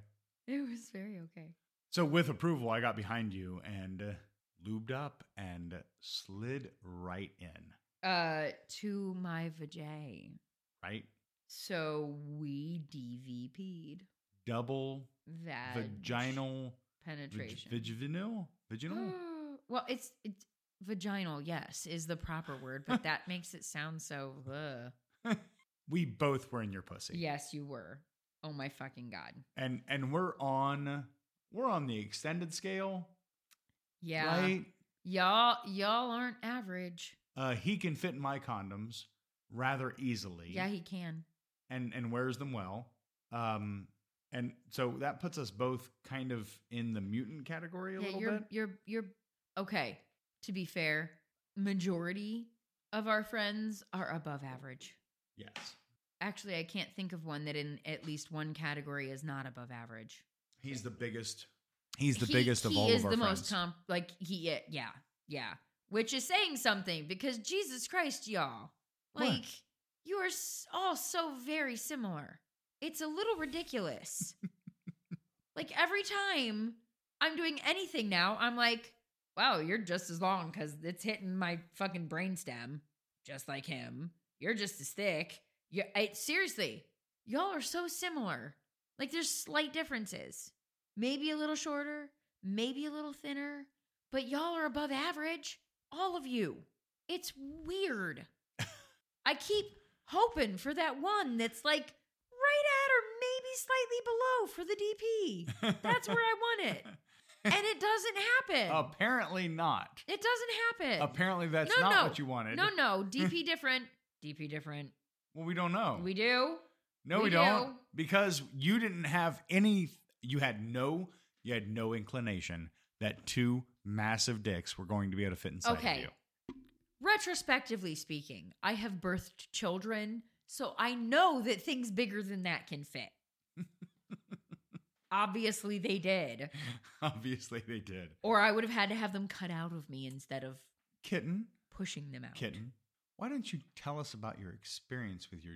A: It was very okay.
C: So with approval, I got behind you and uh, lubed up and slid right in.
A: Uh, to my vajay.
C: Right,
A: So we DVP'd
C: double
A: that
C: vaginal vag-
A: penetration.
C: vaginal
A: Mm.
C: vaginal.
A: well, it's, it's vaginal. Yes, is the proper word, but that makes it sound so. Ugh.
C: we both were in your pussy.
A: Yes, you were. Oh my fucking god.
C: and and we're on we're on the extended scale,
A: Yeah,
C: right?
A: y'all, y'all aren't average.
C: Uh, he can fit in my condoms rather easily.
A: Yeah, he can.
C: and and wears them well. Um, and so that puts us both kind of in the mutant category a
A: yeah,
C: little
A: you're,
C: bit.
A: you're, you're okay. To be fair, majority of our friends are above average.
C: Yes,
A: Actually, I can't think of one that in at least one category is not above average.
C: He's the biggest. He's the
A: He-
C: biggest of
A: he
C: all
A: is
C: of our
A: the
C: friends.
A: most comp like he yeah, yeah yeah which is saying something because jesus christ y'all
C: What?
A: like you are s- all so very similar it's a little ridiculous like every time i'm doing anything now i'm like wow you're just as long because it's hitting my fucking brainstem just like him you're just as thick you I, seriously y'all are so similar like there's slight differences maybe a little shorter, maybe a little thinner, but y'all are above average, all of you. It's weird. I keep hoping for that one that's like right at or maybe slightly below for the DP. That's where I want it. And it doesn't happen.
C: Apparently not.
A: It doesn't happen.
C: Apparently that's
A: No,
C: not
A: no.
C: what you wanted.
A: No, no, DP different. DP different.
C: Well, we don't know.
A: We do.
C: no, we,
A: we
C: don't.
A: do.
C: Because you didn't have any. You had no. You had no inclination that two massive dicks were going to be able to fit inside of
A: Okay.
C: you.
A: retrospectively speaking, I have birthed children, so I know that things bigger than that can fit. Obviously, they did,
C: Obviously, they did.
A: or I would have had to have them cut out of me instead of
C: Kitten,
A: pushing them out.
C: kitten. Why don't you tell us about your experience with your?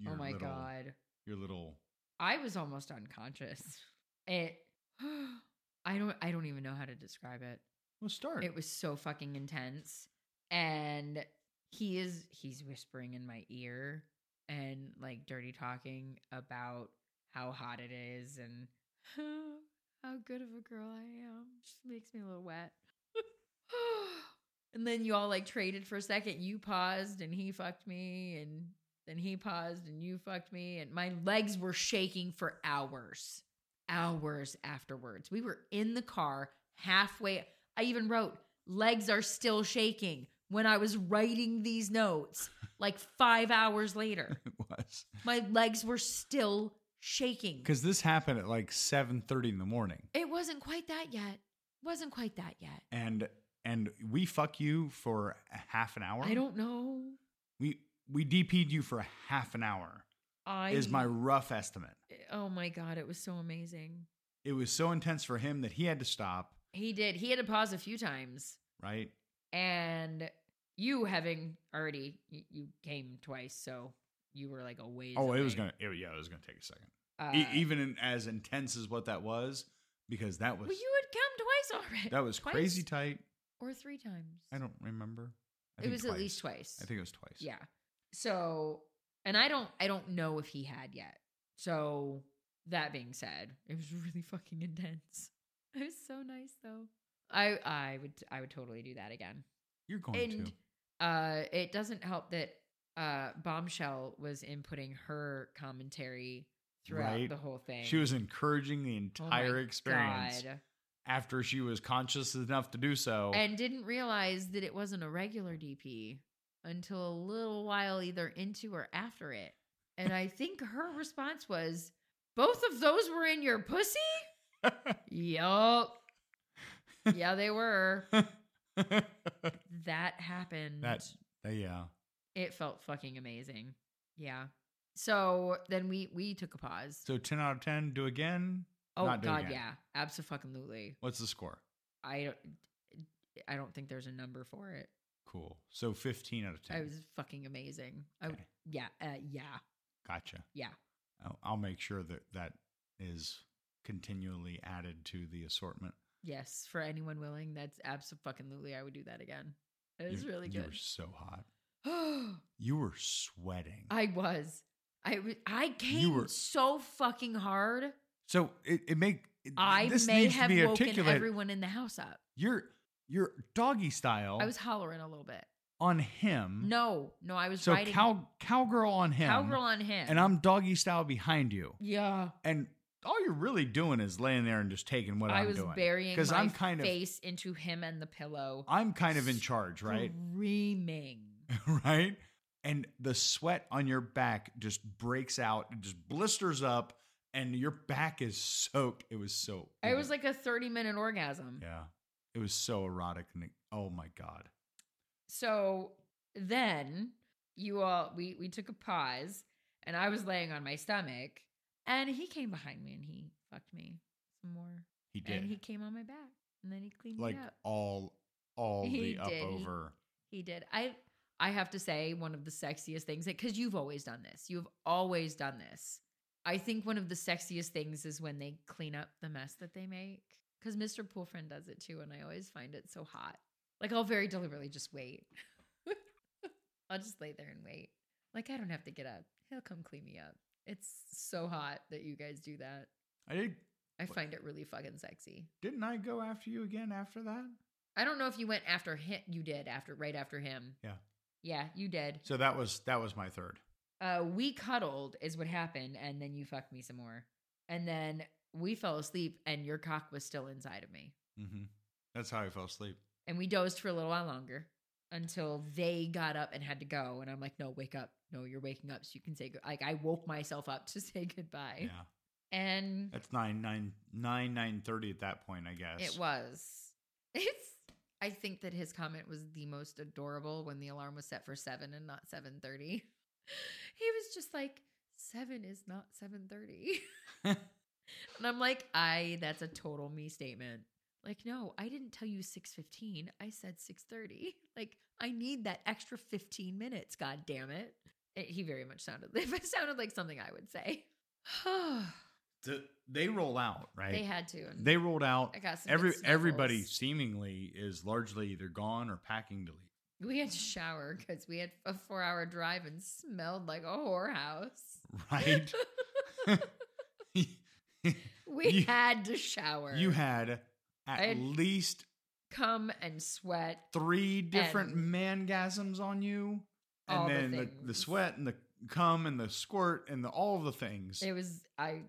C: your
A: oh my
C: little-
A: god,
C: Your little.
A: I was almost unconscious. It, I don't, I don't even know how to describe it.
C: Well, start.
A: It was so fucking intense. And he is he's whispering in my ear and like dirty talking about how hot it is and how good of a girl I am. Just makes me a little wet. and then you all like traded for a second. You paused and he fucked me and then he paused and you fucked me and my legs were shaking for hours. Hours afterwards. We were in the car halfway I even wrote, legs are still shaking when I was writing these notes, like five hours later.
C: It was
A: My legs were still shaking.
C: because this happened at like seven thirty in the morning,
A: It wasn't quite that yet. Wasn't quite that yet.
C: and and we fuck you for a half an hour.
A: I don't know.
C: We we DP'd you for a half an hour.
A: I
C: is my rough estimate.
A: Oh my god, it was so amazing.
C: It was so intense for him that he had to stop.
A: He did. He had to pause a few times.
C: Right?
A: And you having already you, you came twice, so you were like a ways.
C: oh, it was
A: away.
C: gonna. It, yeah, it was gonna take a second.
A: uh,
C: E- even in, as intense as what that was, because that was
A: Well, you had come twice already.
C: that was
A: Twice?
C: crazy tight.
A: or three times.
C: I don't remember.
A: it
C: I think
A: was at
C: twice.
A: least twice.
C: I think it was twice.
A: Yeah. So, and I don't, I don't know if he had yet. So that being said, it was really fucking intense. It was so nice though. I, I would, I would totally do that again.
C: you're going
A: And
C: to.
A: uh, it doesn't help that uh, Bombshell was inputting her commentary throughout
C: Right.
A: the whole thing.
C: She was encouraging the
A: Oh my
C: entire experience
A: God.
C: after she was conscious enough to do so.
A: and didn't realize that it wasn't a regular DP until a little while either into or after it. And I think her response was, "Both of those were in your pussy." yup. Yeah, they were. That happened.
C: That- yeah.
A: it felt fucking amazing. Yeah. So then we we took a pause.
C: So ten out of ten. Do again.
A: oh
C: not
A: God,
C: doing it.
A: yeah, absolutely.
C: What's the score?
A: I don't. I don't think there's a number for it.
C: Cool. So fifteen out of ten.
A: It was fucking amazing. I would,
C: Okay.
A: yeah, uh, yeah.
C: Gotcha.
A: Yeah.
C: I'll, I'll make sure that that is continually added to the assortment.
A: Yes, for anyone willing, that's absolutely. I would do that again. It was
C: You-
A: really
C: You
A: good.
C: were so hot. You were sweating.
A: I was. I w- I came
C: were-
A: so fucking hard.
C: so it, it make it,
A: I
C: this
A: may
C: needs
A: have
C: to be
A: woken
C: articulated.
A: everyone in the house up.
C: You're you're doggy style
A: I was hollering a little bit.
C: on him.
A: No, no, I was
C: Mm-hmm. so
A: riding
C: cow cowgirl on him.
A: cowgirl on him.
C: and I'm doggy style behind you.
A: yeah,
C: And all you're really doing is laying there and just taking what
A: I
C: am
A: was
C: doing.
A: burying my
C: because I'm kind
A: face into him and the pillow,
C: of I'm kind of in charge, right?
A: Screaming.
C: right? And the sweat on your back just breaks out, it just blisters up, and your back is soaked. It was so.
A: It was like a thirty minute orgasm.
C: yeah, it was so erotic. And it- oh my god,
A: So then you all we we took a pause
G: and I was laying on my stomach.
A: And he came behind me and he fucked me some more.
C: He did.
A: And he came on my back and then he cleaned
C: like
A: me up.
C: all all
A: He
C: the up
A: did. He-
C: over.
A: He did. I I have to say one of the sexiest things because you've always done this. You've always done this. I think one of the sexiest things is when they clean up the mess that they make because Mr. Poolfriend does it too, and I always find it so hot. Like I'll very deliberately just wait. I'll just lay there and wait. Like I don't have to get up. He'll come clean me up. It's so hot that you guys do that.
C: I did.
A: I
C: What?
A: find it really fucking sexy.
C: Didn't I go after you again after that?
A: I don't know if you went after him. You did after right after him.
C: Yeah.
A: Yeah, you did.
C: So that was that was my third.
A: uh, we cuddled is what happened, and then you fucked me some more, and then we fell asleep, and your cock was still inside of me,
C: Mm-hmm. That's how I fell asleep.
A: and we dozed for a little while longer until they got up and had to go, and I'm like, no, wake up, no, you're waking up, so you can say good. like I woke myself up to say goodbye,
C: Yeah,
A: and
C: that's nine nine nine nine thirty at that point, I guess.
A: it was it's. I think that his comment was the most adorable when the alarm was set for seven and not seven thirty. He was just like, seven is not seven thirty. And I'm like, I that's a total me statement. Like, no, I didn't tell you 6:15. I said 6:30. Like, I need that extra 15 minutes, god damn it. It- he very much sounded it sounded like something I would say.
C: So they roll out, right?
A: they had to. And
C: They rolled out.
A: I got some good
C: Every
A: snuggles.
C: everybody seemingly is largely either gone or packing to leave.
A: We had to shower because we had a four hour drive and smelled like a whorehouse.
C: Right?
A: we
C: You-
A: had to shower.
C: you had at
A: had-
C: least
A: come and sweat.
C: three different
A: And-
C: mangasms on you, and
A: All the
C: then the, the,
A: things.
C: sweat and the cum and the squirt and the, all of the things.
A: It was I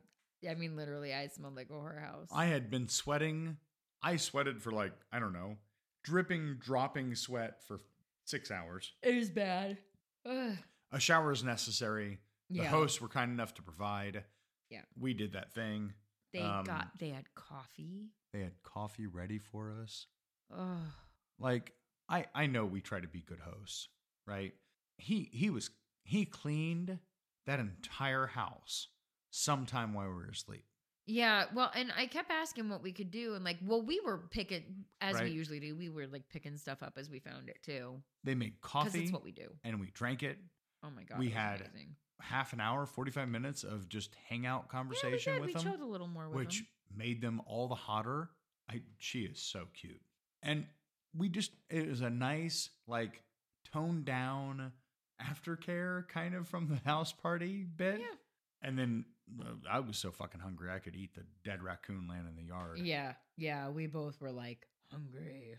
A: I mean literally I smelled like a whorehouse.
C: I had been sweating. I sweated for like I don't know, dripping, dropping sweat for six hours.
A: it was bad. Ugh.
C: A shower is necessary. The
A: Yeah.
C: hosts were kind enough to provide.
A: Yeah.
C: we did that thing.
A: They
C: Um,
A: got they had coffee.
C: They had coffee ready for us.
A: Oh,
C: Like I, I know we try to be good hosts, right? He, he was, he cleaned that entire house sometime while we were asleep.
A: yeah. Well, and I kept asking what we could do, and like, well, we were picking as we
C: Right.
A: usually do. We were like picking stuff up as we found it too,
C: They made
A: because
C: coffee
A: it's what we do.
C: and we drank it.
A: Oh my god,
C: we
A: it was
C: had
A: amazing.
C: Half an hour, forty-five minutes of just hangout
A: yeah, we
C: conversation
A: did.
C: with
A: we
C: them.
A: chilled a little more with
C: which
A: them.
C: made them all the hotter. I she is so cute. And we just it was a nice like toned down aftercare kind of from the house party bit.
A: Yeah.
C: And then uh, I was so fucking hungry I could eat the dead raccoon laying in the yard.
A: Yeah, yeah. We both were like hungry,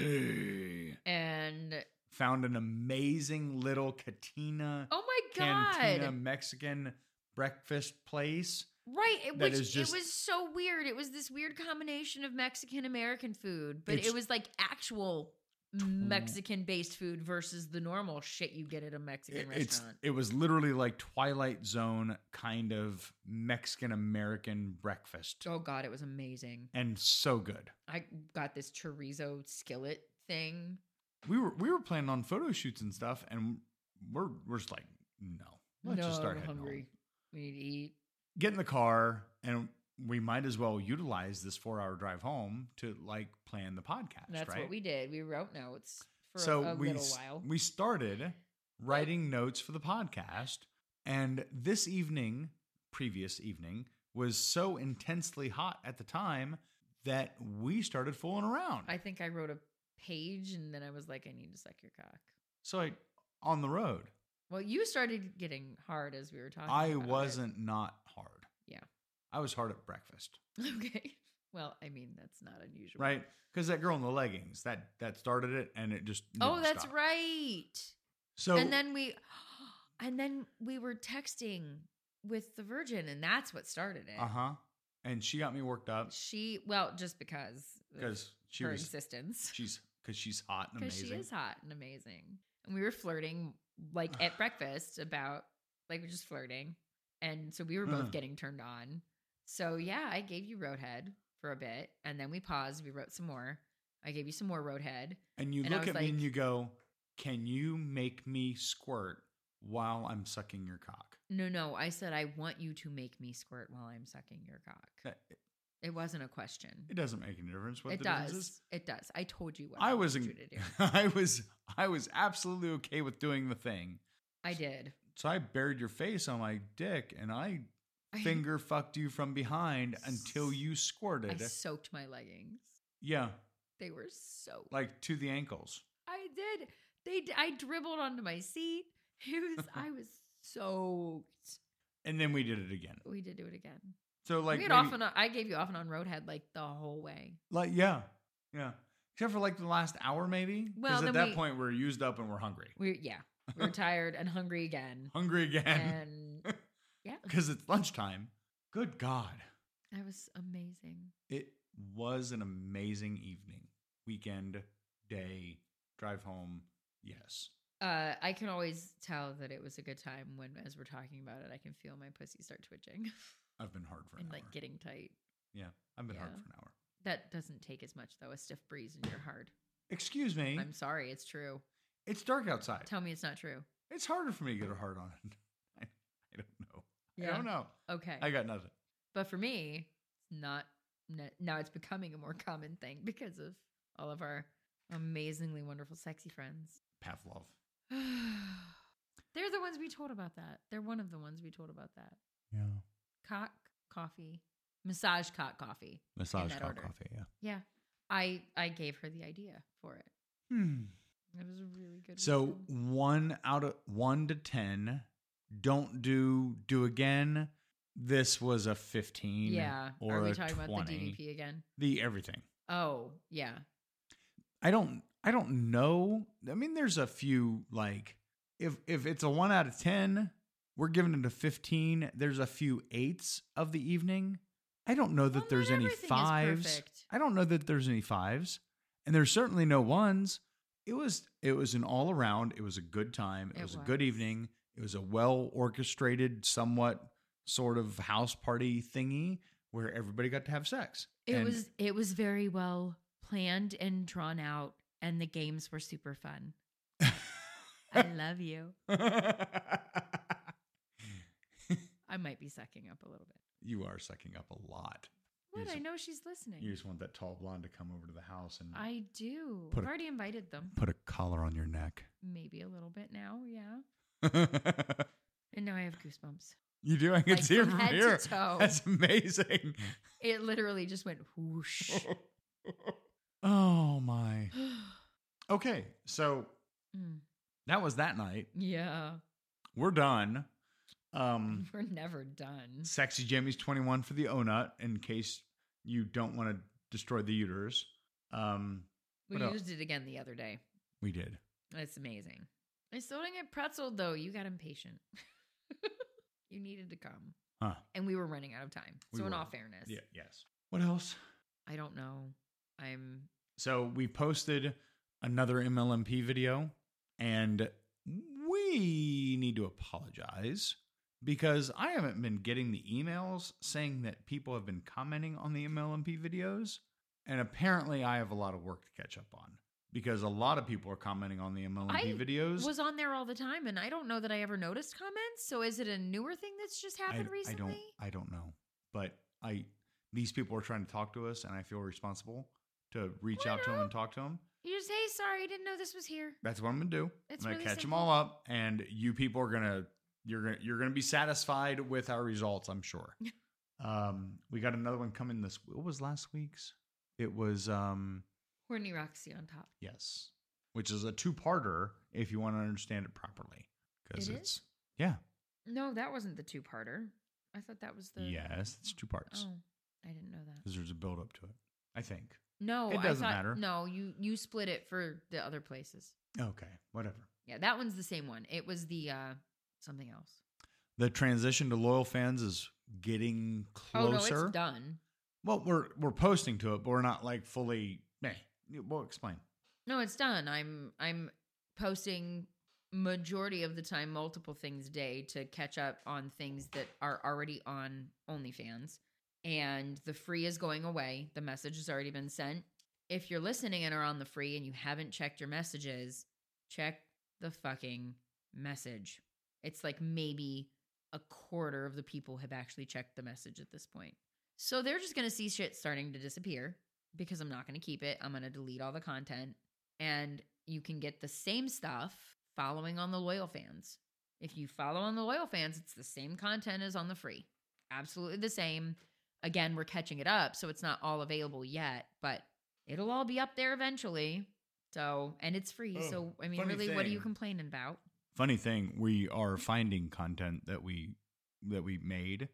C: Hungry.
A: and
C: Found an amazing little Katina
A: oh my god,
C: Cantina Mexican breakfast place.
A: right? It,
C: that
A: which
C: is just-
A: it was so weird. It was this weird combination of Mexican American food, but
C: It's-
A: it was like actual. Mexican based food versus the normal shit you get at a Mexican
C: It- it's
A: restaurant.
C: it was literally like Twilight Zone kind of Mexican American breakfast,
A: Oh god, it was amazing.
C: and so good.
A: I got this chorizo skillet thing.
C: We were we were planning on photo shoots and stuff, and we're we're just like, no, let's
A: no,
C: just start
A: I'm
C: heading
A: hungry.
C: home.
A: We need to eat.
C: Get in the car, and we might as well utilize this four hour drive home to like plan the podcast.
A: And that's
C: right?
A: what we did. We wrote notes for a-
C: so
A: a,
C: we
A: little
C: s-
A: while.
C: we started writing notes for the podcast and this evening previous evening was so intensely hot at the time that we started fooling around
A: I think I wrote a page and then I was like, I need to suck your cock.
C: so i on the road
A: Well, you started getting hard as we were talking.
C: i
A: about it.
C: wasn't not hard
A: Yeah.
C: i was hard at breakfast
A: Okay. Well, I mean, that's not unusual.
C: right because that girl in the leggings that that started it and it just
A: Oh,
C: never
A: that's
C: stopped.
A: right.
C: so
A: and then we and then we were texting with the virgin and that's what started it.
C: uh-huh and she got me worked up
A: She well, just because of
C: because she
A: her
C: was
A: existence.
C: she's because she's hot and
A: Because
C: amazing
A: she is hot and amazing. And we were flirting like at breakfast about like we're just flirting. And so we were both
C: Huh.
A: getting turned on. So yeah, I gave you Roadhead for a bit. And then we paused. We wrote some more. I gave you some more Roadhead.
C: And you
A: And I
C: look
A: was
C: at me and
A: like-
C: you go, Can you make me squirt while I'm sucking your cock?
A: No, no. I said I want you to make me squirt while I'm sucking your cock.
C: That-
A: It wasn't a question.
C: It doesn't make any difference. What
A: it
C: the difference
A: does.
C: is.
A: It does. I told you what I,
C: I was
A: wanted
C: in,
A: you to do.
C: I was I was absolutely okay with doing the thing.
A: I did.
C: So I buried your face on my dick and I finger fucked you from behind until you
A: I
C: squirted.
A: soaked my leggings.
C: yeah,
A: They were soaked.
C: like to the ankles.
A: I did. They. d- I dribbled onto my seat. It was. I was soaked.
C: And then we did it again.
A: We did do it again.
C: So like
A: we had
C: maybe-
A: off and on, I gave you off and on roadhead like the whole way.
C: like yeah. Yeah. Except for like the last hour maybe.
A: Well,
C: Because
A: then
C: at that
A: we-
C: point we're used up and we're hungry.
A: We yeah. We were tired and hungry again.
C: Hungry again.
A: And
C: Because it's lunchtime. Good God.
A: that was amazing.
C: It was an amazing evening, weekend, day, drive home. Yes.
A: Uh, I can always tell that it was a good time when, as we're talking about it, I can feel my pussy start twitching
C: I've been hard for an
A: and
C: hour.
A: like getting tight.
C: yeah, I've been hard
A: Yeah.
C: for an hour.
A: That doesn't take as much though. A stiff breeze and you're hard.
C: Excuse me.
A: I'm sorry, it's true.
C: it's dark outside.
A: Tell me it's not true.
C: it's harder for me to get a hard on. I, I don't know. I don't know.
A: Okay.
C: I got nothing.
A: but for me, it's not n- now. It's becoming a more common thing because of all of our amazingly wonderful sexy friends.
C: Pavlov.
A: They're the ones we told about that. They're one of the ones we told about that.
C: Yeah.
A: Cock coffee, massage cock coffee.
C: Massage
A: that
C: hot
A: order.
C: coffee. Yeah.
A: Yeah. I I gave her the idea for it.
C: Hmm.
A: It was a really good
C: So
A: weekend.
C: one out of one to ten. Don't do do again. This was a fifteen.
A: yeah.
C: Or
A: Are we
C: a
A: talking
C: 20.
A: about the DVP again?
C: The everything.
A: Oh, yeah.
C: I don't I don't know. I mean, there's a few like if if it's a one out of ten, we're giving it a fifteen. There's a few eights of the evening. I don't know that
A: Well,
C: there's
A: not
C: any
A: everything is
C: fives.
A: perfect.
C: I don't know that there's any fives. And there's certainly no ones. It was it was an all around, it was a good time. It,
A: It
C: was, a good
A: was.
C: evening. It was a well orchestrated, somewhat sort of house party thingy where everybody got to have sex.
A: It
C: And
A: was it was very well planned and drawn out and the games were super fun. I love you. I might be sucking up a little bit.
C: You are sucking up a lot.
A: What?
C: Yes.
A: I know she's listening.
C: You just want that tall blonde to come over to the house and
A: I do.
C: Put
A: I've
C: a-
A: already invited them.
C: put a collar on your neck.
A: Maybe a little bit now, yeah. And now I have goosebumps.
C: you do? I can
A: Like,
C: see it
A: from
C: from
A: head to
C: here.
A: toe.
C: That's amazing.
A: It literally just went whoosh.
C: oh my. Okay, so
A: Mm.
C: that was that night.
A: yeah.
C: We're done. Um,
A: We're never done.
C: sexy Jimmy's twenty one for the O nut in case you don't want to destroy the uterus. Um,
A: We
C: What else?
A: used it again the other day.
C: we did.
A: It's amazing. I still didn't get pretzeled though. You got impatient. you needed to come.
C: Huh.
A: And we were running out of time.
C: We
A: so in
C: were.
A: all fairness,
C: Yeah. Yes. What else?
A: I don't know. I'm
C: So we posted another MLMP video, and we need to apologize because I haven't been getting the emails saying that people have been commenting on the MLMP videos. And apparently, I have a lot of work to catch up on because a lot of people are commenting on the MLMP
A: I
C: videos.
A: was on there all the time and I don't know that I ever noticed comments. So is it a newer thing that's just
C: I,
A: happened
C: I
A: recently?
C: don't. I don't know, but I these people are trying to talk to us, and I feel responsible to reach
A: Why
C: out to them
A: not?
C: and talk to them.
A: You just hey, sorry, I didn't know this was here.
C: That's what I'm gonna do.
A: It's
C: I'm gonna
A: really
C: catch them
A: simple.
C: all up, and you people are gonna you're gonna you're gonna be satisfied with our results. I'm sure. um, we got another one coming this. What was last week's? It was um
A: Horny Roxy on top.
C: yes, which is a two parter if you want to understand it properly because
A: It
C: it's
A: is?
C: yeah
A: No, that wasn't the two parter. I thought that was the
C: yes it's two parts
A: Oh, I didn't know that.
C: because there's a build up to it. I think.
A: No,
C: It
A: I
C: doesn't
A: thought-
C: matter.
A: No, you you split it for the other places.
C: Okay, whatever.
A: Yeah, that one's the same one. It was the uh something else.
C: The transition to loyal fans is getting
A: Oh
C: closer.
A: no, it's done.
C: Well, we're we're posting to it, but we're not like fully. Meh. We'll explain.
A: No, it's done. I'm I'm posting majority of the time multiple things a day to catch up on things that are already on OnlyFans. And the free is going away. The message has already been sent. If you're listening and are on the free and you haven't checked your messages, check the fucking message. It's like maybe a quarter of the people have actually checked the message at this point. So they're just going to see shit starting to disappear because I'm not going to keep it. I'm going to delete all the content. And you can get the same stuff following on the loyal fans. If you follow on the loyal fans, it's the same content as on the free. Absolutely the same. Again, we're catching it up. So it's not all available yet, but it'll all be up there eventually. So, and it's free.
C: Oh,
A: so, I mean,
C: funny
A: really, what are
C: thing.
A: you complaining about?
C: Funny thing, we are finding content that we that we made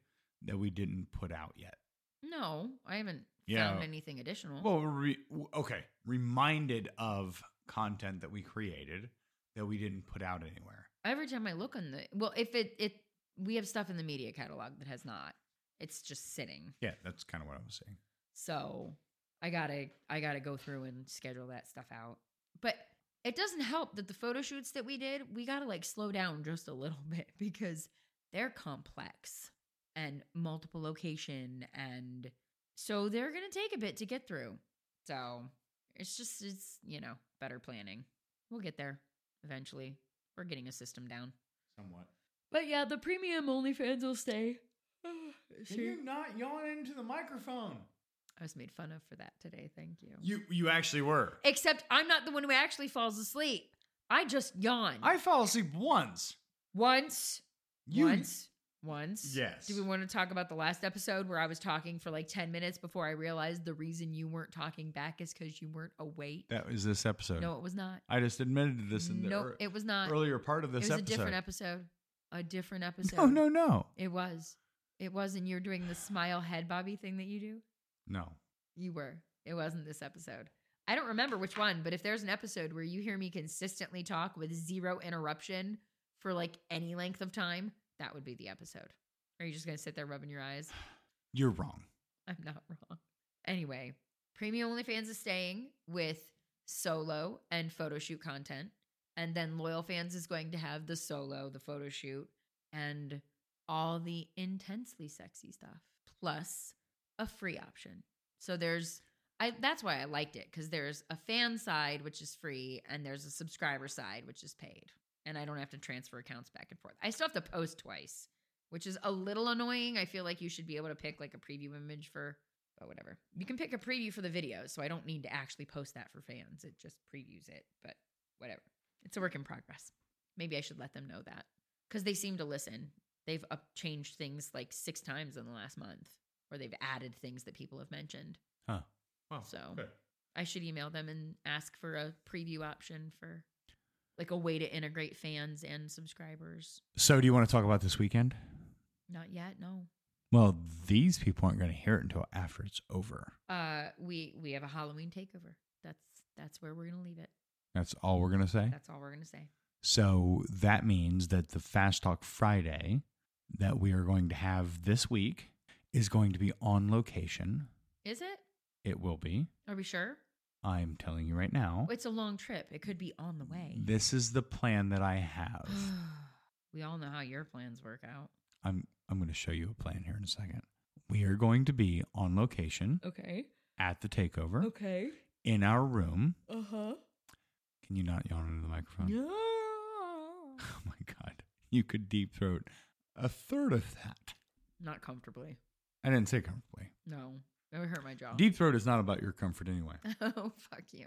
C: that we didn't put out yet.
A: No, I haven't
C: Yeah.
A: found anything additional.
C: Well, we're re- w- okay, reminded of content that we created that we didn't put out anywhere.
A: Every time I look on the well, if it it we have stuff in the media catalog that has not. It's just sitting.
C: Yeah, that's kind of what I was saying.
A: So I gotta I gotta go through and schedule that stuff out. But it doesn't help that the photo shoots that we did, we gotta like slow down just a little bit because they're complex and multiple location and so they're gonna take a bit to get through. So it's just it's you know, better planning. We'll get there eventually. We're getting a system down.
C: Somewhat.
A: But yeah, the premium OnlyFans will stay.
C: not yawn into the microphone?
A: I was made fun of for that today. Thank you.
C: You you actually were.
A: Except I'm not the one who actually falls asleep. I just yawn.
C: I fell asleep once.
A: once,
C: You
A: once, once.
C: Yes.
A: Do we want to talk about the last episode where I was talking for like 10 minutes before I realized the reason you weren't talking back is because you weren't awake?
C: That was this episode.
A: no, it was not.
C: I just admitted this in the
A: no,
C: ear-
A: it was not.
C: earlier part of
A: it
C: this
A: was
C: episode.
A: a different episode. A different episode.
C: No, no, no,
A: It was. It was. And you're doing the smile head bobby thing that you do.
C: no.
A: You were. It wasn't this episode. I don't remember which one, but if there's an episode where you hear me consistently talk with zero interruption for like any length of time, that would be the episode. Are you just going to sit there rubbing your eyes?
C: You're wrong.
A: I'm not wrong. Anyway, Premium OnlyFans is staying with solo and photo shoot content. And then Loyal Fans is going to have the solo, the photo shoot, and all the intensely sexy stuff, plus a free option. So there's, I, that's why I liked it because there's a fan side, which is free, and there's a subscriber side, which is paid. And I don't have to transfer accounts back and forth. I still have to post twice which is a little annoying. I feel like you should be able to pick like a preview image for, but whatever. You can pick a preview for the video, so I don't need to actually post that for fans. It just previews it, but whatever. It's a work in progress. Maybe I should let them know that because they seem to listen. They've up changed things like six times in the last month, or they've added things that people have mentioned.
C: Huh. Well,
A: So- I should email them and ask for a preview option for like a way to integrate fans and subscribers.
C: so do you want to talk about this weekend?
A: Not yet, no.
C: Well, these people aren't going to hear it until after it's over.
A: Uh, we we have a Halloween takeover. That's that's where we're gonna leave it.
C: That's all we're going to say.
A: That's all we're gonna say.
C: So that means that the Fast Talk Friday that we are going to have this week is going to be on location.
A: Is it?
C: It will be.
A: Are we sure?
C: I'm telling you right now.
A: It's a long trip. It could be on the way.
C: This is the plan that I have.
A: we all know how your plans work out.
C: I'm I'm going to show you a plan here in a second. We are going to be on location
A: Okay.
C: at the takeover
A: Okay.
C: in our room.
A: Uh huh.
C: Can you not yawn into the microphone?
A: Yeah.
C: Oh my god. You could deep throat a third of that.
A: Not comfortably.
C: I didn't say comfortably.
A: No, that would hurt my jaw.
C: Deep throat is not about your comfort anyway.
A: oh fuck you.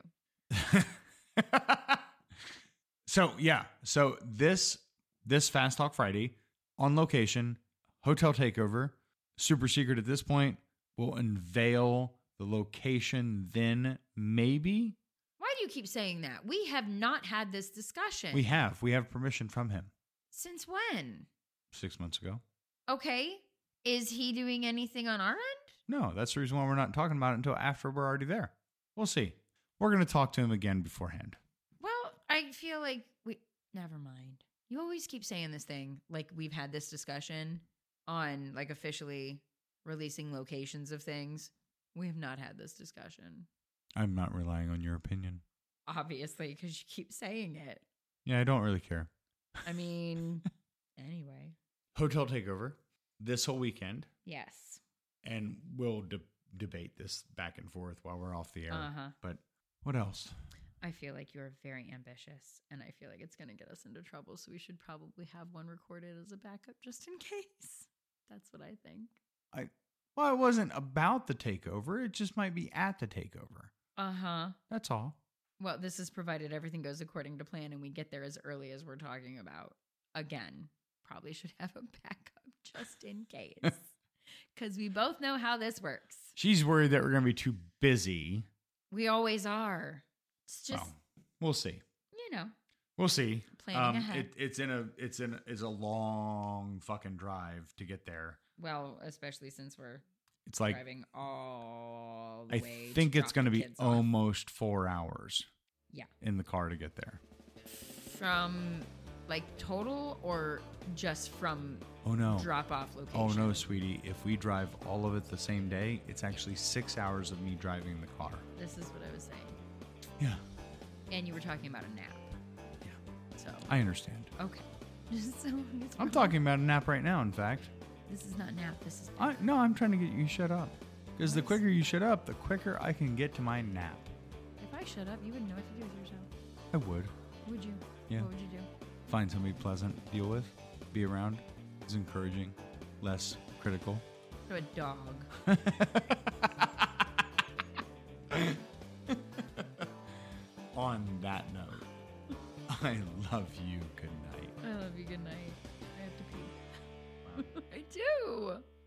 C: so yeah, so this this Fast Talk Friday on location, hotel takeover, super secret at this point. We'll unveil the location then maybe.
A: Why do you keep saying that? We have not had this discussion.
C: We have. We have permission from him
A: Since when?
C: six months ago.
A: Okay. Is he doing anything on our end?
C: No, that's the reason why we're not talking about it until after we're already there. We'll see. We're gonna talk to him again beforehand.
A: Well, I feel like we never mind. You always keep saying this thing like we've had this discussion on like officially releasing locations of things. We have not had this discussion,
C: I'm not relying on your opinion.
A: obviously, because you keep saying it.
C: Yeah, I don't really care.
A: I mean, anyway.
C: Hotel takeover this whole weekend.
A: Yes.
C: and we'll de- debate this back and forth while we're off the air.
A: Uh huh.
C: But what else?
A: I feel like you're very ambitious, and I feel like it's going to get us into trouble. So we should probably have one recorded as a backup just in case. That's what I think.
C: Well, it wasn't about the takeover. It just might be at the takeover.
A: Uh huh.
C: That's all.
A: Well, this is provided everything goes according to plan and we get there as early as we're talking about. Again, probably should have a backup just in case. Because we both know how this works.
C: She's worried that we're going to be too busy.
A: We always are. It's just,
C: well, we'll see.
A: you know,
C: We'll see.
A: Planning ahead.
C: Um, It, it's in a it's in it's a long fucking drive to get there.
A: well, especially since we're
C: It's like
A: driving all the
C: I
A: way. to
C: think it's
A: drop
C: going to
A: the
C: be
A: kids off.
C: almost four hours.
A: Yeah.
C: in the car to get there.
A: From like total or just from
C: Oh no!
A: drop off location?
C: Oh no, sweetie! If we drive all of it the same day, it's actually six hours of me driving the car.
A: This is what I was saying.
C: Yeah,
A: And you were talking about a nap. Yeah. So,
C: I understand.
A: okay. Just so long as
C: I'm
A: we're-
C: talking about a nap right now. In fact,
A: This is not nap. This is
C: I no, I'm trying to get you shut up. Because the quicker you shut up, the quicker I can get to my nap.
A: If I shut up, you wouldn't know what to do with yourself.
C: I would
A: Would you?
C: Yeah.
A: What would you do?
C: find somebody pleasant to deal with, be around, is encouraging, less critical.
A: To a dog.
C: On that note, I love you. Good night.
A: I love you. Good night. I have to pee. I do.